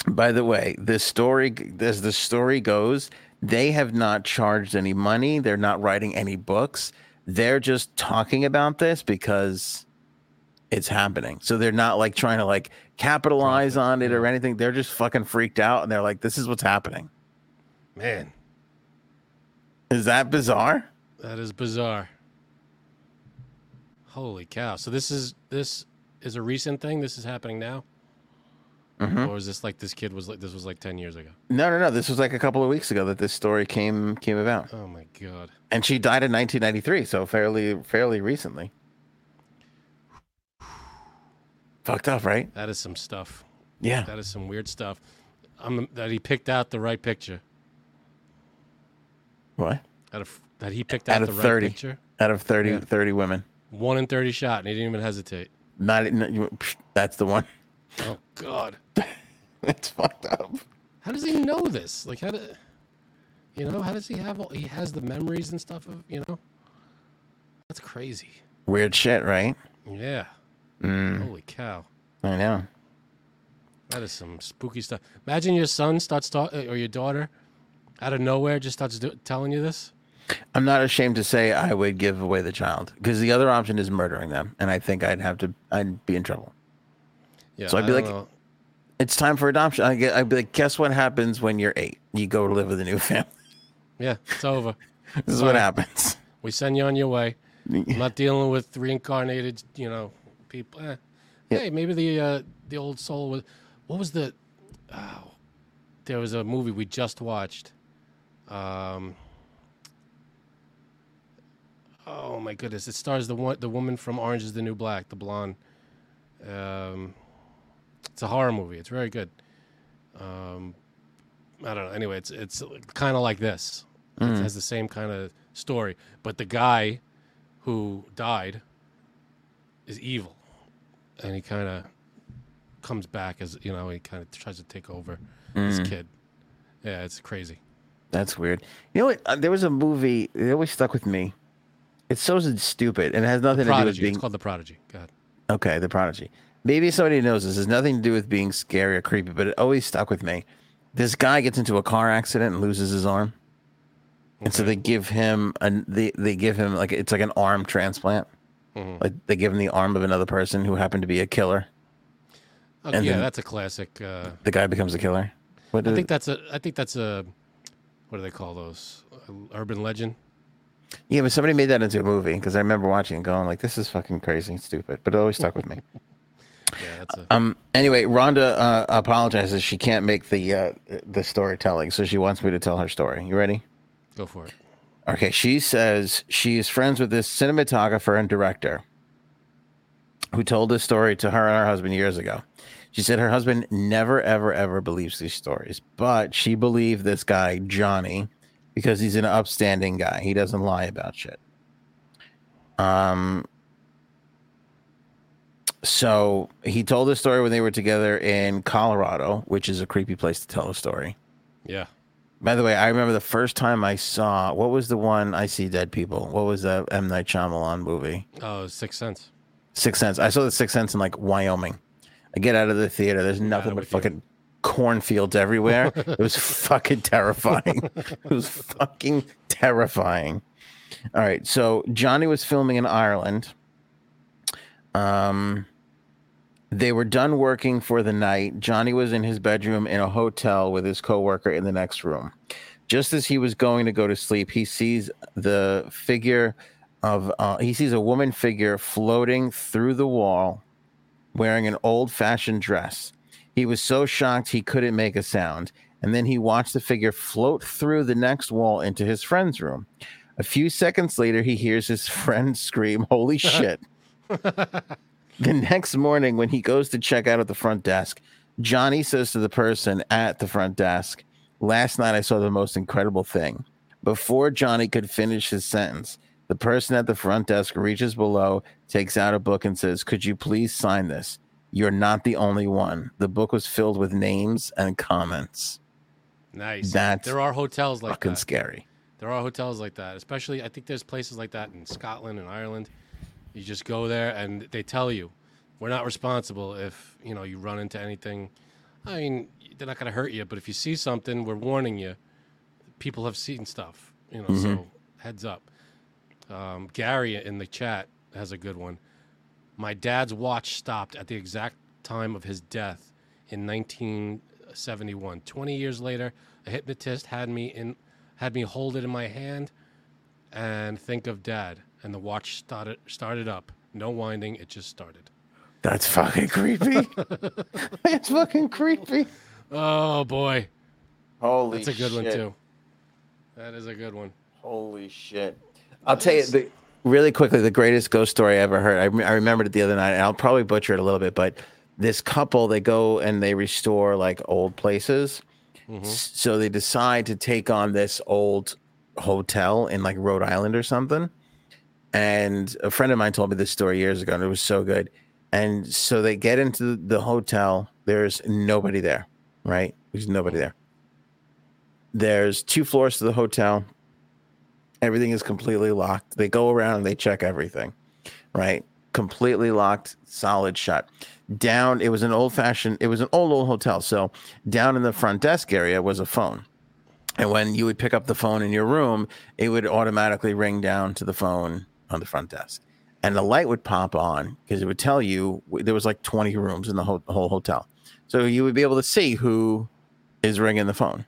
Speaker 1: By the way, this story, as the story goes, they have not charged any money. They're not writing any books. They're just talking about this because it's happening. So they're not like trying to like capitalize
Speaker 2: Profit,
Speaker 1: on it or anything. They're just fucking freaked out and they're like, this is what's happening.
Speaker 2: Man,
Speaker 1: Is that bizarre?
Speaker 2: that is bizarre. Holy cow! So this is this is a recent thing. This is happening now,
Speaker 1: Mhm.
Speaker 2: or is this like this kid was like this was like ten years ago?
Speaker 1: No, no, no. This was like a couple of weeks ago that this story came came about,
Speaker 2: Oh my god!
Speaker 1: and she died in 1993, so fairly fairly recently. Fucked up, right?
Speaker 2: That is some stuff.
Speaker 1: Yeah.
Speaker 2: That is some weird stuff. Um, that he picked out the right picture.
Speaker 1: What?
Speaker 2: Out of that he picked
Speaker 1: Out
Speaker 2: out,
Speaker 1: of
Speaker 2: the right
Speaker 1: 30.
Speaker 2: picture.
Speaker 1: out of 30,
Speaker 2: Yeah.
Speaker 1: 30 women.
Speaker 2: One in thirty shot, and he didn't even hesitate.
Speaker 1: Not no, you- psh, that's the one.
Speaker 2: Oh god!
Speaker 1: It's fucked up.
Speaker 2: How does he know this? Like how do you know? How does he have all? He has the memories and stuff of you know. That's crazy.
Speaker 1: Weird shit, right?
Speaker 2: Yeah.
Speaker 1: Mm,
Speaker 2: Holy cow.
Speaker 1: I know.
Speaker 2: That is some spooky stuff. Imagine your son starts talking, or your daughter, out of nowhere, just starts do- telling you this.
Speaker 1: I'm not ashamed to say I would give away the child because the other option is murdering them, and I think I'd have to. I'd be in trouble.
Speaker 2: Yeah.
Speaker 1: So I'd
Speaker 2: I
Speaker 1: be
Speaker 2: don't
Speaker 1: like-
Speaker 2: know.
Speaker 1: It's time for adoption. I get, I'd be like, guess what happens when you're eight? You go to live with a new family.
Speaker 2: yeah, it's over.
Speaker 1: This is what
Speaker 2: Right.
Speaker 1: happens.
Speaker 2: We send you on your way. I'm not dealing with reincarnated, you know, people. Eh.
Speaker 1: Yeah.
Speaker 2: Hey, maybe the uh, the old soul was. What was the? Oh, there was a movie we just watched. Um. Oh my goodness! It stars the one, the woman from Orange Is the New Black, the blonde. Um, it's a horror movie. It's very good. Um, I don't know. Anyway, it's it's kind of like this. It has the same kind of story, but the guy who died is evil, and he kind of comes back as you know he kind of tries to take over this kid. Yeah, it's crazy.
Speaker 1: Mm, That's weird. You know what? Uh, there was a movie. It always stuck with me. It's so stupid, and it has nothing to do with
Speaker 2: Prodigy.
Speaker 1: being
Speaker 2: It's called the Prodigy. God,
Speaker 1: Okay, The Prodigy. Maybe somebody knows this. has nothing to do with being scary or creepy, but it always stuck with me. This guy gets into a car accident and loses his arm, and so they give him an they they give him like it's like an arm transplant.
Speaker 2: Mhm.
Speaker 1: Like they give him the arm of another person who happened to be a killer.
Speaker 2: Oh,
Speaker 1: and
Speaker 2: yeah,
Speaker 1: then-
Speaker 2: that's a classic. Uh,
Speaker 1: The guy becomes a killer. What
Speaker 2: I
Speaker 1: did-
Speaker 2: think that's a. I think that's a. What do they call those? Uh, Urban legend.
Speaker 1: Yeah, but somebody made that into a movie because I remember watching and going like, "This is fucking crazy and stupid," but it always stuck with me.
Speaker 2: Yeah, that's a.
Speaker 1: Um. Anyway, Rhonda uh, apologizes she can't make the uh, the storytelling, so she wants me to tell her story. You ready?
Speaker 2: Go for it.
Speaker 1: Okay. She says she is friends with this cinematographer and director who told this story to her and her husband years ago. She said her husband never, ever, ever believes these stories, but she believed this guy Johnny because he's an upstanding guy. He doesn't lie about shit. Um, so he told this story when they were together in Colorado, which is a creepy place to tell a story.
Speaker 2: Yeah.
Speaker 1: By the way, I remember the first time I saw what was the one I see dead people. What was that M Night Shyamalan movie?
Speaker 2: Oh, Sixth Sense.
Speaker 1: Six Sense. I saw the Sixth Sense in like Wyoming. I get out of the theater. There's nothing but
Speaker 2: with you.
Speaker 1: fucking cornfields everywhere. it was fucking terrifying. it was fucking terrifying. All right. So Johnny was filming in Ireland. Um, they were done working for the night. Johnny was in his bedroom in a hotel with his coworker in the next room. Just as he was going to go to sleep, he sees the figure of uh, he sees a woman figure floating through the wall, wearing an old-fashioned dress. He was so shocked he couldn't make a sound. And then he watched the figure float through the next wall into his friend's room. A few seconds later, he hears his friend scream, Holy shit. the next morning, when he goes to check out at the front desk, Johnny says to the person at the front desk, Last night I saw the most incredible thing. Before Johnny could finish his sentence, the person at the front desk reaches below, takes out a book, and says, Could you please sign this? You're not the only one. The book was filled with names and comments.
Speaker 2: Nice.
Speaker 1: That's
Speaker 2: there are hotels like
Speaker 1: Fucking
Speaker 2: that.
Speaker 1: scary.
Speaker 2: There are hotels like that, especially I think there's places like that in Scotland and Ireland. You just go there and they tell you, we're not responsible if you know you run into anything. I mean, they're not gonna hurt you, but if you see something, we're warning you. People have seen stuff, you know. So heads up. Um, Gary in the chat has a good one. My dad's watch stopped at the exact time of his death in 1971. 20 years later, a hypnotist had me in had me hold it in my hand and think of dad and the watch started started up. No winding, it just started.
Speaker 1: That's fucking creepy. That's fucking creepy.
Speaker 2: Oh boy.
Speaker 1: Holy
Speaker 2: That's a good one
Speaker 1: shit.
Speaker 2: too. That is a good one.
Speaker 1: Holy shit! I'll tell you the really quickly the greatest ghost story I ever heard. I, rem- I remembered it the other night, and I'll probably butcher it a little bit, but this couple they go and they restore like old places, S- so they decide to take on this old hotel in like Rhode Island or something. And a friend of mine told me this story years ago, and it was so good. And so they get into the hotel. There's nobody there, right? There's nobody there. There's two floors to the hotel everything is completely locked. They go around and they check everything, right? Completely locked, solid shut. Down, it was an old fashioned, it was an old, old hotel. So down in the front desk area was a phone. And when you would pick up the phone in your room, it would automatically ring down to the phone on the front desk. And the light would pop on because it would tell you there was like 20 rooms in the whole, whole hotel. So you would be able to see who is ringing the phone.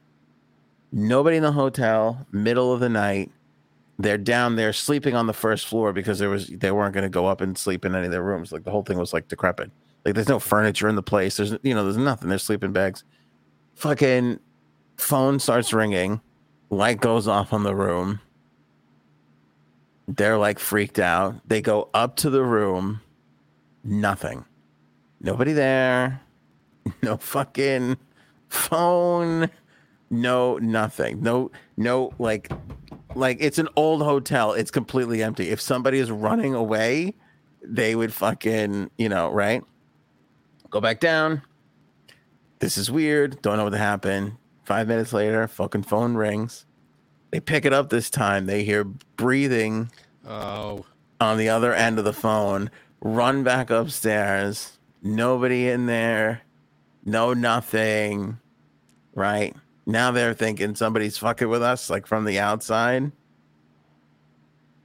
Speaker 1: Nobody in the hotel, middle of the night, they're down there sleeping on the first floor because there was they weren't going to go up and sleep in any of their rooms. Like the whole thing was like decrepit. Like there's no furniture in the place. There's you know there's nothing. There's sleeping bags. Fucking phone starts ringing. Light goes off on the room. They're like freaked out. They go up to the room. Nothing. Nobody there. No fucking phone. No nothing. No no like like it's an old hotel. It's completely empty. If somebody is running away, they would fucking, you know, right? Go back down. This is weird. Don't know what happened. Five minutes later, fucking phone rings. They pick it up this time. They hear breathing
Speaker 2: Oh,
Speaker 1: on the other end of the phone, run back upstairs. Nobody in there. No nothing. Right? Now they're thinking somebody's fucking with us, like from the outside.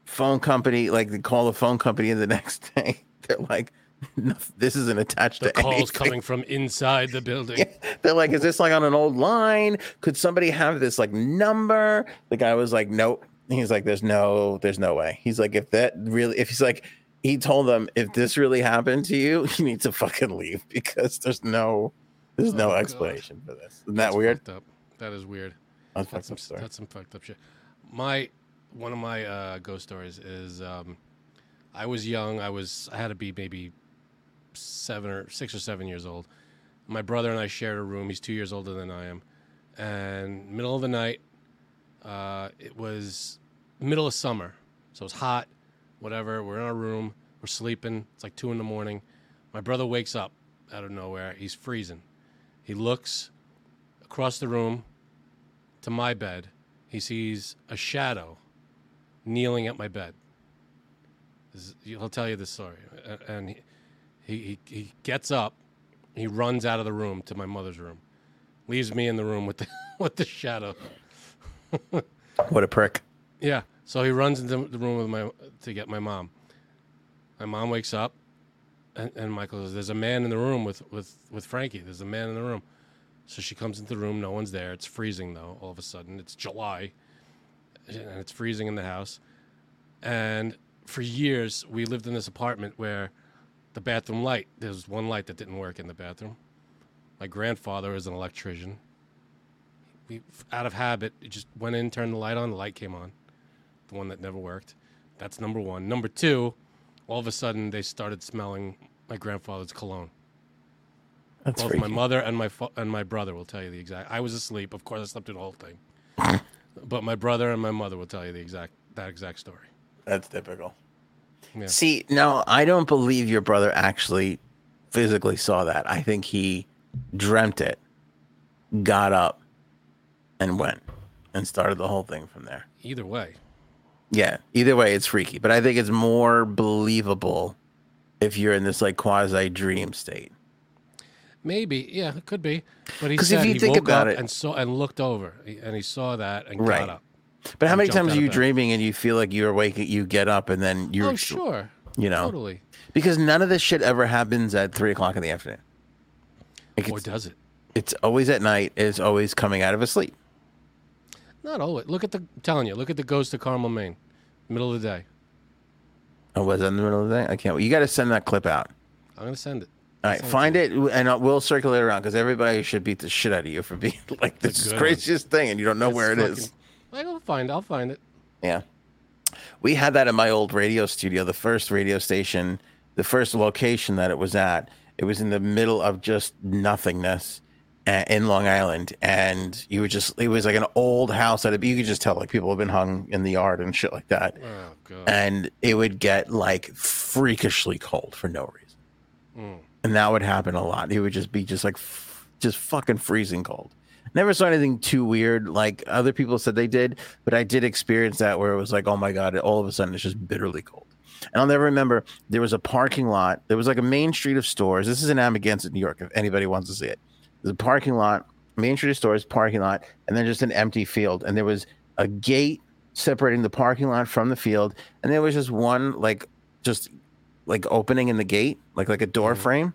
Speaker 1: Phone company, like they call the phone company in the next day. They're like, "No, this isn't attached
Speaker 2: The
Speaker 1: to
Speaker 2: call's
Speaker 1: anything.
Speaker 2: coming from inside the building.
Speaker 1: Yeah. They're like, is this like on an old line? Could somebody have this like number? The guy was like, nope. He's like, there's no, there's no way. He's like, if that really, if he's like, he told them, if this really happened to you, you need to fucking leave because there's no, there's
Speaker 2: Oh,
Speaker 1: no
Speaker 2: God.
Speaker 1: explanation for this. Isn't that
Speaker 2: That's
Speaker 1: weird?
Speaker 2: fucked up. That is weird.
Speaker 1: That's
Speaker 2: That's
Speaker 1: fucked
Speaker 2: some
Speaker 1: up story.
Speaker 2: that's some fucked up shit. My one of my uh, ghost stories is um, I was young. I was I had to be maybe seven or six or seven years old. My brother and I shared a room. He's two years older than I am. And middle of the night, uh, it was middle of summer, so it's hot. Whatever. We're in our room. We're sleeping. It's like two in the morning. My brother wakes up out of nowhere. He's freezing. He looks across the room to my bed, he sees a shadow kneeling at my bed. This is- He'll tell you this story. A- And he, he, he- he gets up, he runs out of the room to my mother's room, leaves me in the room with the, with the shadow.
Speaker 1: What a prick.
Speaker 2: Yeah. So he runs into the room with my to get my mom. My mom wakes up, and, and Michael says, "There's a man in the room with with with Frankie. There's a man in the room." So she comes into the room. No one's there. It's freezing though. All of a sudden, it's July, and it's freezing in the house. And for years, we lived in this apartment where the bathroom light. There's one light that didn't work in the bathroom. My grandfather is an electrician. We, out of habit, he just went in, turned the light on. The light came on the one that never worked. That's number one. Number two, all of a sudden they started smelling my grandfather's cologne.
Speaker 1: That's
Speaker 2: Both my
Speaker 1: freaky.
Speaker 2: mother and my fa- and my brother will tell you the exact. I was asleep, of course. I slept through the whole thing, but my brother and my mother will tell you the exact that exact story.
Speaker 1: That's typical.
Speaker 2: Yeah.
Speaker 1: See, no, I don't believe your brother actually physically saw that. I think he dreamt it, got up, and went and started the whole thing from there.
Speaker 2: Either way,
Speaker 1: Yeah. Either way, it's freaky, but I think it's more believable if you're in this like quasi dream state.
Speaker 2: maybe yeah, it could be. But he
Speaker 1: 'Cause if
Speaker 2: said
Speaker 1: you
Speaker 2: he
Speaker 1: think
Speaker 2: woke
Speaker 1: about
Speaker 2: up
Speaker 1: it-
Speaker 2: and saw and looked over he- and he saw that and
Speaker 1: Right.
Speaker 2: got up.
Speaker 1: But how
Speaker 2: You
Speaker 1: many
Speaker 2: jumped
Speaker 1: times
Speaker 2: out
Speaker 1: are
Speaker 2: of
Speaker 1: you
Speaker 2: bed.
Speaker 1: dreaming and you feel like you're waking, you Oh. get up and then you're,
Speaker 2: oh sure,
Speaker 1: you know,
Speaker 2: totally.
Speaker 1: because none of this shit ever happens at three o'clock in the afternoon. Like,
Speaker 2: Or
Speaker 1: it's,
Speaker 2: does it?
Speaker 1: it's always at night. It's always coming out of a sleep.
Speaker 2: Not always. Look at the I'm telling you. Look at the ghost of Carmel, Maine, middle of the day.
Speaker 1: Oh, was that in the middle of the day? I can't. You got to send that clip out.
Speaker 2: I'm gonna send it.
Speaker 1: All right,
Speaker 2: Send it to
Speaker 1: find it and I'll- we'll circulate around because everybody should beat the shit out of you for being like
Speaker 2: The
Speaker 1: this is
Speaker 2: good
Speaker 1: the
Speaker 2: one.
Speaker 1: craziest thing and you don't know
Speaker 2: It's
Speaker 1: where it
Speaker 2: fucking-
Speaker 1: is.
Speaker 2: Like, I'll find. I'll find it.
Speaker 1: Yeah. We had that in my old radio studio, the first radio station, the first location that it was at. It was in the middle of just nothingness uh, in Long Island. And you were just, it was like an old house that you could just tell, like, people have been hung in the yard and shit like that.
Speaker 2: Oh god.
Speaker 1: And it would get like freakishly cold for no reason.
Speaker 2: Mm.
Speaker 1: and that would happen a lot. He would just be just like, f- just fucking freezing cold. Never saw anything too weird like other people said they did, but I did experience that where it was like, oh my god, all of a sudden it's just bitterly cold. And I'll never remember there was a parking lot. There was like a main street of stores. This is in Amagansett, New York. If anybody wants to see it, there's a parking lot, main street of stores, parking lot, and then just an empty field. And there was a gate separating the parking lot from the field, and there was just one like just like opening in the gate, like like a door
Speaker 2: Mhm.
Speaker 1: frame,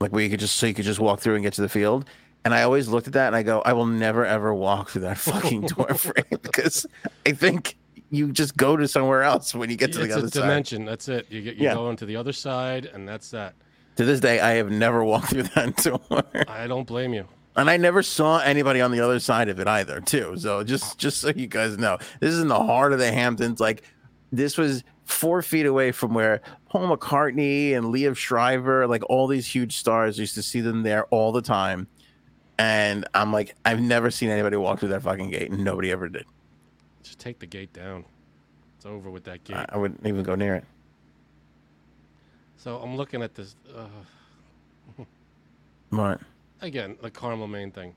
Speaker 1: like where you could just so you could just walk through and get to the field. And I always looked at that and I go, I will never ever walk through that fucking door frame because I think you just go to somewhere else when you get to
Speaker 2: it's
Speaker 1: the other
Speaker 2: a
Speaker 1: side.
Speaker 2: dimension. That's it. You get you
Speaker 1: Yeah.
Speaker 2: go on to the other side, and that's that.
Speaker 1: To this day, I have never walked through that door,
Speaker 2: I don't blame you.
Speaker 1: and I never saw anybody on the other side of it either, too. So just just so you guys know, this is in the heart of the Hamptons. Like this was four feet away from where Paul McCartney and Liev Shriver, like all these huge stars, used to see them there all the time. And I'm like, I've never seen anybody walk through that fucking gate, and nobody ever did.
Speaker 2: Just take the gate down. It's over with that gate.
Speaker 1: I, I wouldn't even go near it.
Speaker 2: so I'm looking at this uh,
Speaker 1: Right?
Speaker 2: again. The Carmel Maine thing.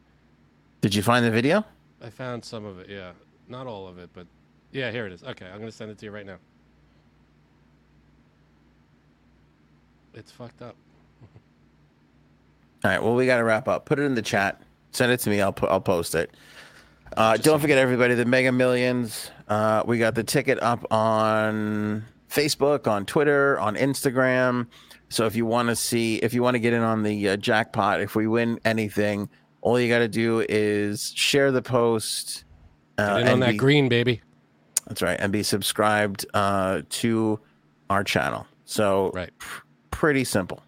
Speaker 1: Did you find the video?
Speaker 2: I found some of it. Yeah, not all of it, but yeah, here it is. Okay, I'm gonna send it to you right now. It's fucked up.
Speaker 1: All right. Well, we got to wrap up. Put it in the chat. Send it to me. I'll put. I'll post it. Uh, don't forget, everybody, the Mega Millions. Uh, we got the ticket up on Facebook, on Twitter, on Instagram. So if you want to see, if you want to get in on the uh, jackpot, if we win anything, all you got to do is share the post. Uh,
Speaker 2: Get in on
Speaker 1: and
Speaker 2: that
Speaker 1: be-
Speaker 2: green, baby.
Speaker 1: that's right. And be subscribed uh, to our channel. So
Speaker 2: Right.
Speaker 1: pr- pretty simple.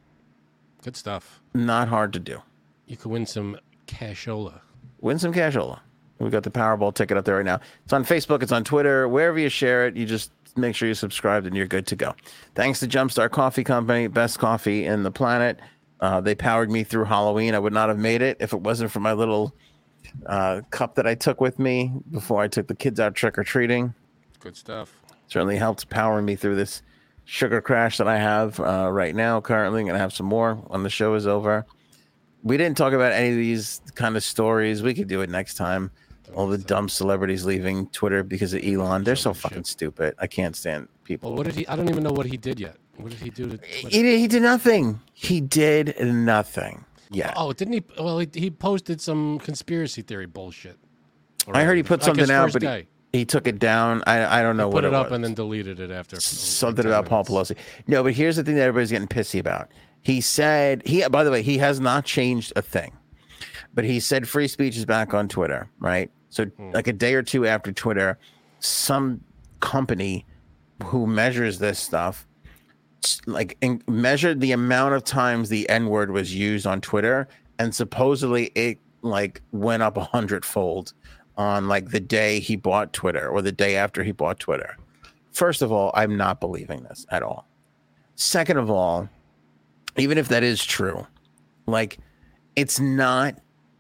Speaker 2: Good stuff.
Speaker 1: Not hard to do.
Speaker 2: You could win some cashola.
Speaker 1: Win some cashola. We've got the Powerball ticket up there right now. It's on Facebook. It's on Twitter. Wherever you share it, you just make sure you're subscribed and you're good to go. Thanks to Jumpstart Coffee Company, best coffee in the planet. Uh, they powered me through Halloween. I would not have made it if it wasn't for my little uh, cup that I took with me before I took the kids out trick or treating.
Speaker 2: Good stuff.
Speaker 1: certainly helped power me through this sugar crash that I have uh, right now. Currently, I'm gonna have some more when the show is over. We didn't talk about any of these kind of stories. We could do it next time. All the dumb celebrities leaving Twitter because of Elon. They're so fucking stupid. I can't stand people.
Speaker 2: Well, what did he? I don't even know what he did yet. What did he do to? Twitter?
Speaker 1: He, did- he did nothing. He did nothing. Yeah.
Speaker 2: Oh, didn't he? Well, he, he posted some conspiracy theory bullshit.
Speaker 1: I heard he
Speaker 2: Around-
Speaker 1: put
Speaker 2: like
Speaker 1: something
Speaker 2: his
Speaker 1: out,
Speaker 2: first
Speaker 1: but he,
Speaker 2: day.
Speaker 1: he took it down. I, I don't know
Speaker 2: put
Speaker 1: what
Speaker 2: it,
Speaker 1: it,
Speaker 2: up
Speaker 1: was.
Speaker 2: and then deleted it after.
Speaker 1: something about Paul Pelosi. No, but here's the thing that everybody's getting pissy about. He said he by the way, he has not changed a thing. But he said free speech is back on Twitter, right? So like a day or two after Twitter, some company who measures this stuff s- like in, measured the amount of times the N word was used on Twitter, and supposedly it like went up a hundredfold on like the day he bought Twitter or the day after he bought Twitter. First of all, I'm not believing this at all. Second of all, even if that is true, like it's not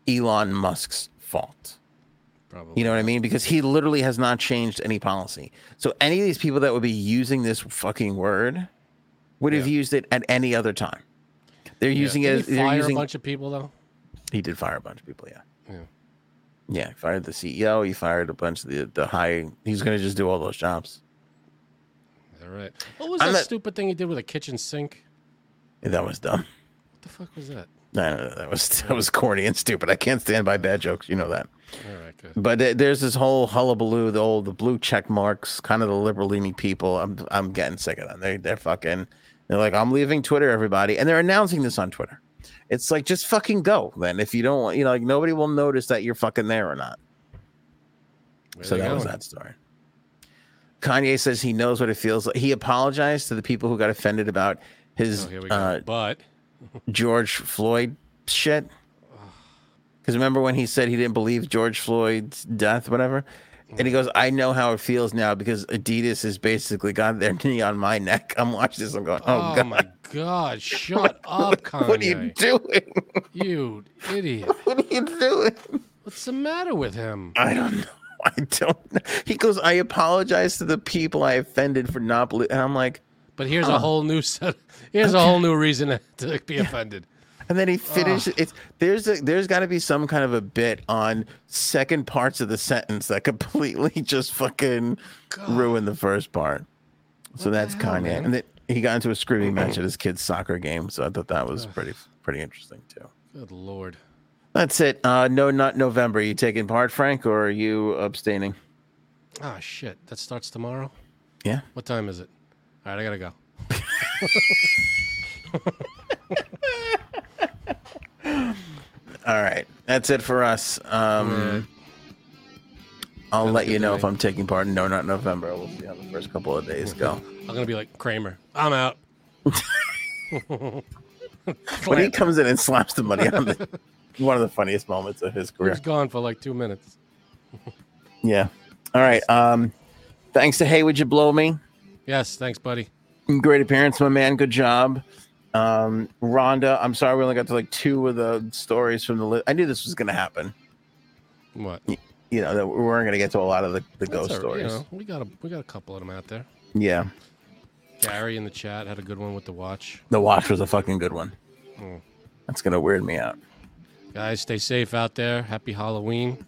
Speaker 1: Elon Musk's fault.
Speaker 2: Probably.
Speaker 1: You know what I mean? Because he literally has not changed any policy. So any of these people that would be using this fucking word would have used it at any other time. They're using it.
Speaker 2: Didn't
Speaker 1: as
Speaker 2: he
Speaker 1: they're
Speaker 2: fire
Speaker 1: using.
Speaker 2: a bunch of people though.
Speaker 1: he did fire a bunch of people. Yeah.
Speaker 2: Yeah.
Speaker 1: Yeah. He fired the CEO. He fired a bunch of the the high. He's gonna just do all those jobs.
Speaker 2: All right. What was
Speaker 1: I'm
Speaker 2: that
Speaker 1: not-
Speaker 2: stupid thing he did with a kitchen sink?
Speaker 1: That was dumb.
Speaker 2: What the fuck was that?
Speaker 1: No, no, no, that was that was corny and stupid. I can't stand by bad jokes. You know that.
Speaker 2: All right. Good.
Speaker 1: But there- there's this whole hullabaloo, the old the blue check marks, kind of the liberal leaning people. I'm I'm getting sick of them. They they're fucking. They're like, I'm leaving Twitter, everybody, and they're announcing this on Twitter. It's like just fucking go then. If you don't want, you know, like nobody will notice that you're fucking there or not.
Speaker 2: Where
Speaker 1: So
Speaker 2: they
Speaker 1: that was
Speaker 2: going?
Speaker 1: that story. Kanye says he knows what it feels like. He apologized to the people who got offended about his
Speaker 2: Oh, here we go.
Speaker 1: uh,
Speaker 2: but
Speaker 1: George Floyd shit. Because remember when he said he didn't believe George Floyd's death, whatever? And he goes, I know how it feels now because Adidas has basically got their knee on my neck. I'm watching this. I'm going, oh,
Speaker 2: oh,
Speaker 1: God,
Speaker 2: my god! Shut up, Kanye.
Speaker 1: what are you doing?
Speaker 2: You idiot!
Speaker 1: What are you doing?
Speaker 2: What's the matter with him?
Speaker 1: I don't know. I don't know. He goes, I apologize to the people I offended for not believing. And I'm like,
Speaker 2: But here's
Speaker 1: Uh-huh.
Speaker 2: a whole new set. Here's a whole new reason to be offended.
Speaker 1: And then he finishes. It's there's a, there's got to be some kind of a bit on second parts of the sentence that completely just fucking ruin the first part. So that's Kanye, and then he got into a screaming match at his kid's soccer game. So I thought that was pretty pretty interesting too.
Speaker 2: Good lord.
Speaker 1: That's it. Uh, no, not November. you taking part, Frank, or are you abstaining?
Speaker 2: Ah, shit. That starts tomorrow?
Speaker 1: Yeah.
Speaker 2: What time is it? All right, I gotta go.
Speaker 1: All right, that's it for us. Um, I'll let you know if I'm taking part. in No, not November. We'll see how the first couple of days go.
Speaker 2: I'm gonna be like Kramer. I'm out.
Speaker 1: when he comes in and slaps the money on the one of the funniest moments of his
Speaker 2: He
Speaker 1: career.
Speaker 2: was gone for like two minutes.
Speaker 1: Yeah. All right. Um, thanks to Hey Would You Blow Me.
Speaker 2: Yes, thanks, buddy.
Speaker 1: Great appearance, my man. Good job. Um, Rhonda, I'm sorry we only got to like two of the stories from the list. I knew this was going to happen.
Speaker 2: What?
Speaker 1: You know, that we weren't going to get to a lot of the, the
Speaker 2: That's
Speaker 1: ghost
Speaker 2: all right,
Speaker 1: stories.
Speaker 2: you know, we got a we got a couple of them out there.
Speaker 1: Yeah.
Speaker 2: Gary in the chat had a good one with the watch.
Speaker 1: The Watch was a fucking good one.
Speaker 2: Hmm.
Speaker 1: That's going to weird me out.
Speaker 2: Guys, stay safe out there. Happy Halloween.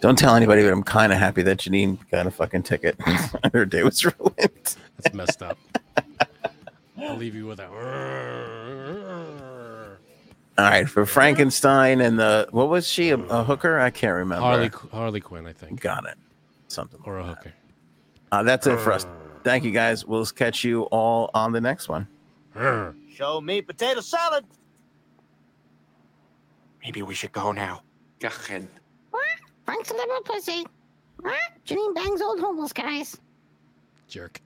Speaker 1: Don't tell anybody, but I'm kind of happy that Janine got a fucking ticket. Her day was ruined.
Speaker 2: That's messed up. I'll leave you with that.
Speaker 1: All right, for Frankenstein and the what was she a, a hooker? I can't remember.
Speaker 2: Harley Harley Quinn, I think,
Speaker 1: Got it. Something.
Speaker 2: or a hooker.
Speaker 1: Uh, that's it for us. Thank you guys. We'll catch you all on the next one.
Speaker 2: Arr.
Speaker 7: Show me potato salad.
Speaker 8: Maybe we should go now. Go ahead.
Speaker 4: Frank's a little pussy. What? Janine bangs old homeless guys.
Speaker 2: Jerk.